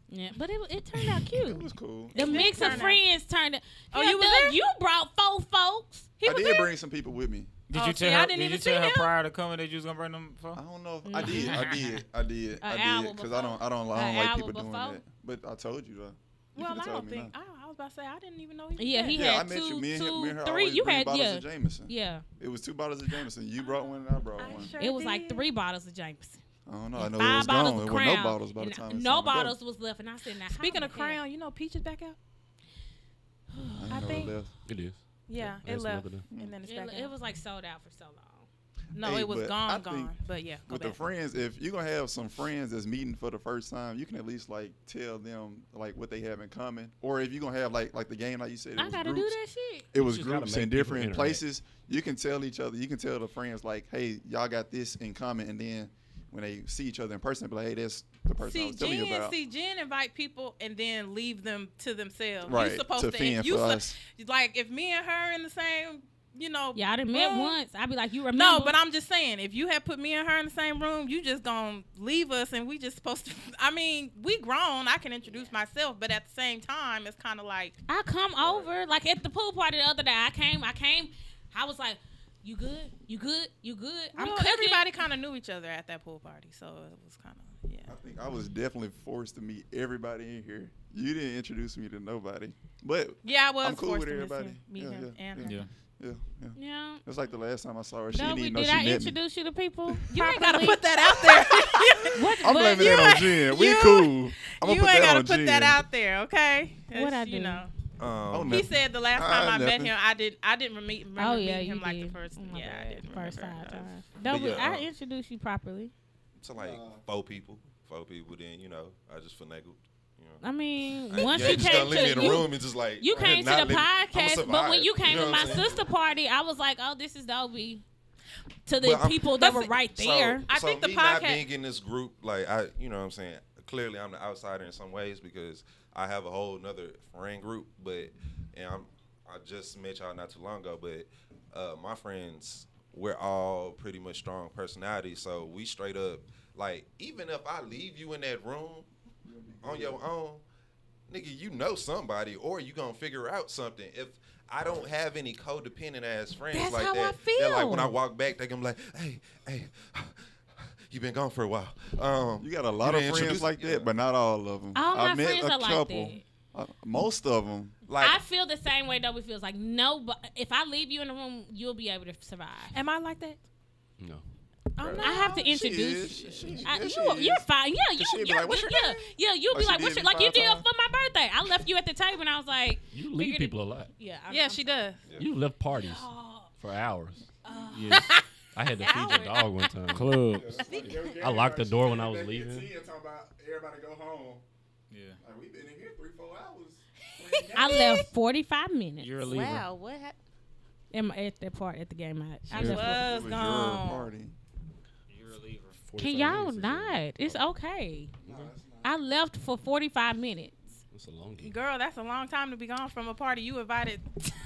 Speaker 2: Yeah, but it, it turned out
Speaker 6: It was
Speaker 2: cute.
Speaker 6: cool.
Speaker 2: The mix of
Speaker 5: turn out-
Speaker 2: friends turned. Out.
Speaker 5: Oh,
Speaker 2: Yeah,
Speaker 5: you was
Speaker 2: Doug,
Speaker 5: there?
Speaker 2: You brought four folks.
Speaker 5: He
Speaker 6: I
Speaker 5: was
Speaker 6: did
Speaker 5: there.
Speaker 6: bring some people with me.
Speaker 4: Did
Speaker 5: Oh,
Speaker 4: you
Speaker 5: see,
Speaker 4: tell
Speaker 5: I
Speaker 4: her? Did
Speaker 5: didn't
Speaker 4: you
Speaker 5: even
Speaker 4: tell
Speaker 5: see
Speaker 4: her
Speaker 5: him.
Speaker 4: prior to coming that you was gonna bring them? For?
Speaker 6: I don't know. If, I did. I did. I did.
Speaker 2: Mm. <laughs> An
Speaker 6: I
Speaker 2: hour
Speaker 6: did. Because I don't. I don't. I
Speaker 2: An
Speaker 6: don't like
Speaker 2: hour
Speaker 6: people doing
Speaker 2: before?
Speaker 6: that. But I told you though. You
Speaker 5: Well,
Speaker 6: coulda
Speaker 5: I
Speaker 6: told
Speaker 5: don't
Speaker 6: me
Speaker 5: think.
Speaker 6: now.
Speaker 5: I, I was about to say I didn't even know he.
Speaker 2: Yeah,
Speaker 5: was
Speaker 2: he
Speaker 5: there.
Speaker 2: had
Speaker 6: Yeah, I met
Speaker 2: two-
Speaker 6: you. Me and,
Speaker 2: two,
Speaker 6: him, me and her
Speaker 2: three.
Speaker 6: always
Speaker 2: You
Speaker 6: bring
Speaker 2: had-
Speaker 6: bottles
Speaker 2: yeah.
Speaker 6: of Jameson.
Speaker 2: Yeah,
Speaker 6: It was two bottles of Jameson. You brought one and I brought one.
Speaker 5: I sure
Speaker 2: it was like
Speaker 5: did.
Speaker 2: three bottles of Jameson.
Speaker 6: I don't know. I
Speaker 2: and
Speaker 6: know
Speaker 2: five
Speaker 6: it was
Speaker 2: bottles
Speaker 6: gone.
Speaker 2: of
Speaker 6: It
Speaker 2: Crown.
Speaker 6: wasn't no bottles by the
Speaker 2: and
Speaker 6: time.
Speaker 2: I-
Speaker 6: it's time
Speaker 2: no
Speaker 6: to go.
Speaker 2: bottles was left, and I said, now, how
Speaker 5: Speaking
Speaker 2: the
Speaker 5: of
Speaker 2: hell-
Speaker 5: crown, you know, Peaches back out.
Speaker 6: I, ain't
Speaker 5: I
Speaker 6: know it
Speaker 5: think-
Speaker 6: left.
Speaker 3: It is.
Speaker 5: Yeah,
Speaker 3: Yeah,
Speaker 5: it
Speaker 3: it's
Speaker 5: left,
Speaker 3: another
Speaker 5: and then it's
Speaker 2: It,
Speaker 5: back.
Speaker 2: it
Speaker 5: in.
Speaker 2: was like sold out for so long.
Speaker 5: no,
Speaker 6: Hey,
Speaker 5: it was
Speaker 6: but
Speaker 5: gone,
Speaker 6: I
Speaker 5: gone.
Speaker 6: think
Speaker 5: But yeah, go
Speaker 6: With
Speaker 5: back.
Speaker 6: the friends, if you're gonna have some friends that's meeting for the first time, you can at least like tell them like what they have in common. Or if you're gonna have like like the game, like you said, it
Speaker 2: I
Speaker 6: was
Speaker 2: gotta do
Speaker 6: groups.
Speaker 2: that shit.
Speaker 6: It was
Speaker 3: just gotta
Speaker 6: groups
Speaker 3: make
Speaker 6: in
Speaker 3: people
Speaker 6: different
Speaker 3: interact.
Speaker 6: places. You can tell each other. You can tell the friends like, hey, y'all got this in common. And then when they see each other in person, be like, hey, that's the person I
Speaker 5: See,
Speaker 6: was telling you
Speaker 5: Jen,
Speaker 6: about.
Speaker 5: see, Jen invite people and then leave them to themselves.
Speaker 6: Right,
Speaker 5: You supposed
Speaker 6: to
Speaker 5: to,
Speaker 6: fend
Speaker 5: if you
Speaker 6: for
Speaker 5: su-
Speaker 6: us.
Speaker 5: like if me and her in the same, you know.
Speaker 2: Yeah, I done met
Speaker 5: room-
Speaker 2: once. I'd be like, you remember?
Speaker 5: No, but I'm just saying, if you had put me and her in the same room, you just gonna leave us, and we just supposed to. <laughs> I mean, we grown. I can introduce myself, but at the same time, it's kind of like
Speaker 2: I come over like at the pool party the other day. I came, I came, I was like, "You good? You good? You good?" I'm
Speaker 5: well,
Speaker 2: cooking.
Speaker 5: everybody kind of knew each other at that pool party, so it was kind of yeah.
Speaker 6: I think I was definitely forced to meet everybody in here. You didn't introduce me to nobody, but
Speaker 5: Yeah, I was
Speaker 6: I'm cool
Speaker 5: forced
Speaker 6: with
Speaker 5: to miss
Speaker 6: everybody.
Speaker 5: him- meet
Speaker 6: Yeah,
Speaker 5: him
Speaker 6: yeah,
Speaker 5: and
Speaker 6: yeah.
Speaker 5: her.
Speaker 4: Yeah.
Speaker 6: yeah, yeah.
Speaker 2: Yeah.
Speaker 6: It's like the last time I saw her. She
Speaker 2: No,
Speaker 6: didn't
Speaker 2: we-
Speaker 6: even know
Speaker 2: did
Speaker 6: she
Speaker 2: I
Speaker 6: met me.
Speaker 2: introduce you to people?
Speaker 5: You ain't gotta
Speaker 2: Probably.
Speaker 5: put that out <laughs>
Speaker 6: <laughs>
Speaker 5: there.
Speaker 2: What?
Speaker 6: I'm
Speaker 2: what-
Speaker 6: blaming
Speaker 5: you
Speaker 6: that on
Speaker 5: ain't-
Speaker 6: Jen. We
Speaker 5: you-
Speaker 6: cool. I'm gonna
Speaker 5: you
Speaker 6: put
Speaker 5: ain't
Speaker 6: that
Speaker 5: gotta
Speaker 6: on
Speaker 5: put
Speaker 6: Jen.
Speaker 5: that out there, okay?
Speaker 2: What I
Speaker 5: It's, You
Speaker 2: do?
Speaker 5: know,
Speaker 8: <laughs>
Speaker 6: Oh,
Speaker 8: Um,
Speaker 6: no.
Speaker 5: he
Speaker 6: Nothing.
Speaker 5: said the last
Speaker 6: Uh,
Speaker 5: time I
Speaker 6: nothing.
Speaker 5: met him, I didn't, I didn't reme- remember
Speaker 2: Oh yeah,
Speaker 5: meeting
Speaker 2: you
Speaker 5: him like
Speaker 2: did.
Speaker 5: the first.
Speaker 2: Oh, my
Speaker 5: yeah, I
Speaker 2: bad.
Speaker 5: didn't
Speaker 2: First
Speaker 5: remember.
Speaker 2: five
Speaker 5: Uh,
Speaker 2: times. Don't
Speaker 8: But
Speaker 2: be-
Speaker 8: yeah,
Speaker 2: I
Speaker 8: uh,
Speaker 2: introduced you properly.
Speaker 8: to like four people, four people. Then you know, I just finagled. You know.
Speaker 2: I mean,
Speaker 5: <laughs>
Speaker 8: I-
Speaker 2: once
Speaker 8: yeah,
Speaker 2: you
Speaker 8: just gotta
Speaker 2: came
Speaker 8: leave me in
Speaker 2: to
Speaker 8: the
Speaker 2: you,
Speaker 8: room and just like
Speaker 2: you came to
Speaker 8: <laughs> not
Speaker 2: the
Speaker 8: let me- I'ma
Speaker 2: podcast, but when
Speaker 8: survive,
Speaker 2: you came
Speaker 8: know
Speaker 2: to
Speaker 8: what
Speaker 2: my
Speaker 8: I'm saying?
Speaker 2: sister party, I was like, "Oh, this is Dobie." To the
Speaker 8: Well, I'm-
Speaker 2: people that
Speaker 5: But
Speaker 2: were
Speaker 5: see-
Speaker 2: right
Speaker 8: So-
Speaker 2: there.
Speaker 5: I
Speaker 8: so
Speaker 5: think the
Speaker 8: me not
Speaker 5: podcast-
Speaker 8: being in this group, like I, you know, what I'm saying clearly I'm the outsider in some ways because I have a whole another friend group, but and I'm I just met y'all not too long ago, but uh, my friends we're all pretty much strong personalities, so we straight up like even if I leave you in that room on your own, nigga, you know somebody or you gonna figure out something. If I don't have any codependent ass friends
Speaker 2: That's
Speaker 8: like
Speaker 2: how I
Speaker 8: that, they're like
Speaker 2: feel.
Speaker 8: when I walk back, they gonna be like, hey, hey, <sighs> you been gone for a while. Um,
Speaker 6: You got a lot of
Speaker 8: didn't
Speaker 6: friends
Speaker 8: introduce-
Speaker 6: like
Speaker 8: yeah.
Speaker 6: that, but not all of them.
Speaker 2: All
Speaker 6: I
Speaker 2: my
Speaker 6: met
Speaker 2: friends
Speaker 6: a
Speaker 2: are like
Speaker 6: couple.
Speaker 2: that.
Speaker 6: Uh, most of them.
Speaker 8: like
Speaker 2: I feel the same way Dobie feels. Like no, but if I leave you in the room, you'll be able to survive.
Speaker 5: Am I like that?
Speaker 3: No.
Speaker 5: I'm
Speaker 2: I have to
Speaker 6: is.
Speaker 2: introduce.
Speaker 6: She-
Speaker 2: you.
Speaker 6: she-
Speaker 2: I,
Speaker 6: yeah, she
Speaker 2: you,
Speaker 6: is.
Speaker 2: you're fine. Yeah, you,
Speaker 6: she'd be
Speaker 2: you're
Speaker 6: like, "What's
Speaker 2: good.
Speaker 6: your name?"
Speaker 2: yeah, yeah. You'll
Speaker 6: Like
Speaker 2: be
Speaker 6: she
Speaker 2: like,
Speaker 6: did
Speaker 2: "What's your
Speaker 6: me
Speaker 2: like?" You
Speaker 6: five
Speaker 2: did
Speaker 6: times.
Speaker 2: for my birthday. I left you at the table, and I was like,
Speaker 3: You leave
Speaker 2: Figured it-
Speaker 3: people a lot.
Speaker 2: "Yeah, I'm,
Speaker 5: Yeah,
Speaker 2: I'm
Speaker 5: she does.
Speaker 3: You left parties
Speaker 2: <gasps> Oh,
Speaker 3: for hours.
Speaker 2: Uh.
Speaker 4: Yes.
Speaker 3: I had to feed your dog one time.
Speaker 4: Clubs.
Speaker 3: I locked the door when I was leaving.
Speaker 6: Everybody go home.
Speaker 4: Yeah.
Speaker 6: Like we've been in here three, four hours.
Speaker 2: <laughs> I left 45 minutes
Speaker 4: You're a leaver.
Speaker 7: Wow, what happened?
Speaker 2: at, my, at that part at the game. I, I
Speaker 3: Sure.
Speaker 2: left for-
Speaker 5: Was gone.
Speaker 4: You're a leaver.
Speaker 2: Can y'all not? It's okay. I left for 45 minutes.
Speaker 3: It's a long game.
Speaker 5: Girl, that's a long time to be gone from a party you invited.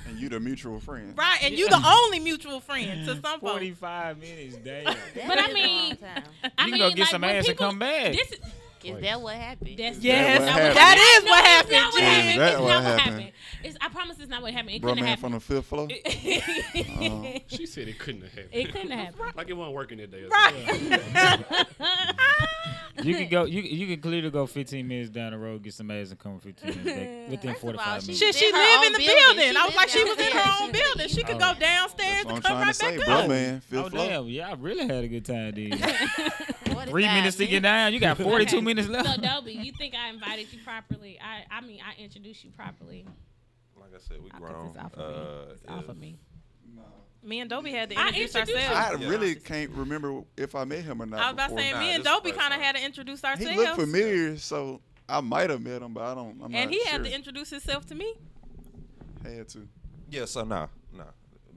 Speaker 6: And you the mutual friend.
Speaker 5: Right, and you the only mutual friend to some folks.
Speaker 4: Forty-five minutes, damn.
Speaker 7: That
Speaker 2: But I
Speaker 7: is a
Speaker 2: mean-
Speaker 7: long time.
Speaker 2: I
Speaker 4: You
Speaker 2: mean,
Speaker 4: gonna get
Speaker 2: like,
Speaker 4: some
Speaker 2: when
Speaker 4: ass and
Speaker 2: people-
Speaker 4: come back.
Speaker 2: This is,
Speaker 7: Is that what happened?
Speaker 2: that's
Speaker 5: Yes,
Speaker 6: what
Speaker 5: that is
Speaker 2: No,
Speaker 5: what
Speaker 2: it's
Speaker 5: happened.
Speaker 2: not what
Speaker 6: Is
Speaker 2: happened.
Speaker 6: that
Speaker 2: It's
Speaker 6: what
Speaker 2: not what
Speaker 6: happened?
Speaker 2: happened. It's, I promise it's not what happened. It
Speaker 6: Bro,
Speaker 2: couldn't
Speaker 6: man
Speaker 2: have
Speaker 6: from
Speaker 2: <laughs> happened.
Speaker 6: the fifth floor.
Speaker 2: it
Speaker 3: She said it couldn't have happened.
Speaker 2: couldn't have happened.
Speaker 3: <laughs> Like it wasn't working that day.
Speaker 2: <laughs>
Speaker 4: You could go. You you could clearly go 15 minutes down the road, get some ass, and come 15
Speaker 2: <laughs>
Speaker 4: minutes back within
Speaker 7: First of all,
Speaker 4: 45
Speaker 7: she-
Speaker 4: minutes.
Speaker 5: Shit, she
Speaker 7: She
Speaker 5: live
Speaker 7: lived
Speaker 5: in the
Speaker 7: in
Speaker 5: building.
Speaker 7: her own
Speaker 5: I was
Speaker 7: building.
Speaker 5: like, she was in
Speaker 7: Yeah,
Speaker 5: her
Speaker 7: she
Speaker 5: own
Speaker 7: was in
Speaker 5: building. She could go
Speaker 4: Alright.
Speaker 5: downstairs
Speaker 6: That's what
Speaker 5: to
Speaker 6: I'm
Speaker 5: come
Speaker 6: trying to
Speaker 5: right
Speaker 6: say,
Speaker 5: back
Speaker 6: bro,
Speaker 5: up.
Speaker 6: man. Fifth
Speaker 4: Oh
Speaker 6: floor.
Speaker 4: damn! Yeah, I really had a good time.
Speaker 2: <laughs>
Speaker 4: Dude. Three
Speaker 7: 45
Speaker 4: minutes to get down. You got 42
Speaker 2: Okay.
Speaker 4: minutes left.
Speaker 2: So, Dobie, you think I invited you properly? I, I mean, I introduced you properly.
Speaker 8: like I said, we
Speaker 2: I
Speaker 8: grown.
Speaker 2: it's off of
Speaker 8: Uh,
Speaker 2: me. It's off of
Speaker 8: if-
Speaker 2: me.
Speaker 5: Me and Dobie had to
Speaker 2: I
Speaker 5: introduce
Speaker 2: introduced
Speaker 5: ourselves.
Speaker 6: I
Speaker 8: Yeah.
Speaker 6: really can't remember if I met him or not.
Speaker 5: I was about to
Speaker 6: before.
Speaker 5: say,
Speaker 8: Nah,
Speaker 5: me and
Speaker 8: this
Speaker 5: Dobie
Speaker 8: first
Speaker 5: kind of
Speaker 8: time.
Speaker 5: had to introduce ourselves.
Speaker 6: He looked familiar, so I might have met him, but I don't. I'm not
Speaker 5: And he had
Speaker 6: sure.
Speaker 5: to introduce himself to
Speaker 6: <laughs>
Speaker 5: me.
Speaker 6: had to.
Speaker 8: Yeah, so nah, nah,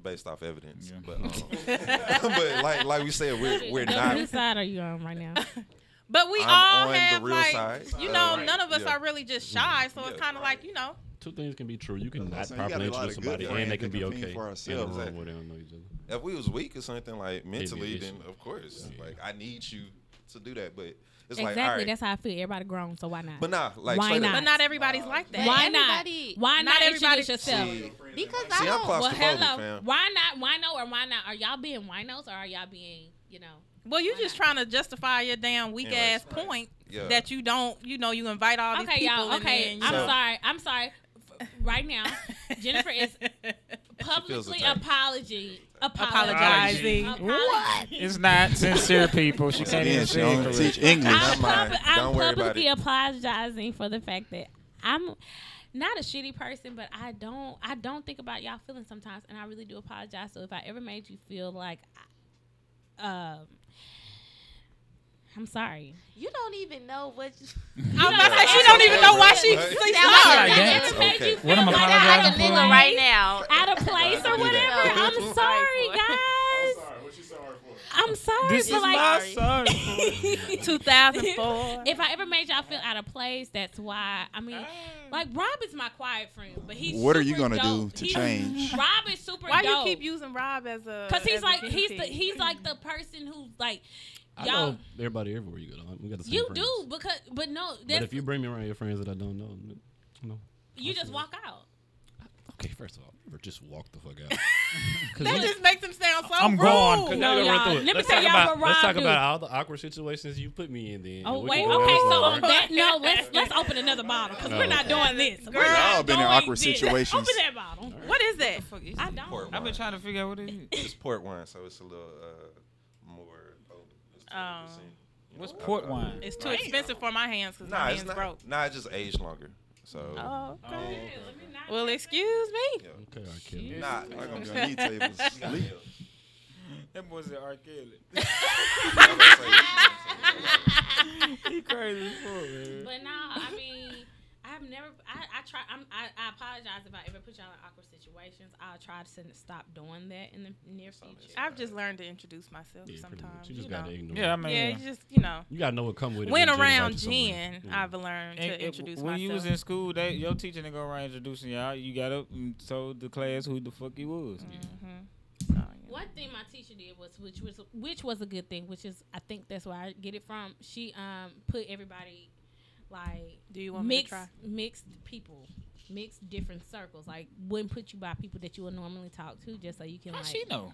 Speaker 8: based off evidence,
Speaker 4: Yeah.
Speaker 8: but um, <laughs> but like like we said,
Speaker 2: <laughs>
Speaker 8: we're we're
Speaker 2: Dobie,
Speaker 8: not.
Speaker 2: Whose side are you on right now?
Speaker 5: But we
Speaker 8: I'm
Speaker 5: all
Speaker 8: on the
Speaker 5: have
Speaker 8: real
Speaker 5: like,
Speaker 8: side.
Speaker 5: you
Speaker 8: Uh,
Speaker 5: know,
Speaker 8: right.
Speaker 5: none of us
Speaker 8: Yeah. Mm-hmm.
Speaker 5: are really just shy, so it's
Speaker 8: Yeah,
Speaker 5: kind of
Speaker 8: right.
Speaker 5: like, you know,
Speaker 3: Two things can be true. You can
Speaker 6: That's what I'm
Speaker 3: not
Speaker 6: saying.
Speaker 3: properly
Speaker 6: You got a lot
Speaker 3: introduce
Speaker 6: of good
Speaker 3: somebody,
Speaker 6: friends
Speaker 3: and they
Speaker 6: that
Speaker 3: can
Speaker 6: can
Speaker 3: be
Speaker 6: feed
Speaker 3: okay.
Speaker 6: for
Speaker 3: in a
Speaker 6: ourselves.
Speaker 3: room where they don't know each other.
Speaker 8: If we was weak or something like
Speaker 3: an
Speaker 8: mentally,
Speaker 3: issue.
Speaker 8: then of course, like I need you to do that. But it's
Speaker 2: exactly.
Speaker 8: like all right,
Speaker 2: That's how I feel. Everybody grown, so why not?
Speaker 8: but nah, like
Speaker 2: Why
Speaker 8: straight up-
Speaker 2: not?
Speaker 5: but not everybody's like that.
Speaker 2: why not?
Speaker 7: everybody-
Speaker 2: Why
Speaker 5: not
Speaker 2: not,
Speaker 5: everybody-
Speaker 2: introduce yourself?
Speaker 8: See,
Speaker 7: Because I
Speaker 8: See, I'm
Speaker 7: don't.
Speaker 2: well,
Speaker 8: claustrophobic,
Speaker 2: hello.
Speaker 8: fam.
Speaker 2: Why not? Why no or why not? Are y'all being winos or are y'all being, you know?
Speaker 5: Well, you
Speaker 2: Why
Speaker 5: just trying to justify your damn weak
Speaker 8: Anyways,
Speaker 5: ass point
Speaker 8: Yeah.
Speaker 5: that you don't, you know, you invite all these
Speaker 2: okay,
Speaker 5: people.
Speaker 2: y'all. Okay,
Speaker 5: and
Speaker 2: I'm
Speaker 5: then, you
Speaker 2: sorry. I'm sorry. F- Right
Speaker 5: <laughs>
Speaker 2: now, Jennifer is
Speaker 8: feels
Speaker 2: publicly
Speaker 8: attacked.
Speaker 2: apology.
Speaker 5: Apologizing.
Speaker 2: Apology.
Speaker 4: What? It's not sincere, people. She can't even
Speaker 6: Again, she
Speaker 4: say it
Speaker 6: don't
Speaker 4: correctly.
Speaker 6: teach English.
Speaker 2: I'm,
Speaker 8: Never mind.
Speaker 2: pub- I'm
Speaker 8: Don't worry about
Speaker 2: publicly apologizing for the fact that I'm. not a shitty person, but I don't I don't think about y'all feelings sometimes, and I really do apologize. So if I ever made you feel like, I- um, I'm sorry.
Speaker 7: You don't even know what. You,
Speaker 5: I was
Speaker 2: <laughs>
Speaker 5: about to say she don't even know why she.
Speaker 8: Right.
Speaker 5: Please,
Speaker 7: Sound
Speaker 5: sorry.
Speaker 7: like
Speaker 2: I
Speaker 7: That's
Speaker 2: never made
Speaker 8: okay.
Speaker 2: you
Speaker 8: What
Speaker 2: feel
Speaker 4: am I
Speaker 2: like
Speaker 4: apologizing
Speaker 2: out
Speaker 7: I'm
Speaker 2: of
Speaker 7: a
Speaker 4: for?
Speaker 7: nigga
Speaker 2: place-
Speaker 7: right now.
Speaker 2: Out of place or
Speaker 8: do
Speaker 2: whatever.
Speaker 8: that.
Speaker 2: I'm sorry, guys.
Speaker 8: What you sorry for?
Speaker 2: I'm sorry.
Speaker 4: This
Speaker 2: but
Speaker 4: is
Speaker 2: like,
Speaker 4: my sorry.
Speaker 5: 2004.
Speaker 2: <laughs> If I ever made y'all feel out of place, that's why. I mean, like Rob is my quiet friend, but he's
Speaker 6: What are you
Speaker 2: super
Speaker 6: gonna do
Speaker 2: dope.
Speaker 6: to
Speaker 2: He's-
Speaker 6: change?
Speaker 2: <laughs> Rob is super
Speaker 5: Why you
Speaker 2: dope.
Speaker 5: keep using Rob as a?
Speaker 2: Cause he's
Speaker 5: as a
Speaker 2: like he's the
Speaker 5: guinea pig?
Speaker 2: he's like the person who like
Speaker 3: I
Speaker 2: y'all
Speaker 3: know everybody everywhere you go. though. We got the same
Speaker 2: you
Speaker 3: friends.
Speaker 2: do because but no
Speaker 3: But
Speaker 2: that's
Speaker 3: if you bring me around your friends that I don't know, n- no.
Speaker 2: you just walk out.
Speaker 3: Okay, first of all, never just walk the fuck out. 'Cause
Speaker 5: That
Speaker 3: you-
Speaker 5: just makes him sound so
Speaker 4: I'm
Speaker 5: rude.
Speaker 4: gone.
Speaker 2: <laughs> No,
Speaker 3: Let's
Speaker 2: y'all.
Speaker 3: run through it.
Speaker 2: Let me
Speaker 3: Let's
Speaker 2: tell
Speaker 3: talk
Speaker 2: y'all
Speaker 3: about,
Speaker 2: what
Speaker 3: Let's
Speaker 2: Rob
Speaker 3: talk
Speaker 2: do.
Speaker 3: about all the awkward situations you put me in. Then
Speaker 2: Oh
Speaker 3: and we
Speaker 2: wait,
Speaker 3: can go
Speaker 2: okay.
Speaker 3: over
Speaker 2: So
Speaker 3: some
Speaker 2: on
Speaker 3: more.
Speaker 2: that no, let's let's open another bottle because
Speaker 3: No.
Speaker 2: we're not doing this. We're
Speaker 5: Girl,
Speaker 2: not
Speaker 6: y'all been in
Speaker 2: doing
Speaker 6: awkward
Speaker 2: this.
Speaker 6: situations.
Speaker 2: Open that bottle.
Speaker 5: What is that?
Speaker 2: I don't.
Speaker 8: Port
Speaker 4: I've been
Speaker 8: wine.
Speaker 4: trying to figure out what it is.
Speaker 8: It's port wine, so it's a little uh, more. Oh, it's
Speaker 5: Um,
Speaker 8: 12%,
Speaker 2: <laughs>
Speaker 8: you
Speaker 4: What's
Speaker 8: know,
Speaker 4: port
Speaker 8: alcohol.
Speaker 4: wine?
Speaker 5: It's too expensive for my hands because
Speaker 8: Nah,
Speaker 5: my
Speaker 8: it's
Speaker 5: hands
Speaker 8: not.
Speaker 5: broke.
Speaker 8: Nah, it just aged longer. So.
Speaker 5: Oh,
Speaker 4: Oh,
Speaker 5: okay.
Speaker 4: okay.
Speaker 5: Well, excuse me.
Speaker 8: Yeah.
Speaker 3: Okay, R. Kelly.
Speaker 8: Nah, like
Speaker 5: <laughs>
Speaker 6: I'm
Speaker 8: I'm
Speaker 6: gonna need tables.
Speaker 8: saying.
Speaker 6: Leave.
Speaker 4: That boy's an R. Kelly.
Speaker 8: I'm gonna say-
Speaker 4: <laughs> he crazy as fuck, man.
Speaker 2: But no, I mean, I've never. I, I try. I'm, I, I apologize if I ever put y'all in awkward situations. I'll try to stop doing that in the near future.
Speaker 5: I've just learned to introduce
Speaker 3: Yeah,
Speaker 5: myself
Speaker 3: pretty
Speaker 5: sometimes.
Speaker 3: much. You just
Speaker 5: know.
Speaker 3: gotta ignore.
Speaker 4: Yeah, I
Speaker 3: Yeah,
Speaker 4: mean,
Speaker 5: yeah, you just you know.
Speaker 3: you gotta know what come with it.
Speaker 5: Went
Speaker 3: when you invite
Speaker 5: around
Speaker 3: you somewhere. Mm.
Speaker 5: Jen,
Speaker 3: Yeah.
Speaker 5: I've learned
Speaker 4: And-
Speaker 5: to
Speaker 4: and
Speaker 5: introduce
Speaker 4: when
Speaker 5: myself.
Speaker 4: you was in school, they, your teacher didn't go around introducing y'all. You got up and told the class who the fuck you was.
Speaker 5: mm-hmm.
Speaker 2: One thing my teacher did was, which was, which was a good thing, which is, I think that's where I get it from. She um put everybody like
Speaker 5: Do you want me to
Speaker 2: mixed
Speaker 5: try?
Speaker 2: mixed people, mixed different circles. Like wouldn't put you by people that you would normally talk to, just so you can
Speaker 4: How
Speaker 2: like.
Speaker 4: she know?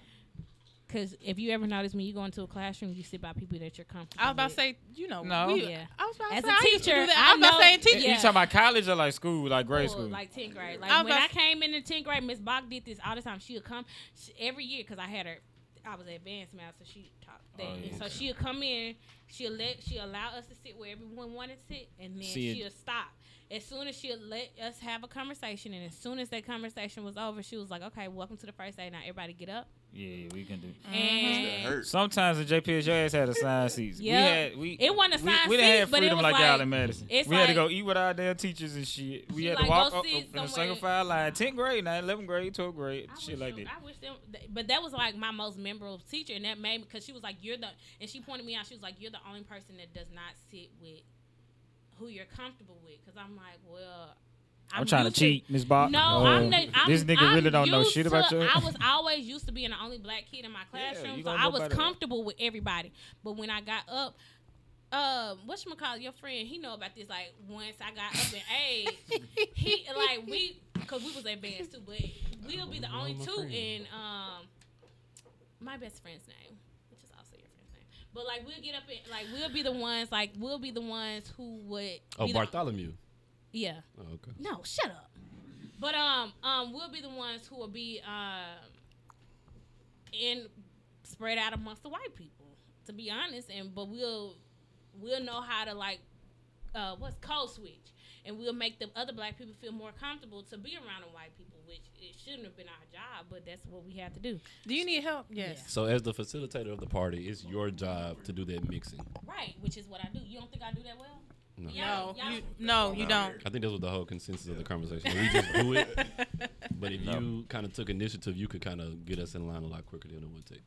Speaker 2: Because if you ever notice when you go into a classroom, you sit by people that you're comfortable.
Speaker 5: I was about
Speaker 2: with.
Speaker 5: to say, you know,
Speaker 4: No.
Speaker 5: we,
Speaker 2: Yeah.
Speaker 5: I was about to
Speaker 2: As
Speaker 5: say,
Speaker 2: a
Speaker 5: I used to
Speaker 2: teacher,
Speaker 5: do that.
Speaker 2: I
Speaker 5: I was about to say,
Speaker 2: know-
Speaker 5: in teaching.
Speaker 4: You
Speaker 2: Yeah.
Speaker 4: talking about college or like school, like grade
Speaker 2: Cool,
Speaker 4: school?
Speaker 2: like 10th grade. Like
Speaker 5: I was
Speaker 2: when I
Speaker 5: about
Speaker 2: came in the 10th grade, Miss Bach did this all the time. She would come she, every year because I had her. I was advanced math, so she taught that.
Speaker 4: Oh,
Speaker 2: And so
Speaker 4: okay.
Speaker 2: she'll come in. She'll let she'll allow us to sit where everyone wanted to sit, and then
Speaker 4: See it.
Speaker 2: she'll stop. As soon as she'll let us have a conversation, and as soon as that conversation was over, she was like, "Okay, welcome to the first day. Now everybody get up."
Speaker 4: yeah, we can do.
Speaker 2: And
Speaker 6: That hurt.
Speaker 4: Sometimes in JPS, your ass
Speaker 2: <laughs>
Speaker 4: had assigned seats.
Speaker 2: Yeah.
Speaker 4: We had, we,
Speaker 2: It wasn't assigned
Speaker 4: we, we didn't
Speaker 2: seats,
Speaker 4: have
Speaker 2: but it
Speaker 4: freedom
Speaker 2: was
Speaker 4: like,
Speaker 2: like-
Speaker 4: y'all in Madison. We
Speaker 2: it's
Speaker 4: had to
Speaker 2: like-
Speaker 4: go eat with our damn teachers and shit. We
Speaker 2: She
Speaker 4: had to
Speaker 2: like,
Speaker 4: walk
Speaker 2: go
Speaker 4: up,
Speaker 2: sit
Speaker 4: up in a
Speaker 2: somewhere.
Speaker 4: single file line, 10th grade, now 11th grade, 12th grade,
Speaker 2: I
Speaker 4: shit
Speaker 2: wish
Speaker 4: like
Speaker 2: them-
Speaker 4: that.
Speaker 2: I wish them, th- but that was like my most memorable teacher, and that made me because she was like, "You're the," and she pointed me out. She was like, "You're the only person that does not sit with who you're comfortable with." Because I'm like, well,
Speaker 4: I'm, trying to
Speaker 2: used
Speaker 4: cheat, Miss Bob.
Speaker 2: No, I'm not. I'm,
Speaker 4: Uh, this nigga
Speaker 2: I'm
Speaker 4: really don't know
Speaker 2: used
Speaker 4: shit
Speaker 2: to-
Speaker 4: about you.
Speaker 2: I
Speaker 4: <laughs>
Speaker 2: was always used to being the only black kid in my
Speaker 4: Yeah,
Speaker 2: classroom,
Speaker 4: you
Speaker 2: so
Speaker 4: don't
Speaker 2: I
Speaker 4: know
Speaker 2: was
Speaker 4: about it.
Speaker 2: comfortable with everybody. But when I got up, um, what you call your friend? He know about this. Like once I got up in age,
Speaker 4: <laughs>
Speaker 2: he like we because we was advanced too, but we'll be the
Speaker 3: know
Speaker 2: only
Speaker 3: my
Speaker 2: two
Speaker 3: friend.
Speaker 2: in um my best friend's name, which is also your friend's name. But like we'll get up and like we'll be the ones like we'll be the ones who would
Speaker 3: Oh,
Speaker 2: be the-
Speaker 3: Bartholomew.
Speaker 2: yeah.
Speaker 3: Oh, okay.
Speaker 2: No, shut up. But um, um, we'll be the ones who will be um, in spread out amongst the white people, to be honest. And but we'll we'll know how to like uh, what's code switch, and we'll make the other black people feel more comfortable to be around the white people, which it shouldn't have been our job, but that's what we had to do.
Speaker 5: Do you need help? Yes.
Speaker 3: So as the facilitator of the party, it's your job to do that mixing.
Speaker 2: Right, which is what I do. You don't think I do that well?
Speaker 3: No.
Speaker 5: No,
Speaker 2: Y'all- y'all-
Speaker 5: you, no, you don't.
Speaker 3: I think that's what the whole consensus of the conversation. We just do
Speaker 5: <laughs>
Speaker 3: it, but if you kind of took initiative, you could kind of get us in line a lot quicker than it would take.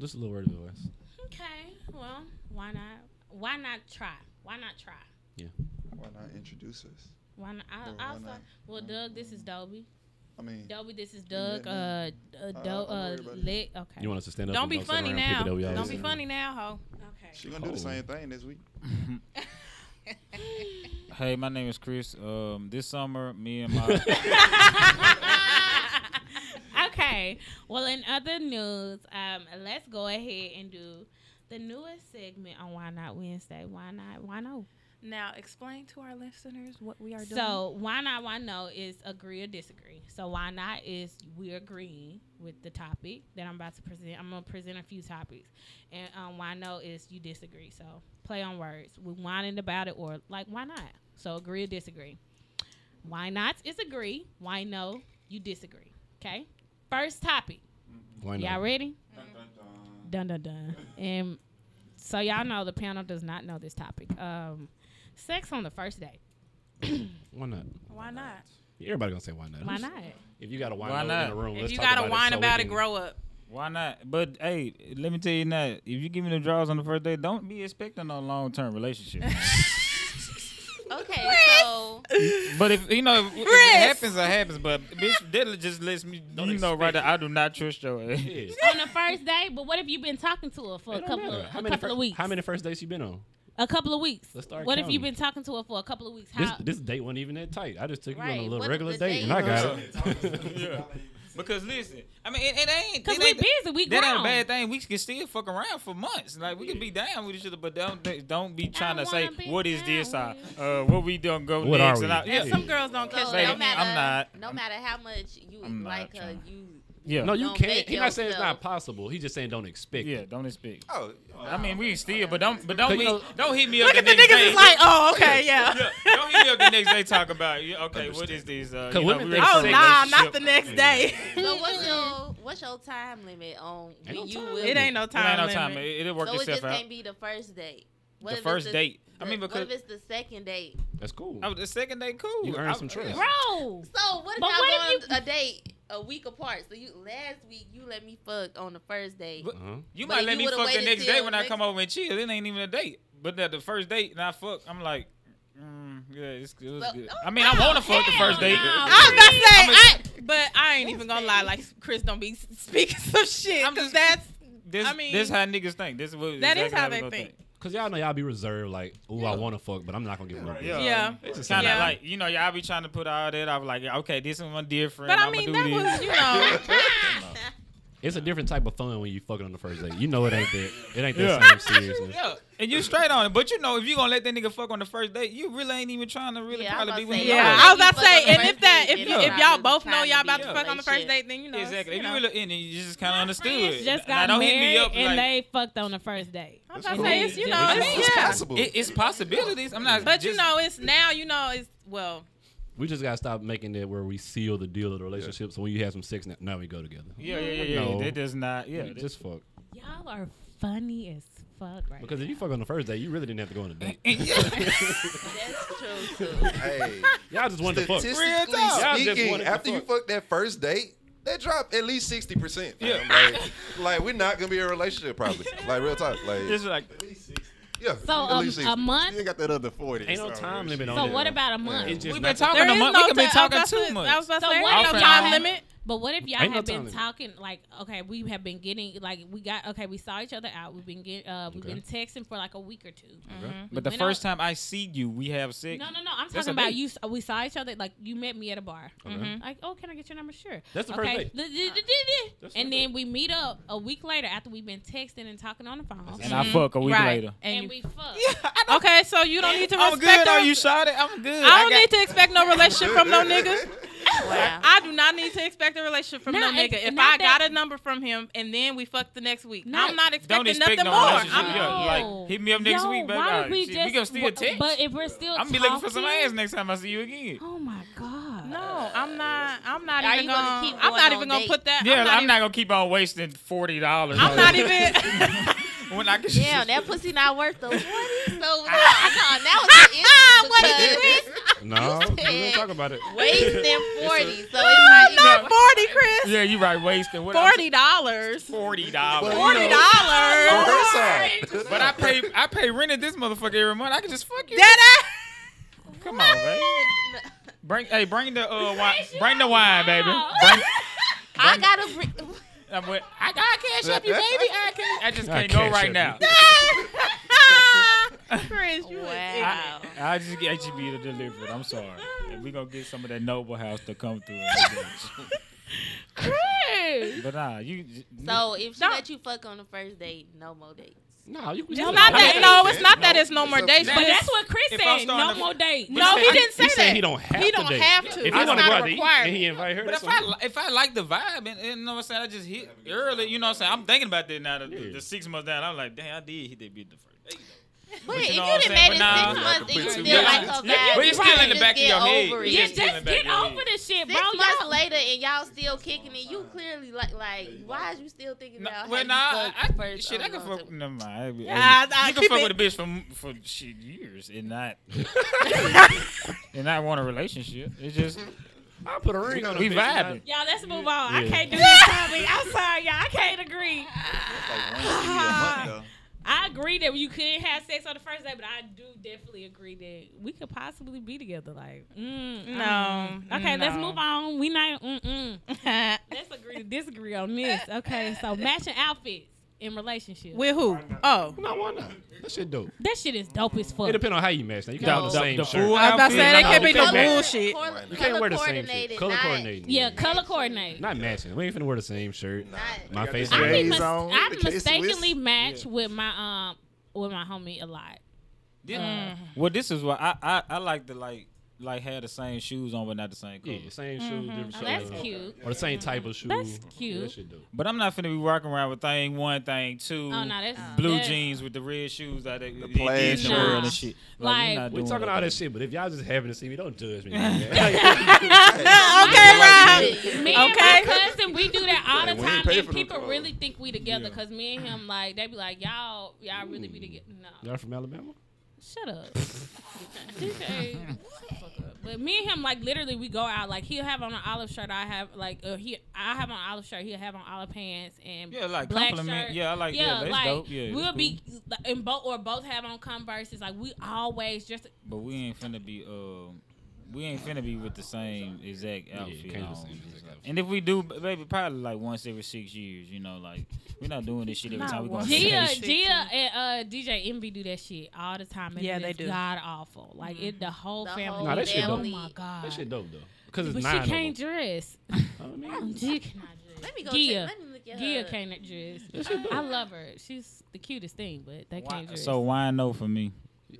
Speaker 3: Just a little word of advice.
Speaker 2: Okay, well, why not? Why not try? Why not try?
Speaker 6: Why not introduce us?
Speaker 2: Why not? I,
Speaker 6: Well, why
Speaker 2: I was
Speaker 6: not?
Speaker 2: like, well, Doug, this is Dobie.
Speaker 6: I mean,
Speaker 2: Dobie, this is
Speaker 6: Yeah,
Speaker 2: Doug.
Speaker 6: no.
Speaker 2: Uh, uh,
Speaker 6: I-
Speaker 2: Do,
Speaker 6: I'm
Speaker 2: uh,
Speaker 6: worried about it.
Speaker 2: Lick. Okay.
Speaker 3: You want us to stand up?
Speaker 5: Don't
Speaker 3: and
Speaker 5: be
Speaker 3: sit
Speaker 5: funny
Speaker 3: around people
Speaker 5: now.
Speaker 3: that we always
Speaker 5: Don't
Speaker 3: sit
Speaker 5: be
Speaker 3: around?
Speaker 5: funny now, ho.
Speaker 2: okay.
Speaker 6: she gonna do the
Speaker 3: Oh.
Speaker 6: same thing this week.
Speaker 4: <laughs> Hey, my name is Chris. Um, this summer, me and my
Speaker 2: <laughs> okay. Well, in other news, um, let's go ahead and do the newest segment on Why Not Wednesday. Why not? Why no?
Speaker 5: Now explain to our listeners what we are doing.
Speaker 2: So why not? Why no is agree or disagree. So why not is we agreeing with the topic that I'm about to present. I'm gonna present a few topics, and um, why no is you disagree. So play on words. We whining about it or like why not? So agree or disagree. Why not is agree. Why no, you disagree. Okay? First topic.
Speaker 3: Why not?
Speaker 2: Y'all ready? Dun dun dun. And so y'all know the panel does not know this topic. Um, sex on the first date.
Speaker 3: Why not?
Speaker 5: Why not?
Speaker 3: Everybody gonna say why not?
Speaker 2: Why
Speaker 3: Who's-
Speaker 2: not?
Speaker 3: If you got a why,
Speaker 4: Why
Speaker 3: not in
Speaker 4: not?
Speaker 3: the room,
Speaker 5: If
Speaker 3: let's
Speaker 5: you
Speaker 3: talk
Speaker 5: gotta
Speaker 3: about
Speaker 5: whine
Speaker 3: it so we
Speaker 5: about it,
Speaker 3: can-
Speaker 5: grow up.
Speaker 4: Why not? But hey, let me tell you now. If you give me the draws on the first day, don't be expecting a long term relationship.
Speaker 7: Okay, so
Speaker 4: but if you know, if, if it happens, it happens. But bitch, that just lets me you know right there. I do not trust your ass.
Speaker 3: Yeah.
Speaker 2: on the first date, but what if you've been talking to her for a
Speaker 3: It don't
Speaker 2: couple
Speaker 3: matter.
Speaker 2: of,
Speaker 3: how
Speaker 2: a
Speaker 3: many
Speaker 2: couple
Speaker 3: fir-
Speaker 2: of weeks?
Speaker 3: How many first dates you been on?
Speaker 2: A couple of weeks.
Speaker 3: Let's start
Speaker 2: What if
Speaker 3: counting.
Speaker 2: you've been talking to her for a couple of weeks?
Speaker 3: This
Speaker 2: How?
Speaker 3: this date wasn't even that tight. I just took you on
Speaker 7: Right,
Speaker 3: a
Speaker 7: what
Speaker 3: little
Speaker 7: if
Speaker 3: regular
Speaker 7: the
Speaker 3: date,
Speaker 7: date
Speaker 3: and I got
Speaker 7: was-
Speaker 3: it.
Speaker 4: yeah. Because listen, I mean, it, it ain't.
Speaker 2: Because
Speaker 4: it
Speaker 2: we
Speaker 4: ain't-
Speaker 2: busy, we
Speaker 4: That ain't
Speaker 2: grown.
Speaker 4: a bad thing. We can still fuck around for months. Like we can be down with each other, but don't don't be trying to
Speaker 2: don't
Speaker 4: say
Speaker 2: wanna be
Speaker 4: what is
Speaker 2: down
Speaker 4: this? Uh,
Speaker 2: with
Speaker 4: uh, what we done go
Speaker 3: What
Speaker 4: next?
Speaker 3: are
Speaker 4: And I,
Speaker 3: we?
Speaker 4: yeah,
Speaker 5: Some girls don't
Speaker 7: so
Speaker 5: catch
Speaker 4: Baby,
Speaker 7: no
Speaker 5: that.
Speaker 7: matter
Speaker 4: I'm not-
Speaker 7: no matter how much you
Speaker 4: I'm not
Speaker 7: like her,
Speaker 4: trying.
Speaker 7: you
Speaker 4: yeah,
Speaker 3: No, you
Speaker 7: Don't
Speaker 3: can't.
Speaker 7: make
Speaker 3: He's not saying it's not
Speaker 7: yourself-
Speaker 3: possible. He's just saying don't expect.
Speaker 4: yeah.
Speaker 3: it.
Speaker 4: Don't expect.
Speaker 8: Oh,
Speaker 4: I mean, we can still, but don't, but don't,
Speaker 3: Cause
Speaker 4: be,
Speaker 3: you know-
Speaker 4: don't hit me
Speaker 5: Look
Speaker 4: up.
Speaker 5: at the
Speaker 4: next
Speaker 5: niggas.
Speaker 4: day.
Speaker 5: It's like, oh, okay, yeah.
Speaker 4: Yeah, don't hit me up the next day talking about. Yeah, okay, what is this? Uh,
Speaker 3: 'Cause
Speaker 4: you know,
Speaker 3: women
Speaker 4: we
Speaker 3: think
Speaker 4: ready for
Speaker 5: Oh
Speaker 4: a
Speaker 5: nah, not
Speaker 4: relationship.
Speaker 5: the next day.
Speaker 7: So what's your what's your time limit on when
Speaker 3: no
Speaker 7: you
Speaker 3: time
Speaker 7: will?
Speaker 5: It ain't no
Speaker 4: It ain't
Speaker 5: time
Speaker 4: no time.
Speaker 5: limit.
Speaker 4: It, will work
Speaker 7: so it
Speaker 4: itself
Speaker 7: just
Speaker 4: out.
Speaker 7: can't be the first date. What
Speaker 4: The
Speaker 7: if it's
Speaker 4: first date. I
Speaker 7: the-
Speaker 4: mean,
Speaker 7: what
Speaker 4: because-
Speaker 7: if it's the second date?
Speaker 3: That's cool.
Speaker 4: Oh, the second day, cool.
Speaker 3: You earned
Speaker 4: I-
Speaker 3: some trust.
Speaker 2: Bro,
Speaker 7: So what if
Speaker 2: But
Speaker 7: y'all
Speaker 2: what
Speaker 7: go
Speaker 2: if
Speaker 7: on a date a week apart? So you last week you let me fuck on the first date.
Speaker 4: But-
Speaker 3: Uh-huh.
Speaker 4: You
Speaker 7: But
Speaker 4: might
Speaker 7: if
Speaker 4: let
Speaker 7: you
Speaker 4: me
Speaker 7: would've
Speaker 4: fuck the
Speaker 7: waited
Speaker 4: next day
Speaker 7: till
Speaker 4: when I
Speaker 7: next-
Speaker 4: come over and chill. It ain't even a date. But at the first date, and I fuck, I'm like, mm, yeah, it's, it was
Speaker 7: So-
Speaker 4: good.
Speaker 7: oh,
Speaker 4: I mean, I want to fuck the first date.
Speaker 2: no.
Speaker 5: I was about to say,
Speaker 4: I'm
Speaker 5: I, but I ain't even gonna lie. Like Chris, don't be speaking some shit
Speaker 4: I'm
Speaker 5: because
Speaker 4: just-
Speaker 5: that's
Speaker 4: This,
Speaker 5: I mean-
Speaker 4: this how niggas think. This is what
Speaker 5: That is
Speaker 4: exactly
Speaker 5: how
Speaker 4: we
Speaker 5: they
Speaker 4: gonna
Speaker 5: think.
Speaker 3: Cause y'all know y'all be reserved. Like, oh, I want to fuck, but I'm not gonna give no.
Speaker 4: Yeah.
Speaker 3: Yeah.
Speaker 5: yeah.
Speaker 4: It's kind of
Speaker 5: Yeah.
Speaker 4: like you know, y'all be trying to put all that. I was like, okay, this is my dear friend.
Speaker 5: But I
Speaker 4: I'ma
Speaker 5: mean,
Speaker 4: do
Speaker 5: that
Speaker 4: this.
Speaker 5: was you know.
Speaker 3: It's a different type of fun when you fucking on the first date. You know it ain't that. It ain't that
Speaker 4: Yeah.
Speaker 3: same seriousness.
Speaker 4: Yeah, and you straight on it. But you know, if you gonna let that nigga fuck on the first date, you really ain't even trying to really
Speaker 7: Yeah, I was
Speaker 4: probably be
Speaker 7: about
Speaker 4: with him.
Speaker 7: to say,
Speaker 5: yeah,
Speaker 4: anyway.
Speaker 5: I was about to say if
Speaker 7: If
Speaker 5: it's that if
Speaker 7: you fuck
Speaker 5: you,
Speaker 4: on the
Speaker 5: if
Speaker 7: first
Speaker 5: y'all
Speaker 7: date,
Speaker 5: both
Speaker 7: then
Speaker 5: know
Speaker 7: it's
Speaker 5: y'all
Speaker 7: not
Speaker 5: about to
Speaker 7: really
Speaker 5: fuck on the first
Speaker 7: relationship.
Speaker 5: date, then you know.
Speaker 4: exactly.
Speaker 5: You
Speaker 4: If you
Speaker 5: know.
Speaker 4: really in it, you just kind of understood.
Speaker 2: friends just
Speaker 4: Now,
Speaker 2: got
Speaker 4: don't hit
Speaker 2: married
Speaker 4: me up
Speaker 2: and
Speaker 4: like,
Speaker 2: they fucked on the first date.
Speaker 5: I'm
Speaker 8: That's
Speaker 5: about to say
Speaker 8: cool.
Speaker 5: it's you know
Speaker 4: Yeah.
Speaker 5: it's,
Speaker 8: it's
Speaker 5: yeah.
Speaker 8: possible.
Speaker 4: It, it's possibilities. I'm not.
Speaker 5: But you
Speaker 4: just-
Speaker 5: know it's now you know it's well
Speaker 3: We just gotta stop making that where we seal the deal of the relationship. So when you have some sex, now, now we go together.
Speaker 4: Yeah, yeah, yeah, yeah.
Speaker 3: No.
Speaker 4: That does not. Yeah,
Speaker 3: You
Speaker 4: that-
Speaker 3: just fuck.
Speaker 2: Y'all are funny as fuck right
Speaker 3: Because
Speaker 2: now.
Speaker 3: if you fuck on the first date, you really didn't have to go on a
Speaker 4: <laughs>
Speaker 3: date.
Speaker 7: That's true. too.
Speaker 8: hey.
Speaker 3: Y'all just wanted to
Speaker 4: <laughs>
Speaker 3: fuck.
Speaker 8: Statistically
Speaker 4: Real
Speaker 3: Y'all
Speaker 4: talk.
Speaker 3: just
Speaker 8: speaking,
Speaker 3: wanted to
Speaker 8: after you
Speaker 3: fuck.
Speaker 8: fuck that first date, that drop at least sixty percent.
Speaker 4: Yeah.
Speaker 8: Like, like we're not gonna be in a relationship probably. Like real talk. Like
Speaker 4: it's like
Speaker 8: yeah.
Speaker 2: So
Speaker 8: at
Speaker 2: um,
Speaker 8: least
Speaker 2: a
Speaker 8: 60.
Speaker 2: month.
Speaker 6: You got that other 40.
Speaker 3: Ain't no
Speaker 6: so
Speaker 3: time
Speaker 6: shit.
Speaker 3: limit on
Speaker 2: So
Speaker 3: it.
Speaker 2: what about a month?
Speaker 3: It's just
Speaker 4: we've
Speaker 3: not-
Speaker 4: been talking
Speaker 5: there
Speaker 4: a
Speaker 5: is
Speaker 4: month.
Speaker 5: no
Speaker 4: we can been
Speaker 5: ti-
Speaker 4: talking
Speaker 5: I was about
Speaker 4: too
Speaker 5: to-
Speaker 4: much.
Speaker 5: I was about to
Speaker 2: So
Speaker 5: say
Speaker 2: what
Speaker 5: ain't
Speaker 4: if
Speaker 5: no
Speaker 4: y'all-
Speaker 5: time limit.
Speaker 2: But what if y'all
Speaker 3: Ain't no
Speaker 2: have
Speaker 3: time
Speaker 2: been
Speaker 3: limit.
Speaker 2: talking like okay, we have been getting like we got okay, we saw each other out. We've been getting uh we've
Speaker 3: Okay.
Speaker 2: been texting for like a week or two.
Speaker 3: Okay.
Speaker 4: But the
Speaker 2: went
Speaker 4: first
Speaker 2: out-
Speaker 4: time I see you, we have sex.
Speaker 2: No, no, no. I'm
Speaker 4: That's
Speaker 2: talking
Speaker 4: a
Speaker 2: about
Speaker 4: date.
Speaker 2: you s- we saw each other like you met me at a bar.
Speaker 3: Okay.
Speaker 2: Like, oh, can I get your number? Sure.
Speaker 3: That's the first date. That's
Speaker 2: date.
Speaker 3: the
Speaker 2: And
Speaker 3: first
Speaker 2: then we meet up a week later after we've been texting and talking on the phone.
Speaker 4: And I fuck a week
Speaker 5: right.
Speaker 4: later.
Speaker 2: And
Speaker 5: And, you,
Speaker 2: we fuck.
Speaker 5: okay, so you don't need to
Speaker 4: I'm
Speaker 5: respect
Speaker 4: good.
Speaker 5: her.
Speaker 4: Are you shot it? I'm good.
Speaker 5: I don't need to expect no relationship from no nigga.
Speaker 7: Wow. <laughs>
Speaker 5: I do not need to expect a relationship from
Speaker 2: No,
Speaker 5: no
Speaker 2: it's
Speaker 5: nigga. If I
Speaker 2: not that-
Speaker 5: got a number from him and then we fuck the next week,
Speaker 2: No.
Speaker 5: I'm not expecting
Speaker 4: Don't expect
Speaker 5: nothing
Speaker 4: no
Speaker 5: more.
Speaker 4: relationship.
Speaker 5: I'm-
Speaker 4: Yeah,
Speaker 2: No.
Speaker 4: like hit me up next
Speaker 2: Yo,
Speaker 4: week, baby.
Speaker 2: why
Speaker 4: All
Speaker 2: did
Speaker 4: right,
Speaker 2: we
Speaker 4: shit,
Speaker 2: just
Speaker 4: we gonna still
Speaker 2: w-
Speaker 4: text.
Speaker 2: But if we're still
Speaker 4: I'm be looking for some
Speaker 2: talking-
Speaker 4: ass next time I see you again.
Speaker 2: Oh my god.
Speaker 5: No, I'm not. I'm not
Speaker 7: Are
Speaker 5: even
Speaker 7: you gonna
Speaker 5: gonna.
Speaker 7: keep
Speaker 5: I'm
Speaker 7: going
Speaker 5: not
Speaker 7: on
Speaker 5: even gonna
Speaker 7: dates?
Speaker 5: put that.
Speaker 4: Yeah,
Speaker 5: I'm
Speaker 4: I'm
Speaker 5: not.
Speaker 4: not gonna keep on wasting forty dollars. <laughs>
Speaker 5: I'm not even.
Speaker 4: when I can. <laughs>
Speaker 7: Damn, that pussy not worth the 40. So no, no, <laughs> that was
Speaker 4: Oh,
Speaker 3: No, we didn't talk about it.
Speaker 7: the issue because <laughs> wasting 40. So it's not even
Speaker 5: not <laughs> forty, Chris.
Speaker 4: Yeah, you right. Wasting what?
Speaker 5: Forty dollars.
Speaker 4: Forty dollars.
Speaker 8: But-
Speaker 5: Forty
Speaker 8: On
Speaker 5: dollars.
Speaker 8: her side.
Speaker 4: But I pay I pay rent at this motherfucker every month. I can just fuck you.
Speaker 5: That
Speaker 4: Come on,
Speaker 5: <laughs>
Speaker 4: baby. Bring hey, bring the uh wine, bring the wine, baby. Bring,
Speaker 7: I gotta bring.
Speaker 4: I, went- I got cash up you, baby. I can I just
Speaker 3: I
Speaker 4: can't go
Speaker 3: cash
Speaker 4: right
Speaker 3: up
Speaker 4: now.
Speaker 5: ass. <laughs> Chris, you was ignorant.
Speaker 7: Wow.
Speaker 4: I just get E you be the delivery. I'm sorry. And we gonna get some of that Noble House to come
Speaker 5: <laughs>
Speaker 4: through.
Speaker 2: Chris.
Speaker 4: but nah, you j-
Speaker 7: So if she let you fuck on the first date, no more dates.
Speaker 3: No, you can
Speaker 2: No,
Speaker 3: just-
Speaker 5: Not
Speaker 3: I mean,
Speaker 5: that. No, it's not that. It's no more
Speaker 8: up
Speaker 5: dates.
Speaker 8: to
Speaker 2: But
Speaker 5: But
Speaker 2: that's what Chris
Speaker 4: If I'm
Speaker 2: said.
Speaker 4: starting
Speaker 2: No
Speaker 4: to-
Speaker 2: more dates.
Speaker 5: no, he didn't say
Speaker 3: he said
Speaker 5: that.
Speaker 3: he don't have
Speaker 5: He
Speaker 3: to
Speaker 5: don't
Speaker 3: date.
Speaker 5: have to.
Speaker 3: If
Speaker 5: That's
Speaker 3: he want to
Speaker 5: not
Speaker 3: go
Speaker 5: a
Speaker 3: out to eat, then he
Speaker 5: requirement.
Speaker 3: invite her.
Speaker 4: But
Speaker 3: that's
Speaker 4: if I
Speaker 3: on him.
Speaker 4: li- if I like the vibe and, and you know what I'm saying, I just hit early. You know what I'm saying? I'm thinking about that now. The,
Speaker 3: Yeah.
Speaker 4: the six months down, I'm like, damn, I did hit that bitch the first. day, though.
Speaker 7: But
Speaker 4: you
Speaker 7: if
Speaker 4: know
Speaker 7: you
Speaker 4: what I'm
Speaker 7: done
Speaker 4: saying?
Speaker 7: made it
Speaker 4: But nah.
Speaker 7: six months and you
Speaker 8: But
Speaker 7: still
Speaker 8: yeah,
Speaker 7: like a
Speaker 4: yeah,
Speaker 7: bad
Speaker 4: but it's still in the
Speaker 7: just
Speaker 4: back of
Speaker 7: get
Speaker 4: your head.
Speaker 7: over it.
Speaker 2: Yeah,
Speaker 4: Just
Speaker 2: just
Speaker 4: feeling
Speaker 2: get
Speaker 4: bad.
Speaker 2: over the shit, bro.
Speaker 7: Six months
Speaker 2: Y'all,
Speaker 7: later and y'all still kicking it, you clearly like like why is you still thinking
Speaker 4: No,
Speaker 7: about how
Speaker 4: well,
Speaker 7: you
Speaker 4: nah, I,
Speaker 7: fucked
Speaker 4: I,
Speaker 7: first
Speaker 4: shit,
Speaker 7: on
Speaker 4: I can
Speaker 7: the
Speaker 4: fuck.
Speaker 7: other-
Speaker 4: Never mind. I, I,
Speaker 5: Yeah, I- I
Speaker 4: you
Speaker 5: keep
Speaker 4: can fuck
Speaker 5: it-
Speaker 4: with a bitch for m- for shit years
Speaker 3: <laughs>
Speaker 4: and not and not want a relationship. It's just
Speaker 3: I put a ring on. a
Speaker 4: we
Speaker 3: bitch and I-
Speaker 4: vibing.
Speaker 2: y'all, let's move on. I
Speaker 3: Yeah.
Speaker 2: can't do this topic. I'm sorry, y'all. I can't agree. I agree that you couldn't have sex on the first day, but I do definitely agree that we could possibly be together. Like, mm,
Speaker 5: No,
Speaker 2: mm. okay, let's
Speaker 5: no.
Speaker 2: move on. We not. Mm-mm.
Speaker 5: <laughs>
Speaker 2: Let's agree to disagree on this. Okay, so matching outfits in relationships.
Speaker 5: With who? Oh.
Speaker 3: No, why not? That shit dope.
Speaker 2: that shit is dope as fuck.
Speaker 3: It depends on how you match. Now you can have
Speaker 7: No.
Speaker 3: the
Speaker 7: The-
Speaker 3: same
Speaker 4: the
Speaker 3: shirt.
Speaker 4: full
Speaker 5: I was about to say,
Speaker 4: outfit,
Speaker 5: that can't be
Speaker 3: no
Speaker 5: no
Speaker 3: match.
Speaker 5: bullshit.
Speaker 7: Color,
Speaker 3: You can't wear the same shit.
Speaker 7: coordinated,
Speaker 3: Color
Speaker 7: not-
Speaker 3: coordinating.
Speaker 2: yeah, color coordinate.
Speaker 3: Not matching. We ain't finna wear the same shirt.
Speaker 7: Not-
Speaker 3: My face.
Speaker 2: I, be
Speaker 3: is
Speaker 2: mis-
Speaker 3: red.
Speaker 6: on,
Speaker 2: I
Speaker 6: the case
Speaker 2: mistakenly
Speaker 6: with-
Speaker 2: match with my um with my homie a lot.
Speaker 4: This- Well, this is why I, I I like to like like have the same shoes on but not the same color.
Speaker 3: Yeah, same shoes, different
Speaker 2: Oh,
Speaker 3: shoes.
Speaker 2: that's cute.
Speaker 3: Or the same type of shoe.
Speaker 2: That's
Speaker 3: Yeah,
Speaker 2: cute.
Speaker 3: That shit dope.
Speaker 4: But I'm not finna be walking around with thing one, thing two.
Speaker 2: Oh, no, that's-
Speaker 4: blue
Speaker 2: that's-
Speaker 4: jeans with the red shoes like they, the
Speaker 6: plaid
Speaker 4: the world and
Speaker 2: shorts.
Speaker 4: shit.
Speaker 2: Like-
Speaker 4: Like, we're not
Speaker 3: We
Speaker 4: doing
Speaker 3: talking
Speaker 4: that.
Speaker 3: all that shit, but if y'all just happen to see me, don't judge me.
Speaker 2: <laughs>
Speaker 3: man. Like,
Speaker 5: okay, Rob.
Speaker 2: Me
Speaker 5: Okay.
Speaker 2: and my cousin, we do that all the
Speaker 6: we ain't
Speaker 2: time,
Speaker 6: pay
Speaker 2: and
Speaker 6: for them
Speaker 2: people
Speaker 6: clothes.
Speaker 2: really think we together. Cause me and him, like, they be like, y'all, y'all really be together. No,
Speaker 3: Y'all from Alabama?
Speaker 2: shut
Speaker 4: <laughs>
Speaker 2: up. DK, shut the fuck up. But me and him, like, literally, we go out. Like, he'll have on an olive shirt. I have like, uh, he, I have on olive shirt. He'll have on olive pants and
Speaker 4: Yeah, like
Speaker 2: black
Speaker 4: compliment.
Speaker 2: shirt.
Speaker 4: Yeah, I like. Yeah,
Speaker 2: Yeah,
Speaker 4: that's
Speaker 2: like
Speaker 4: dope. Yeah, that's
Speaker 2: we'll
Speaker 4: cool.
Speaker 2: be and both or both have on Converse's. Like we always just
Speaker 4: But we ain't finna be. Uh, we ain't finna be with the same exact
Speaker 2: Oh,
Speaker 4: outfit.
Speaker 3: can't
Speaker 4: on.
Speaker 3: do the same exact outfit.
Speaker 4: And if we do, b- baby, probably like once every six years. You know, like we're not doing this shit every
Speaker 5: Not
Speaker 4: time we go.
Speaker 5: once.
Speaker 2: Gia,
Speaker 5: Sixteen.
Speaker 2: Gia, and uh, DJ Envy do that shit all the time. And
Speaker 5: Yeah,
Speaker 2: it
Speaker 5: they
Speaker 2: is
Speaker 5: do.
Speaker 2: God awful. Like it, the whole
Speaker 7: The
Speaker 2: family.
Speaker 7: whole
Speaker 3: Nah, that shit
Speaker 2: oh
Speaker 3: family.
Speaker 2: my god.
Speaker 3: That shit dope though. Cause it's
Speaker 2: but
Speaker 3: nine
Speaker 2: she can't
Speaker 3: of
Speaker 2: dress. <laughs>
Speaker 3: them. I mean,
Speaker 2: Gia cannot dress.
Speaker 7: Let me go
Speaker 2: Gia,
Speaker 7: check. Let me look at
Speaker 2: Gia
Speaker 7: her.
Speaker 2: can't dress. I love her. She's the cutest thing, but they
Speaker 4: Why,
Speaker 2: can't dress.
Speaker 4: so why no for me?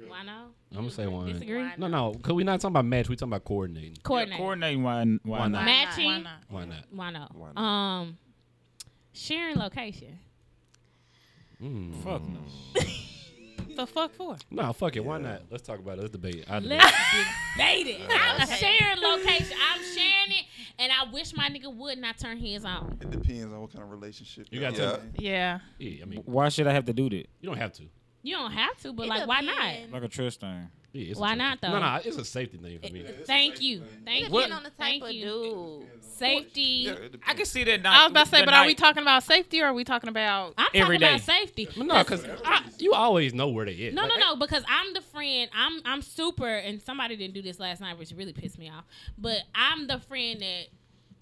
Speaker 2: why not?
Speaker 3: I'm gonna say one.
Speaker 2: Disagree.
Speaker 7: Why
Speaker 3: No, no, cause we not talking about match. We talking about coordinating.
Speaker 2: Coordinate.
Speaker 4: Yeah, coordinating. Why? Why,
Speaker 3: Why
Speaker 4: not?
Speaker 3: not?
Speaker 2: Matching.
Speaker 5: Why not?
Speaker 3: Why not?
Speaker 2: Why not?
Speaker 8: Why not?
Speaker 2: Um, sharing location.
Speaker 3: Mm.
Speaker 4: Fuck no.
Speaker 5: The fuck for?
Speaker 3: Nah, fuck it. Why not? Let's talk about it. Let's debate it. I debate.
Speaker 2: Let's <laughs> debate it. I'm
Speaker 7: Okay.
Speaker 2: sharing location. I'm sharing it, and I wish my nigga would not turn his on.
Speaker 6: It depends on what kind of relationship
Speaker 3: You
Speaker 6: y'all
Speaker 3: gotta tell
Speaker 6: in.
Speaker 5: Yeah.
Speaker 3: Yeah, I mean,
Speaker 4: Why should I have to do that?
Speaker 3: you don't have to.
Speaker 2: You don't have to, but
Speaker 7: It
Speaker 2: like, why not?
Speaker 7: depend.
Speaker 4: Like a trust thing.
Speaker 3: Yeah, it's a
Speaker 2: Why
Speaker 3: choice.
Speaker 2: not, though?
Speaker 3: No, no, it's a safety thing for me.
Speaker 2: Thank you.
Speaker 7: It
Speaker 2: Thank you.
Speaker 7: depends on the type
Speaker 2: Thank
Speaker 7: of
Speaker 2: you.
Speaker 7: dude.
Speaker 2: Safety.
Speaker 8: Yeah, it
Speaker 4: I can see that.
Speaker 5: I was about to say, but are we talking about safety or are we talking about?
Speaker 2: I'm
Speaker 4: Every
Speaker 2: talking about
Speaker 4: day.
Speaker 2: safety.
Speaker 3: But no, cause I, you always know where they is.
Speaker 2: No,
Speaker 3: Like,
Speaker 2: no, no, because I'm the friend. I'm I'm super, and somebody didn't do this last night, which really pissed me off. But I'm the friend that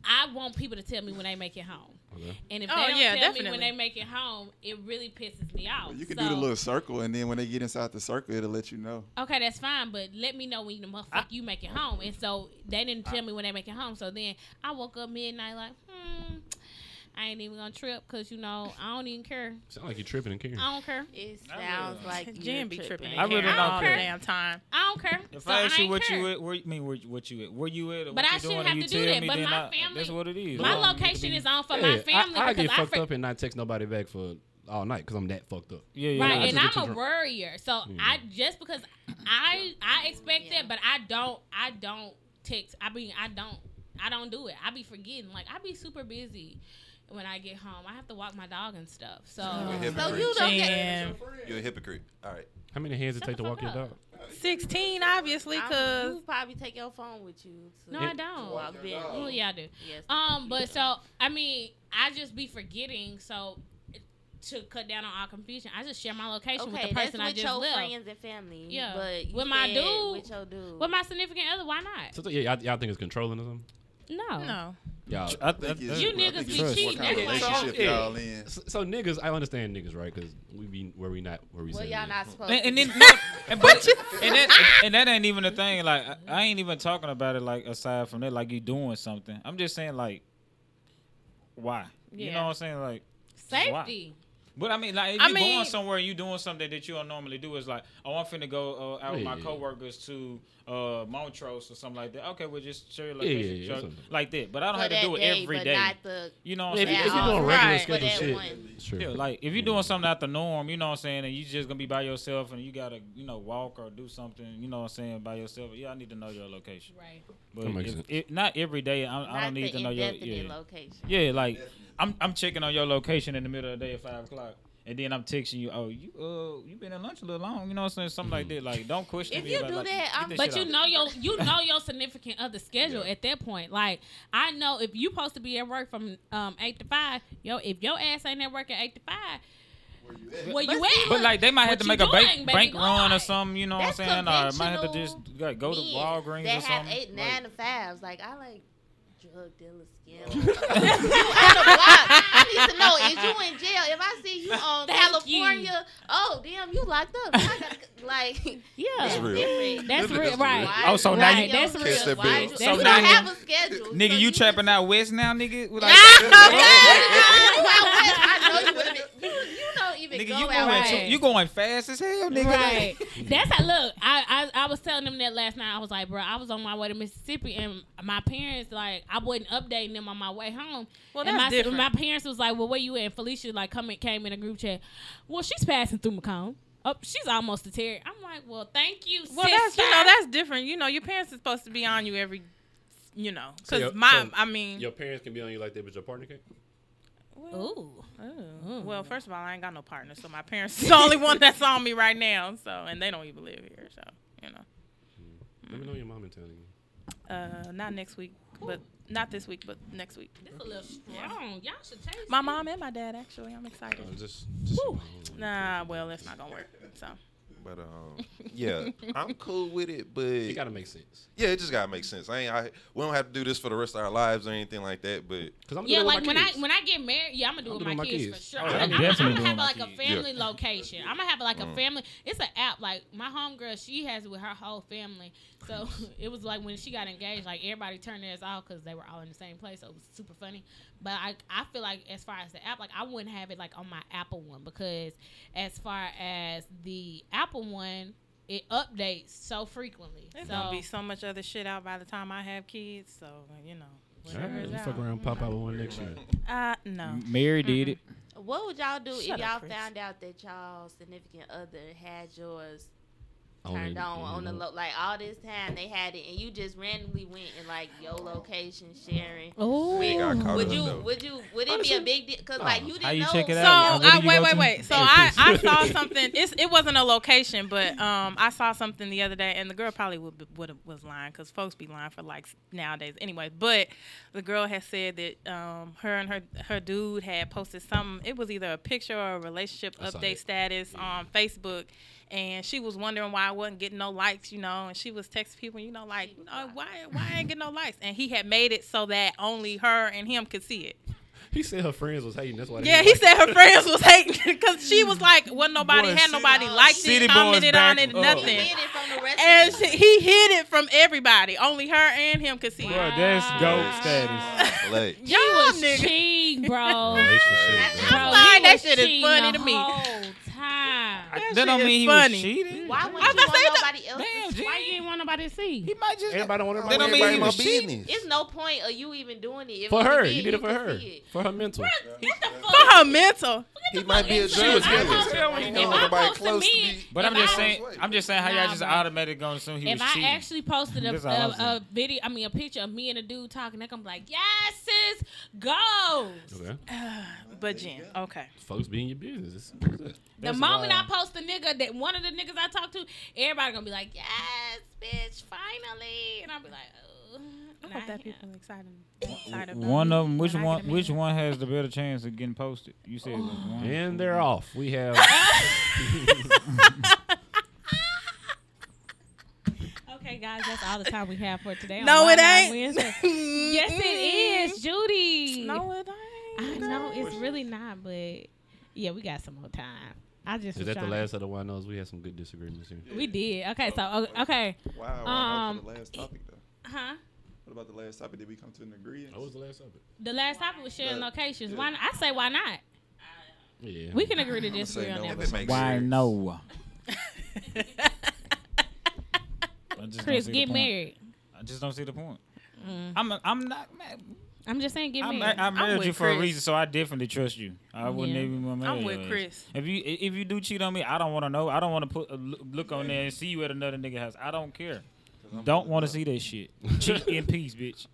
Speaker 2: I want people to tell me when they make it home.
Speaker 3: Okay.
Speaker 2: And if
Speaker 5: Oh,
Speaker 2: they don't
Speaker 5: yeah,
Speaker 2: tell me
Speaker 5: definitely.
Speaker 2: when they make it home, it really pisses me off.
Speaker 6: You can
Speaker 2: so,
Speaker 6: do the little circle, and then when they get inside the circle, it'll let you know.
Speaker 2: Okay, that's fine, but let me know when the motherfucker you make it home. And so they didn't tell me when they make it home. So then I woke up midnight like, hmm, I ain't even gonna trip because you know I don't even care.
Speaker 3: sound like you're tripping and caring.
Speaker 2: I don't care.
Speaker 7: It sounds like you're
Speaker 5: Jen be tripping.
Speaker 4: I really
Speaker 5: Karen
Speaker 4: don't
Speaker 5: all the
Speaker 4: care.
Speaker 5: damn time.
Speaker 2: I don't care.
Speaker 4: If
Speaker 2: so
Speaker 4: I ask you
Speaker 2: ain't
Speaker 4: what
Speaker 2: care.
Speaker 4: you at, where you mean where, what you at, where you at, or
Speaker 2: But
Speaker 4: what
Speaker 2: I
Speaker 4: you
Speaker 2: shouldn't
Speaker 4: doing,
Speaker 2: have
Speaker 4: and you
Speaker 2: to do
Speaker 4: tell
Speaker 2: that,
Speaker 4: me,
Speaker 2: but
Speaker 4: then
Speaker 2: my
Speaker 4: I-
Speaker 2: family-
Speaker 4: that's what it is.
Speaker 2: my
Speaker 4: Um, it could
Speaker 2: location
Speaker 4: be-
Speaker 2: is on for
Speaker 3: Yeah,
Speaker 2: my family
Speaker 3: I, I
Speaker 2: because
Speaker 3: get
Speaker 2: I
Speaker 3: fucked
Speaker 2: fre-
Speaker 3: up and not text nobody back for all night because I'm that fucked up.
Speaker 4: Yeah, yeah.
Speaker 2: right,
Speaker 4: yeah.
Speaker 2: and
Speaker 3: I just
Speaker 2: I'm a
Speaker 3: get too
Speaker 2: worrier. So
Speaker 3: Mm.
Speaker 2: I just because I I expect
Speaker 7: Yeah.
Speaker 2: that, but I don't I don't text. I mean I don't I don't do it. I be forgetting. Like I be super busy when I get home. I have to walk my dog and stuff. So
Speaker 7: So you don't get
Speaker 5: Jen.
Speaker 8: You're a hypocrite. All right.
Speaker 3: How many hands it
Speaker 2: Shut
Speaker 3: take
Speaker 2: the
Speaker 3: to
Speaker 2: fuck
Speaker 3: walk your
Speaker 2: up.
Speaker 3: dog?
Speaker 5: Sixteen, obviously,
Speaker 7: I'm-
Speaker 5: cause
Speaker 7: you probably take your phone with you. To
Speaker 2: no, I don't.
Speaker 7: Walk Bentley.
Speaker 2: Oh yeah, I do.
Speaker 7: Yes.
Speaker 2: Um, but so I mean, I just be forgetting. So to cut down on all confusion, I just share my location with
Speaker 7: okay,
Speaker 2: the
Speaker 7: that's
Speaker 2: person
Speaker 7: with
Speaker 2: I just
Speaker 7: your
Speaker 2: left.
Speaker 7: friends and family.
Speaker 2: Yeah.
Speaker 7: but you
Speaker 2: With my
Speaker 7: said
Speaker 2: dude.
Speaker 7: with your dude.
Speaker 2: With my significant other, why not?
Speaker 3: So, so, yeah, y'all, y'all think it's controlling or something?
Speaker 2: No.
Speaker 5: no.
Speaker 3: Y'all.
Speaker 4: I
Speaker 6: I think
Speaker 4: think
Speaker 6: it's-
Speaker 2: You
Speaker 6: I think
Speaker 2: niggas
Speaker 6: it's
Speaker 2: be
Speaker 6: what
Speaker 2: cheating.
Speaker 6: kind of
Speaker 2: That's why-
Speaker 6: relationship
Speaker 3: Yeah.
Speaker 6: y'all in.
Speaker 3: So, so niggas, I understand niggas, right? Because we be where we not where we.
Speaker 7: Well,
Speaker 3: say
Speaker 7: y'all
Speaker 3: we.
Speaker 7: not supposed.
Speaker 4: And, and then
Speaker 7: to.
Speaker 4: no, and, but, and, that, and that ain't even a thing. Like I, I ain't even talking about it. Like aside from that, like you doing something. I'm just saying like, why? You know
Speaker 5: Yeah.
Speaker 4: what I'm saying? Like,
Speaker 2: Safety.
Speaker 4: but I mean, like if
Speaker 5: I
Speaker 4: you
Speaker 5: mean-
Speaker 4: going somewhere and you doing something that you don't normally do, it's like, oh, I'm finna go uh, out with my
Speaker 3: Yeah.
Speaker 4: coworkers to uh, Montrose or something like that. Okay, well just share
Speaker 3: Yeah,
Speaker 4: your
Speaker 3: yeah,
Speaker 4: location,
Speaker 3: yeah,
Speaker 4: share-
Speaker 3: something.
Speaker 4: like that. but I don't
Speaker 7: For
Speaker 4: have to
Speaker 7: that
Speaker 4: do it
Speaker 7: day,
Speaker 4: every
Speaker 7: but
Speaker 4: day.
Speaker 7: Not the
Speaker 4: You know what
Speaker 3: Yeah,
Speaker 4: I'm
Speaker 3: if, you-
Speaker 4: saying?
Speaker 3: if you're doing
Speaker 5: Right.
Speaker 3: regular
Speaker 5: But
Speaker 3: schedule
Speaker 7: that
Speaker 3: shit,
Speaker 7: one.
Speaker 3: Sure.
Speaker 4: Yeah, like if you're doing something out the norm, you know what I'm saying, and you just gonna be by yourself and you gotta, you know, walk or do something, you know what I'm saying, by yourself. Yeah, I need to know your location.
Speaker 2: Right.
Speaker 4: But
Speaker 3: That makes
Speaker 4: if-
Speaker 3: sense.
Speaker 4: if- not every day. I, I
Speaker 7: Not
Speaker 4: don't need
Speaker 7: the
Speaker 4: to know your
Speaker 7: indefinite
Speaker 4: yeah.
Speaker 7: location.
Speaker 4: Yeah, like I'm I'm checking on your location in the middle of the day at five o'clock. And then I'm texting you, oh, you uh, you been at lunch a little long, you know what I'm saying? Something like that. Like, don't question
Speaker 7: If
Speaker 4: me.
Speaker 7: you
Speaker 4: about,
Speaker 7: do
Speaker 4: like,
Speaker 7: that,
Speaker 4: get
Speaker 7: I'm-
Speaker 4: this
Speaker 2: But
Speaker 4: shit
Speaker 2: you
Speaker 4: out.
Speaker 2: know your you know your significant other schedule
Speaker 8: Yeah.
Speaker 2: at that point. Like I know if you supposed to be at work from um eight to five, yo, if your ass ain't at work at eight to five, where you
Speaker 7: But-
Speaker 2: at?
Speaker 4: But like, they might have
Speaker 2: What
Speaker 4: to
Speaker 2: you
Speaker 4: make a
Speaker 2: doing,
Speaker 4: bank
Speaker 2: baby?
Speaker 4: bank run or
Speaker 2: Like,
Speaker 4: something, you know what I'm
Speaker 7: that's
Speaker 4: saying? Or might have to just
Speaker 7: conventional
Speaker 4: like, go to
Speaker 7: Men
Speaker 4: Walgreens
Speaker 7: that
Speaker 4: or
Speaker 7: have
Speaker 4: something.
Speaker 7: eight,
Speaker 4: Like,
Speaker 7: nine to fives. Like I like drug dealers,
Speaker 4: <laughs>
Speaker 7: scam. you on the block? I need to know is you in jail? If I see you on
Speaker 2: Thank
Speaker 7: California, oh damn, you locked up. I gotta- like
Speaker 2: yeah,
Speaker 7: <laughs> that's
Speaker 8: real.
Speaker 7: different.
Speaker 2: that's
Speaker 8: Look at
Speaker 2: real,
Speaker 8: this
Speaker 2: right?
Speaker 7: Why-
Speaker 4: Oh, so now
Speaker 7: why
Speaker 4: you-
Speaker 7: your-
Speaker 2: That's real.
Speaker 8: Catch that
Speaker 7: why
Speaker 8: bill.
Speaker 7: your-
Speaker 4: So
Speaker 7: you
Speaker 4: now
Speaker 7: don't
Speaker 4: you-
Speaker 7: have a
Speaker 4: <laughs>
Speaker 7: schedule. so
Speaker 4: Nigga, you
Speaker 7: you Ah!
Speaker 4: trapping
Speaker 7: <laughs>
Speaker 4: out west now, nigga? Like,
Speaker 7: I know you
Speaker 4: <laughs>
Speaker 7: wouldn't. You, you don't even
Speaker 4: nigga,
Speaker 7: go
Speaker 4: you
Speaker 7: out.
Speaker 4: going,
Speaker 2: right.
Speaker 4: too- you going fast as hell, nigga.
Speaker 2: Right. That's how. Look, I, I I was telling them that last night. I was like, bro, I was on my way to Mississippi, and my parents like I wasn't updating them on my way home.
Speaker 5: Well,
Speaker 2: and my,
Speaker 5: that's different.
Speaker 2: My parents was like, well, where you at? And Felicia like come in, came in a group chat. Well, she's passing through Macomb. Oh, she's almost to Terry. I'm like, well, thank you,
Speaker 5: Well,
Speaker 2: sister.
Speaker 5: that's you know that's different. You know, your parents are supposed to be on you every, you know,
Speaker 3: So
Speaker 5: because
Speaker 3: your-
Speaker 5: my
Speaker 3: so
Speaker 5: I mean,
Speaker 3: Your parents can be on you like that, but your partner can't.
Speaker 5: well,
Speaker 2: Ooh.
Speaker 5: ooh. well, first of all, I ain't got no partner, so my parents <laughs> is the only one that's on me right now. So, and they don't even live here, so you know,
Speaker 3: Let me know your mom in town again.
Speaker 5: uh, not next week, but not this week, but next week.
Speaker 2: This a little strong. Y'all should taste
Speaker 5: My
Speaker 2: it.
Speaker 5: mom and my dad actually, I'm excited.
Speaker 3: Uh, just, just your
Speaker 2: Woo.
Speaker 3: mom.
Speaker 5: Nah, well, that's not gonna work. So,
Speaker 8: But um, yeah, I'm cool with it. But
Speaker 3: It gotta make sense.
Speaker 8: yeah, it just gotta make sense. I ain't. I, we don't have to do this for the rest of our lives or anything like that. But
Speaker 3: Cause I'm
Speaker 2: Yeah,
Speaker 3: doing it
Speaker 2: like
Speaker 3: with
Speaker 2: when
Speaker 3: my
Speaker 2: I when I get married, yeah, I'm gonna do it with my, kids, for sure.
Speaker 3: Oh,
Speaker 2: I'm,
Speaker 3: yeah, I'm
Speaker 2: gonna- I'm
Speaker 4: definitely
Speaker 2: gonna have
Speaker 4: doing
Speaker 2: like
Speaker 4: my
Speaker 2: a
Speaker 4: kids.
Speaker 2: family location. I'm gonna have like a family. It's an app. Like my homegirl, she has it with her whole family. So <laughs> it was like when she got engaged, like everybody turned theirs off because they were all in the same place. So it was super funny. But I I feel like as far as the app, like I wouldn't have it like on my Apple one because as far as the Apple one, it updates so frequently.
Speaker 5: there's
Speaker 2: so
Speaker 5: gonna be so much other shit out by the time I have kids. So, you know,
Speaker 3: All
Speaker 5: whatever
Speaker 3: right,
Speaker 5: is
Speaker 3: you
Speaker 5: out.
Speaker 3: fuck around, pop out with one next year.
Speaker 5: Uh, no.
Speaker 4: Mary did it.
Speaker 7: What would y'all do if
Speaker 5: Shut up,
Speaker 7: y'all
Speaker 5: Chris.
Speaker 7: found out that y'all significant other had yours
Speaker 3: Own
Speaker 7: turned
Speaker 3: it,
Speaker 7: on
Speaker 3: own
Speaker 7: on
Speaker 3: it
Speaker 7: the
Speaker 3: up.
Speaker 7: lo- like all this time they had it and you just randomly went and like your location sharing?
Speaker 2: oh
Speaker 8: we got caught
Speaker 7: Would
Speaker 8: up
Speaker 7: you?
Speaker 8: though.
Speaker 7: Would you? Would it be a big deal? Cause
Speaker 3: Oh.
Speaker 7: like you didn't
Speaker 4: How you
Speaker 7: know.
Speaker 4: check it
Speaker 5: So
Speaker 4: out? Where
Speaker 5: I,
Speaker 4: did you
Speaker 5: wait,
Speaker 4: go
Speaker 5: wait,
Speaker 4: to? <laughs>
Speaker 5: wait. So I, I saw something. It's, it wasn't a location, but um, I saw something the other day, and the girl probably would, be- would have- was lying because folks be lying for likes nowadays, anyway. But the girl had said that um, her and her her dude had posted some. It was either a picture or a relationship
Speaker 3: I saw
Speaker 5: update
Speaker 3: it.
Speaker 5: status on Facebook, and she was wondering why I wasn't getting no likes, you know. And she was texting people, you know, like, "Oh, why why I ain't getting no likes? And he had made it so that only her and him could see it.
Speaker 3: He said her friends was hating. That's why. they
Speaker 5: Yeah,
Speaker 3: didn't
Speaker 5: he
Speaker 3: like
Speaker 4: <laughs>
Speaker 5: said her friends was hating <laughs> because she was like, "Wasn't nobody
Speaker 4: Oh, Boy,
Speaker 5: had
Speaker 4: City-
Speaker 5: nobody liked
Speaker 4: City
Speaker 5: it,
Speaker 4: Boys
Speaker 5: commented on
Speaker 4: back
Speaker 5: it,
Speaker 4: up.
Speaker 7: You
Speaker 5: nothing."
Speaker 7: hid it from the rest.
Speaker 5: And
Speaker 7: of
Speaker 5: she,
Speaker 7: them.
Speaker 5: he hid it from everybody. Only her and him could see
Speaker 4: Bro,
Speaker 5: it.
Speaker 4: that's goat status. <laughs>
Speaker 8: Like,
Speaker 5: Y'all
Speaker 2: was
Speaker 5: nigga.
Speaker 2: cheating, <laughs> bro.
Speaker 3: Relationship,
Speaker 5: I'm
Speaker 2: Bro,
Speaker 3: bro.
Speaker 5: sorry,
Speaker 2: he
Speaker 5: that
Speaker 2: was
Speaker 5: shit is
Speaker 2: cheating
Speaker 5: funny
Speaker 2: the
Speaker 5: to me.
Speaker 2: Whole time.
Speaker 5: That
Speaker 4: That don't
Speaker 5: shit
Speaker 4: mean he
Speaker 5: is
Speaker 4: was
Speaker 5: funny.
Speaker 4: cheating.
Speaker 7: Why
Speaker 5: I was
Speaker 7: wouldn't you
Speaker 5: about to say
Speaker 7: want
Speaker 5: that-
Speaker 7: nobody else?
Speaker 4: Damn,
Speaker 7: to
Speaker 4: G.
Speaker 2: Why you didn't want nobody to see?
Speaker 4: He might just.
Speaker 3: Everybody want
Speaker 8: that
Speaker 3: everybody.
Speaker 8: don't
Speaker 4: Everybody
Speaker 8: mean he
Speaker 4: my
Speaker 8: was
Speaker 4: business.
Speaker 8: cheating.
Speaker 7: It's no point of you even doing it. If
Speaker 3: For
Speaker 7: you
Speaker 3: her, you did it for
Speaker 7: could
Speaker 3: her,
Speaker 7: see it.
Speaker 3: for her mental.
Speaker 5: For her mental.
Speaker 8: He might be a drug dealer. You
Speaker 2: If
Speaker 8: know,
Speaker 2: I
Speaker 8: nobody
Speaker 2: post a
Speaker 8: close to
Speaker 2: man-
Speaker 8: be.
Speaker 4: But
Speaker 2: If
Speaker 4: I'm just
Speaker 2: I-
Speaker 4: saying, I'm just saying how y'all
Speaker 2: Nah,
Speaker 4: just
Speaker 2: bro.
Speaker 4: automatically gonna assume he
Speaker 2: If
Speaker 4: was
Speaker 2: I
Speaker 4: cheating.
Speaker 2: actually posted a,
Speaker 4: That's all I was
Speaker 2: a, a video, I mean a picture of me and a dude talking, they're gonna be like, "Yes, sis, go."
Speaker 3: Okay.
Speaker 5: But Jen, okay.
Speaker 3: Folks be in your business.
Speaker 2: The
Speaker 4: That's
Speaker 2: moment
Speaker 4: wild.
Speaker 2: I post a nigga that one of the niggas I talk to, everybody gonna be like, "Yes, bitch, finally," and I'll be like, "Oh."
Speaker 5: I
Speaker 2: nah,
Speaker 5: hope that
Speaker 2: yeah.
Speaker 5: people excited. excited about
Speaker 4: One
Speaker 5: me
Speaker 4: of them, which
Speaker 5: when I
Speaker 4: one,
Speaker 5: get a
Speaker 4: which
Speaker 5: man.
Speaker 4: one has the better chance of getting posted? You said it was one.
Speaker 3: and they're off. We have.
Speaker 2: Okay, guys, that's all the time we have for <laughs> today. on
Speaker 5: No, it
Speaker 2: Wine Night
Speaker 5: ain't.
Speaker 2: Wednesday.
Speaker 5: <laughs>
Speaker 2: yes, it is, Judy.
Speaker 5: No, it
Speaker 2: I
Speaker 5: ain't.
Speaker 2: know it's really not, but yeah, we got some more time. I just
Speaker 3: Is
Speaker 2: was
Speaker 3: that the
Speaker 2: trying to-
Speaker 3: last of the winos? We had some good disagreements here.
Speaker 2: We did. Okay, so o- okay,
Speaker 6: Wow, wow,
Speaker 2: Um,
Speaker 6: for the last topic though.
Speaker 2: huh?
Speaker 6: What about the last topic? Did we come to an agreement?
Speaker 3: That was the last of it.
Speaker 2: The last topic was sharing
Speaker 6: Yeah.
Speaker 2: locations.
Speaker 6: Yeah.
Speaker 2: Why? Not? I say why not?
Speaker 3: Yeah.
Speaker 2: We can agree to
Speaker 6: I'ma
Speaker 2: disagree
Speaker 6: say
Speaker 2: on
Speaker 6: no
Speaker 2: that.
Speaker 8: If
Speaker 6: on
Speaker 2: one.
Speaker 8: it
Speaker 6: that
Speaker 8: makes
Speaker 4: Why
Speaker 8: sense.
Speaker 4: no?
Speaker 2: Chris, get married.
Speaker 4: I just don't see the point. I'm a, I'm not mad.
Speaker 2: I'm just saying, get
Speaker 4: I,
Speaker 2: married.
Speaker 4: ma- I married
Speaker 5: with
Speaker 4: you for a
Speaker 5: Chris.
Speaker 4: reason, so I definitely trust you. I wouldn't
Speaker 2: Yeah.
Speaker 4: even want to marry
Speaker 5: I'm
Speaker 4: your
Speaker 5: with
Speaker 4: ass.
Speaker 5: Chris.
Speaker 4: If you i- if you do cheat on me, I don't want to know. I don't want to put uh, loo- look on there and see you at another nigga house. I don't care. Don't want to see that shit. Cheat in peace, bitch.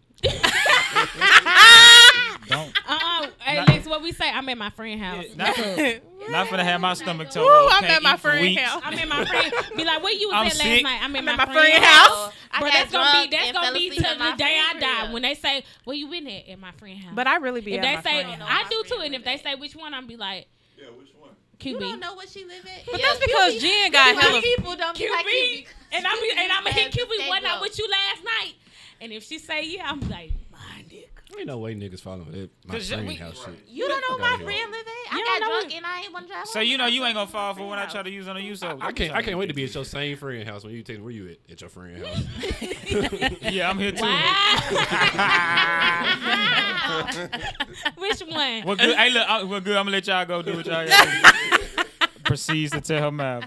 Speaker 4: don't.
Speaker 2: uh-uh. Hey,
Speaker 4: Not-
Speaker 2: Lex, what we say? I'm at my friend house.
Speaker 4: Not for, not for to have my stomach told.
Speaker 5: Ooh,
Speaker 4: I
Speaker 5: I'm
Speaker 4: can't
Speaker 5: at my
Speaker 4: eat for
Speaker 5: friend
Speaker 4: weeks.
Speaker 5: house.
Speaker 2: I'm at my friend. Be like, where you was
Speaker 4: I'm
Speaker 2: at last
Speaker 4: sick.
Speaker 2: night? I'm at
Speaker 5: I'm
Speaker 2: my,
Speaker 5: at my
Speaker 2: friend's
Speaker 5: friend's
Speaker 2: house.
Speaker 5: house.
Speaker 7: I
Speaker 2: Bro,
Speaker 7: got
Speaker 2: that's gonna be
Speaker 7: drunk
Speaker 2: that's
Speaker 7: and
Speaker 2: gonna
Speaker 7: fell
Speaker 2: be till
Speaker 7: asleep at
Speaker 2: the
Speaker 7: my
Speaker 2: day I
Speaker 7: friend's
Speaker 2: die.
Speaker 7: crib.
Speaker 2: When they say, "Where you been at?" at my friend's house.
Speaker 5: <laughs> But I really be
Speaker 2: if
Speaker 5: at
Speaker 2: they
Speaker 5: my
Speaker 2: say,
Speaker 5: friend.
Speaker 7: house.
Speaker 2: I do too.
Speaker 7: friend
Speaker 2: And
Speaker 7: live
Speaker 2: if they say
Speaker 7: at.
Speaker 2: which one, I'm be like,
Speaker 6: Yeah, which one?
Speaker 7: You
Speaker 2: QB.
Speaker 7: don't know what she live at.
Speaker 5: But that's because Jen got hella.
Speaker 7: people don't be like
Speaker 2: QB. <laughs>
Speaker 7: QB.
Speaker 2: And I'm and I'm gonna hit
Speaker 7: That's the
Speaker 2: QB. What
Speaker 7: staple.
Speaker 2: not with you last night? And if she say yeah, I'm like, my nigga.
Speaker 3: Ain't no way niggas following that. My
Speaker 4: 'Cause y-
Speaker 3: friend
Speaker 4: we-
Speaker 3: house shit.
Speaker 7: You don't know
Speaker 3: Fuck
Speaker 7: my
Speaker 3: outta here.
Speaker 7: friend live at.
Speaker 2: You
Speaker 7: I
Speaker 2: don't
Speaker 7: got
Speaker 2: know
Speaker 7: drunk and I ain't want to drive.
Speaker 4: So you know you ain't gonna fall for when I try to use on you. So
Speaker 3: I can't. I can't wait to be at your same friend house when you text. Where you at? At your friend house.
Speaker 4: Yeah, I'm here too.
Speaker 2: Wow. <laughs> Which one?
Speaker 4: Well, good. Hey, look, I, well, good. I'm gonna let y'all go do what y'all got.
Speaker 5: <laughs>
Speaker 4: to do. Proceeds to tell her mouth.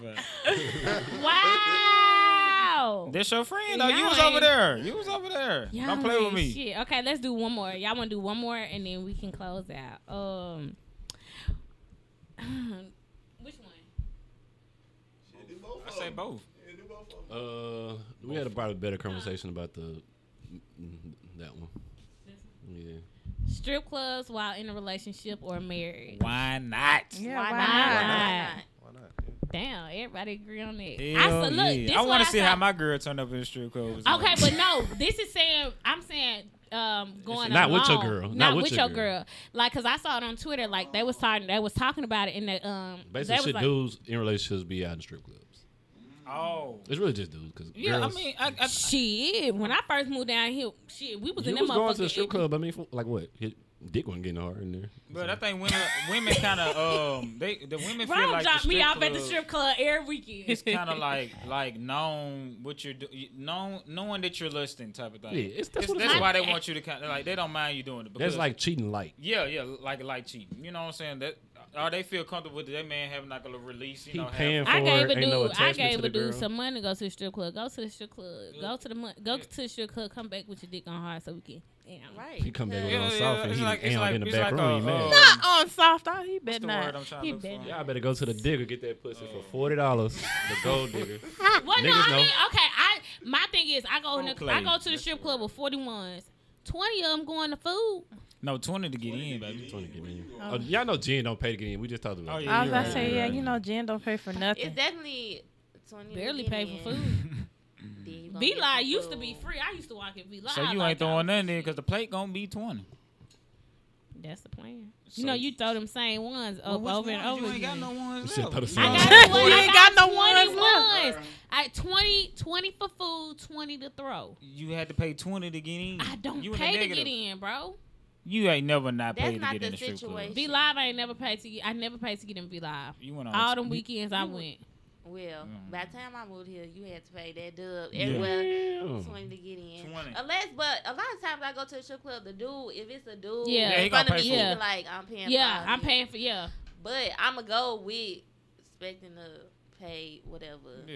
Speaker 2: Wow.
Speaker 4: That's your friend. though. you
Speaker 2: Y'all
Speaker 4: was over
Speaker 2: ain't-
Speaker 4: there. You was over there.
Speaker 2: Y'all
Speaker 4: Don't play with
Speaker 2: ain't
Speaker 4: me.
Speaker 2: Shit. Okay, let's do one more. Y'all want to do one more, and then we can close out. Um, <clears throat> which one?
Speaker 4: I say both.
Speaker 3: Uh, we had a probably better conversation about the mm, that one. Yeah.
Speaker 2: Strip clubs while in a relationship or married.
Speaker 4: Why not?
Speaker 5: Yeah,
Speaker 7: Why
Speaker 5: why,
Speaker 7: not?
Speaker 5: not?
Speaker 7: Why not?
Speaker 8: Why not?
Speaker 2: Damn, everybody agree on that. I
Speaker 4: Hell
Speaker 2: said, look,
Speaker 4: yeah.
Speaker 2: this
Speaker 4: I
Speaker 2: want to
Speaker 4: see how my girl turned up in the strip club.
Speaker 2: Okay, but no, this is saying I'm saying um going
Speaker 3: Not with your
Speaker 2: along.
Speaker 3: girl.
Speaker 2: not, with, your girl. Like, cause I saw it on Twitter. Like they was talking, they was talking about it in the um. they
Speaker 3: Basically,
Speaker 2: was
Speaker 3: shit
Speaker 2: like,
Speaker 3: dudes in relationships be out in strip clubs.
Speaker 4: Oh.
Speaker 3: It's really just dudes because
Speaker 4: Yeah,
Speaker 3: girls.
Speaker 4: I mean, I, I,
Speaker 2: Shit, when I first moved down here, shit, we was in them
Speaker 3: you was going to the
Speaker 2: motherfucking-
Speaker 3: strip club. I mean, for, like what? His dick wasn't getting hard in there.
Speaker 4: but I think women, women
Speaker 2: <laughs>
Speaker 4: kind of um, they the women feel
Speaker 2: Ron
Speaker 4: like
Speaker 2: dropped
Speaker 4: the
Speaker 2: me
Speaker 4: strip
Speaker 2: off at the
Speaker 4: club-
Speaker 2: strip club every weekend.
Speaker 4: It's
Speaker 2: <laughs>
Speaker 4: kind of like like known what you're doing, known knowing that you're lusting type of thing.
Speaker 3: Yeah, it's- that's what it's
Speaker 4: that's
Speaker 3: like.
Speaker 4: why they want you to kind of like they don't mind you doing it.
Speaker 3: That's
Speaker 4: because-
Speaker 3: like cheating light.
Speaker 4: yeah, yeah, like like cheating. You know what I'm saying? That or they feel comfortable with that man having like a little release. You
Speaker 3: He
Speaker 4: know, have-
Speaker 3: paying for
Speaker 2: I gave
Speaker 3: it.
Speaker 2: a dude,
Speaker 3: Ain't no
Speaker 2: I
Speaker 3: attachment
Speaker 2: gave
Speaker 3: to
Speaker 2: a
Speaker 3: the
Speaker 2: dude
Speaker 3: girl.
Speaker 2: some money to go to the strip club. Go to the strip club. Go
Speaker 4: Yeah.
Speaker 2: to the mon- go to the strip club. Come back with your dick on hard so we can. You know.
Speaker 7: Right.
Speaker 3: He come back with
Speaker 4: Yeah,
Speaker 3: on
Speaker 4: yeah,
Speaker 3: soft and
Speaker 4: it's
Speaker 3: he
Speaker 4: like- it's
Speaker 3: down
Speaker 4: like-
Speaker 3: in the
Speaker 4: it's
Speaker 3: back
Speaker 4: like
Speaker 3: room.
Speaker 4: a,
Speaker 3: he mad.
Speaker 4: uh,
Speaker 5: Not on soft. I he
Speaker 4: What's
Speaker 5: better
Speaker 4: the
Speaker 5: not.
Speaker 4: word I'm trying to
Speaker 2: He
Speaker 4: look
Speaker 2: better
Speaker 4: for?
Speaker 3: Y'all better go to the digger, get that pussy
Speaker 4: Oh.
Speaker 3: for forty dollars.
Speaker 4: <laughs>
Speaker 3: The gold digger.
Speaker 2: Well, no,
Speaker 3: Niggas
Speaker 2: I
Speaker 3: know.
Speaker 2: mean, okay. I my thing is, I go in
Speaker 4: Don't
Speaker 2: the, I
Speaker 4: play.
Speaker 2: go to the strip club with forty ones. Twenty of them going to food.
Speaker 4: No, 20 to get in, baby.
Speaker 3: Trying to get in. Oh, y'all know Jen don't pay to get in. We just talked about.
Speaker 4: Oh,
Speaker 3: that.
Speaker 4: yeah,
Speaker 5: I was
Speaker 4: you're right,
Speaker 5: about to say,
Speaker 4: you're
Speaker 5: yeah,
Speaker 4: right.
Speaker 5: you know, Jen don't pay for
Speaker 7: It's
Speaker 5: nothing.
Speaker 7: definitely twenty. to
Speaker 2: Barely
Speaker 7: get
Speaker 2: pay
Speaker 7: in.
Speaker 2: for food.
Speaker 7: Then you gonna
Speaker 2: V
Speaker 7: get
Speaker 2: Live
Speaker 7: some
Speaker 2: used to
Speaker 7: food.
Speaker 2: be free. I used to walk at V Live.
Speaker 4: So you
Speaker 2: like,
Speaker 4: ain't throwing
Speaker 2: I-
Speaker 4: nothing in because the plate gonna be 20.
Speaker 2: That's the plan.
Speaker 4: So-
Speaker 2: you know, you throw them same ones up
Speaker 4: Well,
Speaker 2: Oh, over
Speaker 4: which
Speaker 2: and
Speaker 4: ones?
Speaker 2: over.
Speaker 4: You ain't got
Speaker 2: again.
Speaker 4: no ones
Speaker 3: said
Speaker 4: left.
Speaker 3: throw the
Speaker 4: You
Speaker 3: same
Speaker 2: I got, <laughs>
Speaker 4: know- <laughs>
Speaker 5: You
Speaker 2: the one- I
Speaker 5: ain't
Speaker 2: got,
Speaker 5: got no ones
Speaker 2: 20
Speaker 5: left.
Speaker 2: ones. I 20, 20 for food, 20 to throw.
Speaker 4: You had to pay 20 to get in.
Speaker 2: I don't
Speaker 4: you in the
Speaker 2: pay to get
Speaker 4: negative.
Speaker 2: in, bro.
Speaker 4: You ain't never not
Speaker 7: That's
Speaker 4: paid to
Speaker 7: not
Speaker 4: get in
Speaker 7: the
Speaker 4: the strip club.
Speaker 7: situation.
Speaker 2: V Live, I ain't never paid to get, I never paid to get in V Live.
Speaker 4: You went on
Speaker 2: All them weekends I went.
Speaker 7: Well,
Speaker 4: Mm.
Speaker 7: by the time I moved here, you had to pay that dub
Speaker 4: Yeah. Mm.
Speaker 7: everywhere.
Speaker 3: Damn.
Speaker 7: Twenty to get in.
Speaker 4: 20.
Speaker 7: Unless, but a lot of times I go to the strip club. The dude, if it's a dude,
Speaker 2: Yeah. Yeah,
Speaker 4: he
Speaker 7: in
Speaker 4: gonna
Speaker 7: front of
Speaker 4: pay
Speaker 7: me,
Speaker 2: for
Speaker 7: he
Speaker 2: it.
Speaker 7: be like, I'm paying.
Speaker 2: Yeah,
Speaker 7: for all
Speaker 2: I'm
Speaker 7: this.
Speaker 2: paying for, yeah.
Speaker 7: But I'ma go with expecting to pay whatever.
Speaker 4: Yeah.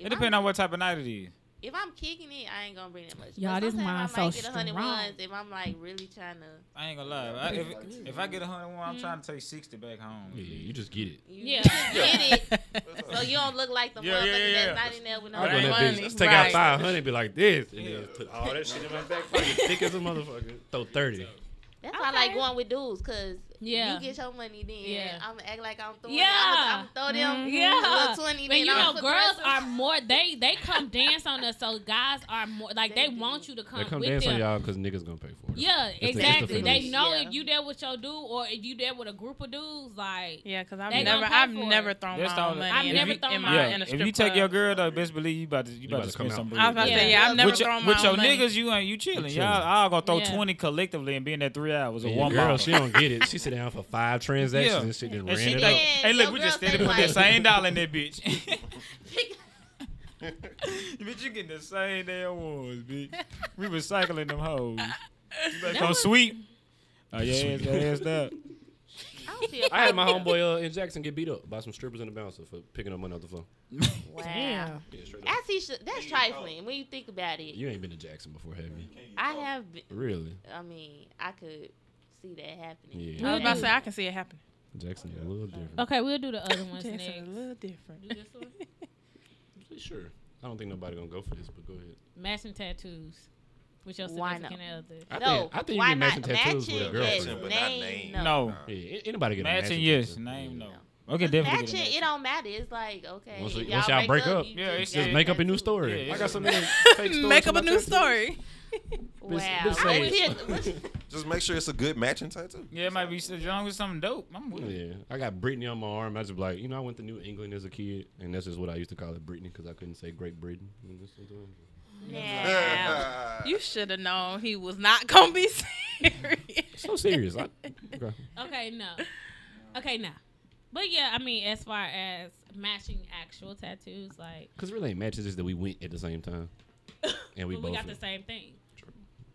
Speaker 4: It
Speaker 7: I'm-
Speaker 4: depends on what type of night it is.
Speaker 7: If I'm kicking it, I ain't gonna bring that much. But
Speaker 2: Y'all, this
Speaker 7: sometimes
Speaker 2: mine
Speaker 7: I might
Speaker 2: so
Speaker 7: get a hundred
Speaker 2: strong.
Speaker 7: ones if I'm like really trying to.
Speaker 4: I ain't gonna lie. I, if, if I get 101, I'm trying to take 60 back home.
Speaker 3: Yeah, you just get it.
Speaker 7: You
Speaker 2: Yeah.
Speaker 7: just <laughs> get it,
Speaker 3: <laughs>
Speaker 7: so you don't look like the
Speaker 4: Yeah,
Speaker 7: motherfucker
Speaker 4: yeah, yeah, yeah.
Speaker 7: that's not in there with no
Speaker 3: I go in that
Speaker 7: money.
Speaker 3: bitch.
Speaker 5: Money,
Speaker 3: Let's take out
Speaker 5: right.
Speaker 3: five hundred. Be like this, and
Speaker 4: Yeah.
Speaker 3: then put all that shit in my back pocket, thick as a motherfucker.
Speaker 4: <laughs>
Speaker 3: Throw thirty.
Speaker 7: That's why I like
Speaker 2: Okay.
Speaker 7: going with dudes, cause
Speaker 2: Yeah.
Speaker 7: you get your money then.
Speaker 2: Yeah.
Speaker 7: I'm gonna act like I'm throwing.
Speaker 2: Yeah.
Speaker 7: Yeah. I'm, gonna throw
Speaker 2: Mhm.
Speaker 7: them. a
Speaker 2: Yeah.
Speaker 7: little twenty.
Speaker 2: But
Speaker 7: then
Speaker 2: you
Speaker 7: I'ma
Speaker 2: know,
Speaker 7: put the
Speaker 2: girls
Speaker 7: rest
Speaker 2: are
Speaker 7: of-
Speaker 2: more. They they come dance on us, so guys are more like they,
Speaker 7: They do.
Speaker 2: want you to come
Speaker 3: They come
Speaker 2: with
Speaker 3: dance
Speaker 2: them.
Speaker 3: on y'all because niggas gonna pay for it.
Speaker 2: Yeah,
Speaker 3: the- it's the
Speaker 2: exactly. they
Speaker 3: feelings.
Speaker 2: know
Speaker 7: Yeah.
Speaker 2: if you there with your dude or if you there with a group of dudes, like
Speaker 5: Yeah, because I've
Speaker 2: They
Speaker 5: never,
Speaker 2: gonna pay
Speaker 5: I've
Speaker 2: for
Speaker 5: never
Speaker 2: it.
Speaker 5: thrown
Speaker 4: That's the
Speaker 5: my own
Speaker 4: only-
Speaker 5: money.
Speaker 2: I've
Speaker 5: in
Speaker 2: never
Speaker 5: a-
Speaker 2: thrown
Speaker 5: in
Speaker 2: my-
Speaker 5: my
Speaker 4: Yeah,
Speaker 5: in a
Speaker 4: if
Speaker 5: strip
Speaker 4: you take
Speaker 5: club.
Speaker 4: your girl though, best believe you about to you, about
Speaker 3: about
Speaker 4: to
Speaker 3: to come
Speaker 4: spend
Speaker 3: out.
Speaker 4: some.
Speaker 5: I was about to
Speaker 2: Yeah.
Speaker 5: say, yeah, I've never
Speaker 4: with your,
Speaker 5: thrown my
Speaker 4: with
Speaker 5: own
Speaker 4: your
Speaker 5: money.
Speaker 4: niggas, you ain't you chilling.
Speaker 3: chilling.
Speaker 4: Y'all all gonna throw
Speaker 2: Yeah.
Speaker 4: twenty collectively and be in there three hours or
Speaker 3: Yeah,
Speaker 4: one
Speaker 3: girl,
Speaker 4: bottle.
Speaker 3: she don't get it. She sit down for five transactions
Speaker 4: Yeah.
Speaker 3: and shit, then
Speaker 4: and
Speaker 3: ran
Speaker 4: she
Speaker 3: it
Speaker 4: like,
Speaker 3: up.
Speaker 4: hey,
Speaker 7: Yeah,
Speaker 4: look, we
Speaker 7: your
Speaker 4: just
Speaker 7: girl
Speaker 4: standing put
Speaker 7: think
Speaker 4: that
Speaker 7: like-
Speaker 4: same dollar in that
Speaker 5: <laughs>
Speaker 4: bitch. bitch, you getting the same damn ones, bitch.
Speaker 3: <laughs>
Speaker 4: We
Speaker 5: <laughs>
Speaker 4: recycling them hoes. You better come sweep. Oh yeah, ass, ass up.
Speaker 7: I don't feel.
Speaker 3: <laughs> I had my
Speaker 7: comfortable.
Speaker 3: homeboy uh, in Jackson get beat up by some strippers and a bouncer for picking up money off the floor.
Speaker 7: Wow.
Speaker 2: Damn.
Speaker 3: Yeah, straight up.
Speaker 7: As he should, that's trifling when you think about it.
Speaker 3: You ain't been to Jackson before, have you?
Speaker 7: I have. Been,
Speaker 3: Really?
Speaker 7: I mean, I could see that happening.
Speaker 3: Yeah.
Speaker 5: I was about to
Speaker 2: do-
Speaker 5: say I can see it happening.
Speaker 3: Jackson a little different.
Speaker 2: Okay, we'll do the other ones
Speaker 5: Jackson,
Speaker 2: next.
Speaker 5: a little different.
Speaker 2: This one?
Speaker 3: Sure. I don't think nobody gonna go for this, but go ahead.
Speaker 2: Matching tattoos with your
Speaker 7: Why
Speaker 2: significant other.
Speaker 3: I
Speaker 7: No,
Speaker 3: think I think
Speaker 7: why
Speaker 3: you can matching
Speaker 7: not?
Speaker 3: tattoos
Speaker 7: Matching,
Speaker 3: with a
Speaker 7: yes.
Speaker 3: girlfriend.
Speaker 8: but
Speaker 7: Name,
Speaker 8: not name.
Speaker 7: no.
Speaker 4: No.
Speaker 3: Yeah, a- anybody get a matching?
Speaker 4: Matching, yes.
Speaker 3: tattoo.
Speaker 4: Name, no.
Speaker 3: Yeah.
Speaker 4: Okay,
Speaker 7: 'Cause
Speaker 4: definitely. get a
Speaker 7: matching,
Speaker 4: match.
Speaker 7: it don't matter. It's like okay,
Speaker 3: Once-
Speaker 7: if
Speaker 3: once y'all break up,
Speaker 7: you
Speaker 4: yeah,
Speaker 7: just
Speaker 4: it's
Speaker 7: got
Speaker 3: Just make up a new
Speaker 7: tattoo.
Speaker 3: story.
Speaker 4: Yeah,
Speaker 3: I got
Speaker 4: it's-
Speaker 3: some
Speaker 4: <laughs>
Speaker 3: little fake stories.
Speaker 5: Make
Speaker 3: for
Speaker 5: up
Speaker 3: my
Speaker 5: a new
Speaker 3: tattoos.
Speaker 5: story.
Speaker 7: Wow,
Speaker 3: this
Speaker 7: I
Speaker 3: ain't-
Speaker 7: would feel-
Speaker 8: Just make sure it's a good matching tattoo.
Speaker 4: Yeah, it
Speaker 8: <laughs>
Speaker 4: might be as long as something dope. I'm with it.
Speaker 3: Yeah, I got Britney on my arm. I just be like, you know, I went to New England as a kid, and that's just what I used to call it, Britney, because I couldn't say Great Britain. And this is-
Speaker 7: Nah.
Speaker 5: You should have known he was not gonna be serious.
Speaker 3: So serious. I, okay.
Speaker 2: Okay, no. Okay, no. But yeah, I mean, as far as matching actual tattoos, like
Speaker 3: Because really ain't matches, just that we went at the same time. And we
Speaker 2: but
Speaker 3: both.
Speaker 2: we got the
Speaker 3: went.
Speaker 2: same thing.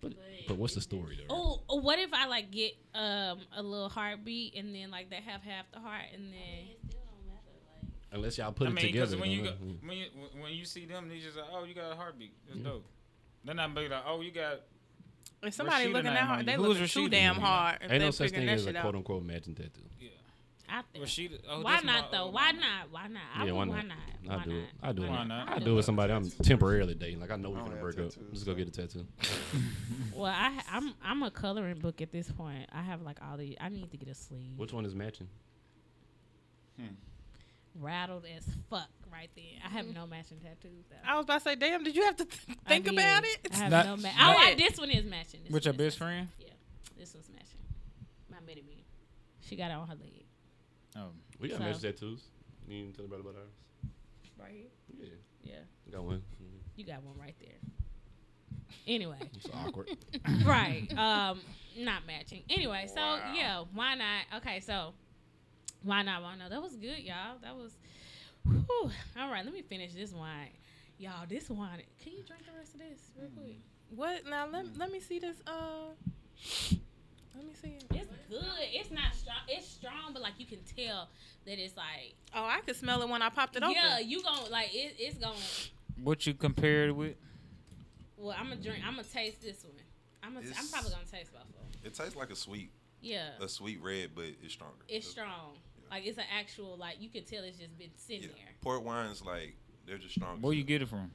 Speaker 3: but, but what's the story, though?
Speaker 2: Oh, what if I like get um a little heartbeat and then like they have half the heart and then
Speaker 3: Unless y'all put
Speaker 4: I
Speaker 3: it
Speaker 4: mean,
Speaker 3: together.
Speaker 4: because when
Speaker 3: it Mm.
Speaker 4: you go,
Speaker 3: don't matter.
Speaker 4: when you when you see them, they just like, oh, you got a heartbeat. That's dope. They're not big like, oh, you got.
Speaker 5: If somebody
Speaker 4: Rashida
Speaker 5: looking
Speaker 4: name
Speaker 5: that
Speaker 4: on
Speaker 5: hard, they
Speaker 4: you. Who's
Speaker 5: looking too
Speaker 4: Rashida?
Speaker 5: damn hard. if
Speaker 3: Ain't
Speaker 5: they
Speaker 3: no such
Speaker 5: figuring
Speaker 3: thing
Speaker 5: that
Speaker 3: as a
Speaker 5: shit out.
Speaker 3: quote unquote matching tattoo.
Speaker 2: I think.
Speaker 4: Well, she, oh,
Speaker 2: why
Speaker 4: that's my-
Speaker 2: not
Speaker 4: oh,
Speaker 2: though? Why not? Why not? I
Speaker 3: yeah,
Speaker 2: would-
Speaker 3: why not?
Speaker 2: Why
Speaker 3: I do it. I
Speaker 2: not?
Speaker 3: do it.
Speaker 2: Why
Speaker 4: Why
Speaker 2: not?
Speaker 4: not?
Speaker 3: I do it with somebody I'm temporarily dating. Like I know we're
Speaker 6: I don't
Speaker 3: gonna
Speaker 6: have
Speaker 3: break up.
Speaker 6: tattoos,
Speaker 3: Let's go
Speaker 6: so-
Speaker 3: get a tattoo.
Speaker 2: Well, I I'm I'm a coloring book at this point. I have like all the I need to get a sleeve.
Speaker 3: Which one is matching?
Speaker 2: Rattled as fuck right there. I have no matching tattoos though.
Speaker 5: I was about to say, damn, did you have to th-
Speaker 2: I
Speaker 5: think
Speaker 2: did.
Speaker 5: about it?
Speaker 2: I have
Speaker 4: Not-
Speaker 2: no ma-
Speaker 4: Shit.
Speaker 2: Oh, I, this one is matching. This
Speaker 4: With
Speaker 2: one
Speaker 4: your
Speaker 2: is
Speaker 4: best
Speaker 2: matching.
Speaker 4: friend?
Speaker 2: Yeah, this one's matching. My mini me. She got it on her leg.
Speaker 4: Oh.
Speaker 3: We got
Speaker 2: So-
Speaker 3: matching tattoos. You didn't tell about about ours.
Speaker 5: Right here.
Speaker 3: Yeah,
Speaker 2: Yeah,
Speaker 3: I got one. Mm-hmm.
Speaker 2: you got one right there.
Speaker 3: <laughs>
Speaker 2: Anyway,
Speaker 3: It's awkward.
Speaker 2: right? Um, not matching. Anyway, so yeah, why not? Okay, so why not? Why not? That was good, y'all. That was. Whew. All right, let me finish this wine, y'all. This wine. Can you drink the rest of this real quick?
Speaker 5: What? Now let let me see this. Uh, let me see. it.
Speaker 2: It's good. It's not strong. It's strong, but like you can tell that it's like
Speaker 5: Oh, I could smell it when I popped it open.
Speaker 2: yeah, you gon' like it, it's gonna.
Speaker 4: What you compared it with?
Speaker 2: Well, I'm gonna drink. I'm gonna taste this one. I'm gonna. I'm
Speaker 8: It's-
Speaker 2: probably gonna taste both of them.
Speaker 8: It tastes like a sweet,
Speaker 2: Yeah,
Speaker 8: a sweet red, but it's stronger.
Speaker 2: it's strong. Like it's an actual like you can tell it's just been sitting
Speaker 8: Yeah.
Speaker 2: there.
Speaker 8: Port wines like they're just stronger.
Speaker 4: Where you get it from?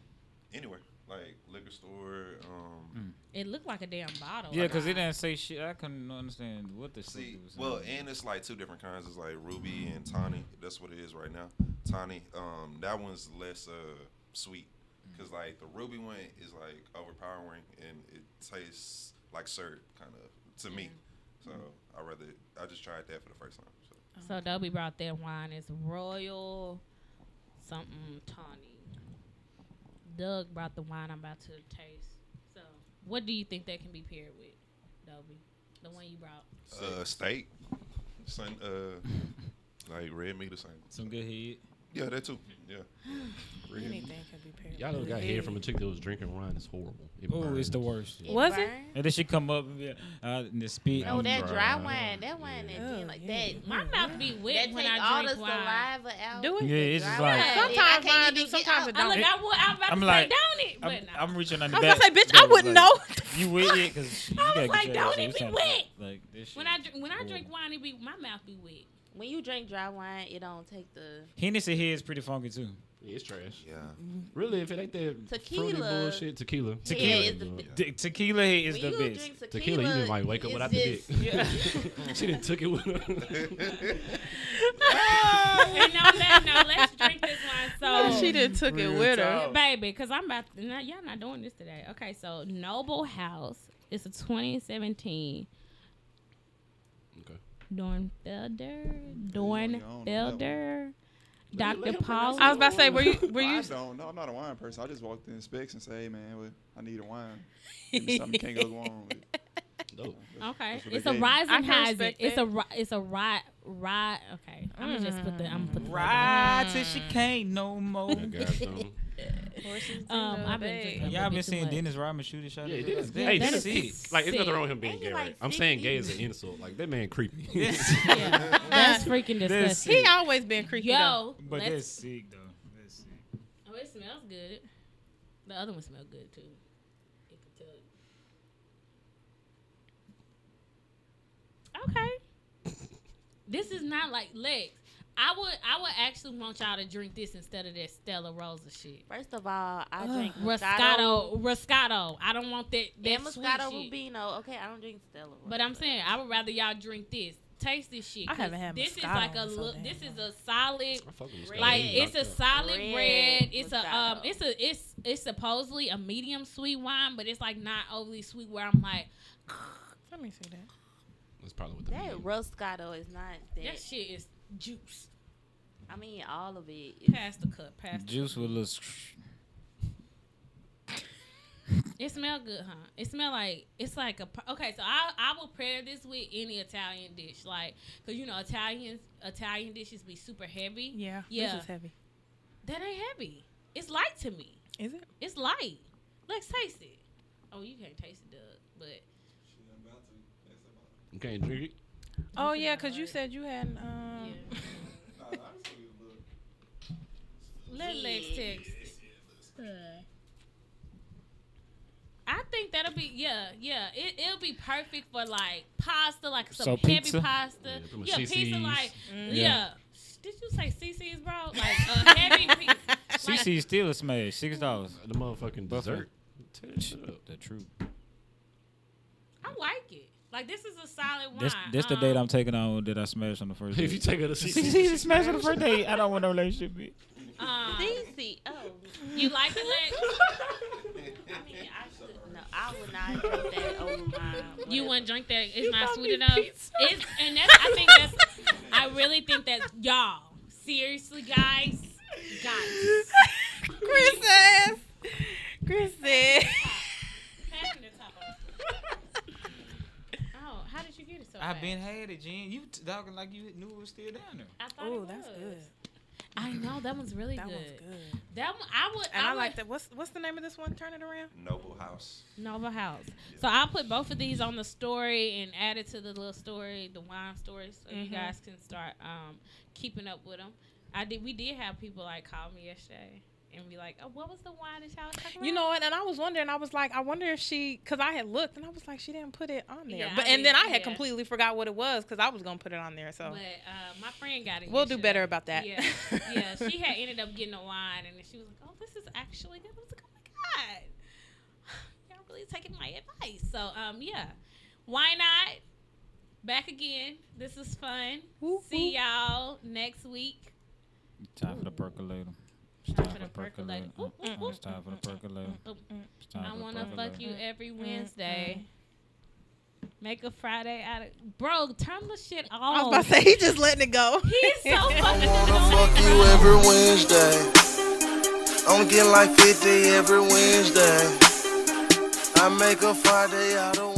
Speaker 8: anywhere, like liquor store. Um,
Speaker 2: It looked like a damn bottle.
Speaker 4: Yeah, because it
Speaker 2: Like,
Speaker 4: didn't say shit. I couldn't understand what the fuck
Speaker 8: See,
Speaker 4: it was
Speaker 8: well,
Speaker 4: saying.
Speaker 8: and it's like two different kinds. It's like ruby and tawny. That's what it is right now. Tawny. Um, that one's less uh sweet, cause like the ruby one is like overpowering and it tastes like syrup, kind of to me. So I rather I just tried that for the first time. So.
Speaker 2: So Dobie brought that wine. It's Royal something tawny. Doug brought the wine I'm about to taste. So what do you think that can be paired with, Dobie? The one you brought.
Speaker 8: Uh, steak, sun, uh, like red meat or something.
Speaker 4: Some good head.
Speaker 8: Yeah, that too. Yeah.
Speaker 5: Anything can be paired.
Speaker 3: Y'all done got head from a chick that was drinking wine. It's horrible. It
Speaker 4: Oh, it's the
Speaker 3: burns.
Speaker 4: worst.
Speaker 7: It
Speaker 5: Was it?
Speaker 7: burn.
Speaker 4: And then she come up and, be, uh, and the spit.
Speaker 7: No,
Speaker 2: Oh,
Speaker 3: I'm
Speaker 7: that dry
Speaker 3: dry.
Speaker 7: wine, that wine that
Speaker 5: Yeah.
Speaker 7: been like
Speaker 5: Oh,
Speaker 7: that.
Speaker 2: My mouth be
Speaker 7: Mm-hmm. That
Speaker 2: wet
Speaker 7: take
Speaker 2: when
Speaker 7: all
Speaker 2: I
Speaker 7: the
Speaker 2: drink wine.
Speaker 7: saliva out.
Speaker 5: Do it?
Speaker 4: Yeah, it's
Speaker 7: Dry
Speaker 4: just
Speaker 7: wine.
Speaker 4: like
Speaker 7: I
Speaker 5: Sometimes
Speaker 7: can't
Speaker 5: mine do,
Speaker 7: even get
Speaker 5: sometimes
Speaker 7: out.
Speaker 5: it
Speaker 2: I
Speaker 5: don't.
Speaker 2: look, I, wa- I was about
Speaker 4: I'm
Speaker 2: to
Speaker 4: like-
Speaker 2: say, don't it, but
Speaker 4: I'm,
Speaker 2: no.
Speaker 4: I'm reaching under
Speaker 5: I was
Speaker 4: that.
Speaker 5: gonna say, bitch, I
Speaker 4: was
Speaker 5: wouldn't
Speaker 4: like,
Speaker 5: know.
Speaker 4: You with it? Cause
Speaker 2: <laughs> I
Speaker 4: you gotta
Speaker 2: was
Speaker 4: get
Speaker 2: like,
Speaker 4: your
Speaker 2: don't
Speaker 4: ass
Speaker 2: it
Speaker 4: out.
Speaker 2: be
Speaker 4: Tryna-
Speaker 2: wet?
Speaker 4: Like this shit.
Speaker 2: when I dr- when I drink
Speaker 4: Ooh.
Speaker 2: wine, it be my mouth be wet.
Speaker 7: When you drink dry wine, it don't take the
Speaker 4: Hennessy here is pretty funky too.
Speaker 3: Yeah, it's trash.
Speaker 8: Yeah.
Speaker 3: Really, if it ain't that tequila
Speaker 7: Tequila.
Speaker 3: bullshit, tequila.
Speaker 7: Tequila is the
Speaker 3: Yeah.
Speaker 7: best.
Speaker 4: Te- tequila head is
Speaker 7: when
Speaker 4: the
Speaker 7: you
Speaker 4: best.
Speaker 7: drink tequila.
Speaker 3: Tequila, you didn't like wake up
Speaker 7: it's
Speaker 3: without the dick.
Speaker 7: just-
Speaker 3: <laughs> she didn't took it with her.
Speaker 2: and on that note, let's drink this wine.
Speaker 7: <laughs>
Speaker 2: So
Speaker 5: <laughs> she did took it with her.
Speaker 4: talk.
Speaker 2: baby, because I'm about to, now, y'all not doing this today. Okay, so Noble House is a 2017
Speaker 3: Okay.
Speaker 2: Dornfelder,
Speaker 6: on that one.
Speaker 2: Dornfelder,
Speaker 3: Let him
Speaker 2: Dr.
Speaker 3: pronounce
Speaker 2: Paul.
Speaker 3: it.
Speaker 5: I was about to say, were you were
Speaker 6: I
Speaker 5: you?
Speaker 6: don't know. I'm not a wine person. I just walked in specs and say, hey, man, well, I need a wine. Give me something can't go wrong with.
Speaker 3: Dope.
Speaker 2: Okay,
Speaker 6: That's what
Speaker 2: it's
Speaker 6: they
Speaker 2: a
Speaker 6: gave me.
Speaker 5: I can
Speaker 2: Risenhausen.
Speaker 5: respect
Speaker 2: It's
Speaker 5: that.
Speaker 2: a ri- it's a ride ride. Okay, I'm gonna just put the I'm gonna put the
Speaker 4: <laughs> Ride till she can't no more.
Speaker 3: That guy's dumb.
Speaker 2: Um, I've been
Speaker 5: bag.
Speaker 2: drinking. a
Speaker 4: Y'all
Speaker 2: little
Speaker 4: been
Speaker 2: bit too
Speaker 4: seeing
Speaker 2: much.
Speaker 4: Dennis Rodman shoot his shot?
Speaker 3: Yeah,
Speaker 4: at
Speaker 3: Dennis-
Speaker 4: the-
Speaker 3: hey,
Speaker 2: that
Speaker 4: Dennis
Speaker 2: is
Speaker 3: Dennis,
Speaker 4: sick.
Speaker 3: like it's nothing wrong with him being
Speaker 7: And
Speaker 3: gay.
Speaker 7: you,
Speaker 3: Right?
Speaker 7: like,
Speaker 3: I'm saying
Speaker 7: 60.
Speaker 3: gay is an insult. Like that man creepy. <laughs>
Speaker 4: <laughs>
Speaker 5: Yeah.
Speaker 2: That's freaking
Speaker 4: That's
Speaker 2: disgusting.
Speaker 5: <laughs> he always been creepy. though.
Speaker 2: Yo,
Speaker 4: But
Speaker 2: let's-
Speaker 4: that's sick though. That's sick.
Speaker 2: Oh, it smells good. The other one smelled good too. You can tell it. Okay. this is not like Lex. I would I would actually want y'all to drink this instead of that Stella Rosa shit.
Speaker 7: First of all, I drink
Speaker 2: Roscato,
Speaker 7: Moscato.
Speaker 2: Roscato. I don't want that that
Speaker 7: And
Speaker 2: sweet
Speaker 7: Moscato
Speaker 2: shit.
Speaker 7: Rubino. Okay, I don't drink Stella.
Speaker 2: But I'm saying I would rather y'all drink this. Taste this shit.
Speaker 5: I
Speaker 2: 'cause
Speaker 5: haven't had
Speaker 2: this is
Speaker 5: Moscato
Speaker 2: like a
Speaker 5: in so
Speaker 2: look.
Speaker 5: damn
Speaker 2: This is
Speaker 5: long.
Speaker 2: a solid
Speaker 3: I fuck with Scott.
Speaker 2: Like
Speaker 3: He's
Speaker 2: it's a
Speaker 3: knocked out.
Speaker 2: solid
Speaker 7: Red
Speaker 2: red. It's a um.
Speaker 7: Moscato.
Speaker 2: It's a it's it's supposedly a medium sweet wine, but it's like not overly sweet. Where I'm like,
Speaker 5: Let me see that.
Speaker 3: That's probably what the
Speaker 7: that
Speaker 3: mean.
Speaker 7: Roscato is not that.
Speaker 2: that shit is juice.
Speaker 7: I mean, all of it. Is,
Speaker 2: Pass the cup. Pass. The
Speaker 4: Juice with a little.
Speaker 2: It smell good, huh? It smell like it's like a pa- okay. So I I will pair this with any Italian dish, like because you know Italians Italian dishes be super heavy.
Speaker 5: Yeah,
Speaker 2: Yeah.
Speaker 5: This is heavy.
Speaker 2: That ain't heavy. It's light to me.
Speaker 5: Is it?
Speaker 2: It's light. Let's taste it. Oh, you can't taste it, Doug. But
Speaker 3: You can't drink it.
Speaker 5: Oh
Speaker 2: This is
Speaker 5: yeah,
Speaker 2: not
Speaker 5: because you
Speaker 2: right.
Speaker 5: said you had. Um,
Speaker 2: yeah.
Speaker 5: <laughs>
Speaker 2: Let Lex text. it. I think that'll be yeah, yeah. It it'll be perfect for like pasta, like some
Speaker 4: So
Speaker 2: heavy
Speaker 4: pizza?
Speaker 2: pasta.
Speaker 3: Yeah, pretty
Speaker 2: Yeah,
Speaker 3: much
Speaker 2: pizza
Speaker 3: CC's.
Speaker 2: like
Speaker 5: Mm.
Speaker 2: yeah. Did you say CC's, bro? Like a heavy pizza.
Speaker 4: CC still a smash. Six dollars.
Speaker 3: The motherfucking
Speaker 4: Buffalo.
Speaker 3: dessert. Tear that shit up.
Speaker 4: The truth.
Speaker 2: I like it. Like this is a solid wine.
Speaker 4: That's that's the
Speaker 2: Um,
Speaker 4: date I'm taking on that I smashed on the <laughs> first
Speaker 3: If you
Speaker 4: date.
Speaker 3: take it to
Speaker 4: CC
Speaker 3: CC,
Speaker 4: smashed on the first date. I don't want no relationship. bitch.
Speaker 2: um,
Speaker 7: Easy. Oh,
Speaker 2: you like it, Lex?
Speaker 7: I mean, I could, no, I would not drink that over my.
Speaker 2: You
Speaker 7: whatever.
Speaker 2: wouldn't drink that. It's not
Speaker 5: bought
Speaker 2: sweet
Speaker 5: me
Speaker 2: enough.
Speaker 5: pizza.
Speaker 2: It's and that's. I think that's. I really think that y'all. Seriously, guys. Guys.
Speaker 5: <laughs> Chris says. Chris said. <laughs>
Speaker 2: Pass me the top off. Oh, how did you get it so
Speaker 4: I've
Speaker 2: fast?
Speaker 4: been had it, Jen. You t- talking like you knew it was still down there.
Speaker 2: I thought
Speaker 5: Oh,
Speaker 2: it
Speaker 5: that's
Speaker 2: was.
Speaker 5: good.
Speaker 2: I know that one's really
Speaker 5: That
Speaker 2: good.
Speaker 5: one's good.
Speaker 2: That one, I would.
Speaker 5: And I
Speaker 2: would,
Speaker 5: like that. What's what's the name of this one? Turn it around.
Speaker 8: Noble House.
Speaker 2: Nova House. So I'll put both of these on the story and add it to the little story, the wine story, so you
Speaker 5: Mhm.
Speaker 2: guys can start um, keeping up with them. I did. We did have people like call me yesterday and be like, "Oh, what was the wine that y'all was talking about?"
Speaker 5: You know what? And I was wondering. I was like, I wonder if she, because I had looked and I was like, she didn't put it on there.
Speaker 2: Yeah,
Speaker 5: but
Speaker 2: I
Speaker 5: and then I
Speaker 2: didn't-
Speaker 5: had
Speaker 2: yeah.
Speaker 5: completely forgot what it was because I was gonna put it on there.
Speaker 2: But
Speaker 5: So
Speaker 2: uh, my friend got it.
Speaker 5: we'll do
Speaker 2: yesterday.
Speaker 5: better about that.
Speaker 2: Yeah, yeah.
Speaker 5: <laughs>
Speaker 2: She had ended up getting a wine, and then she was like, "Oh, this is actually good." I was like, "Oh my god, <sighs> y'all really taking my advice." So, um, yeah, why not? Back again. This is fun.
Speaker 5: Woo,
Speaker 2: See y'all next week.
Speaker 4: Time for the percolator. It's
Speaker 2: Time for the percolator. Ooh, ooh, ooh.
Speaker 4: It's time for the percolator.
Speaker 2: Mm,
Speaker 4: It's time
Speaker 2: I
Speaker 4: for the
Speaker 2: wanna fuck
Speaker 4: percolator.
Speaker 2: you every Wednesday. Make a Friday out of bro. Turn the shit off.
Speaker 5: I was about to say he just letting it go.
Speaker 2: He's
Speaker 5: <laughs>
Speaker 2: so
Speaker 1: I
Speaker 2: fucking
Speaker 1: wanna
Speaker 2: annoying,
Speaker 1: fuck you
Speaker 2: bro.
Speaker 1: every Wednesday. I'm getting like 50 every Wednesday. I make a Friday out of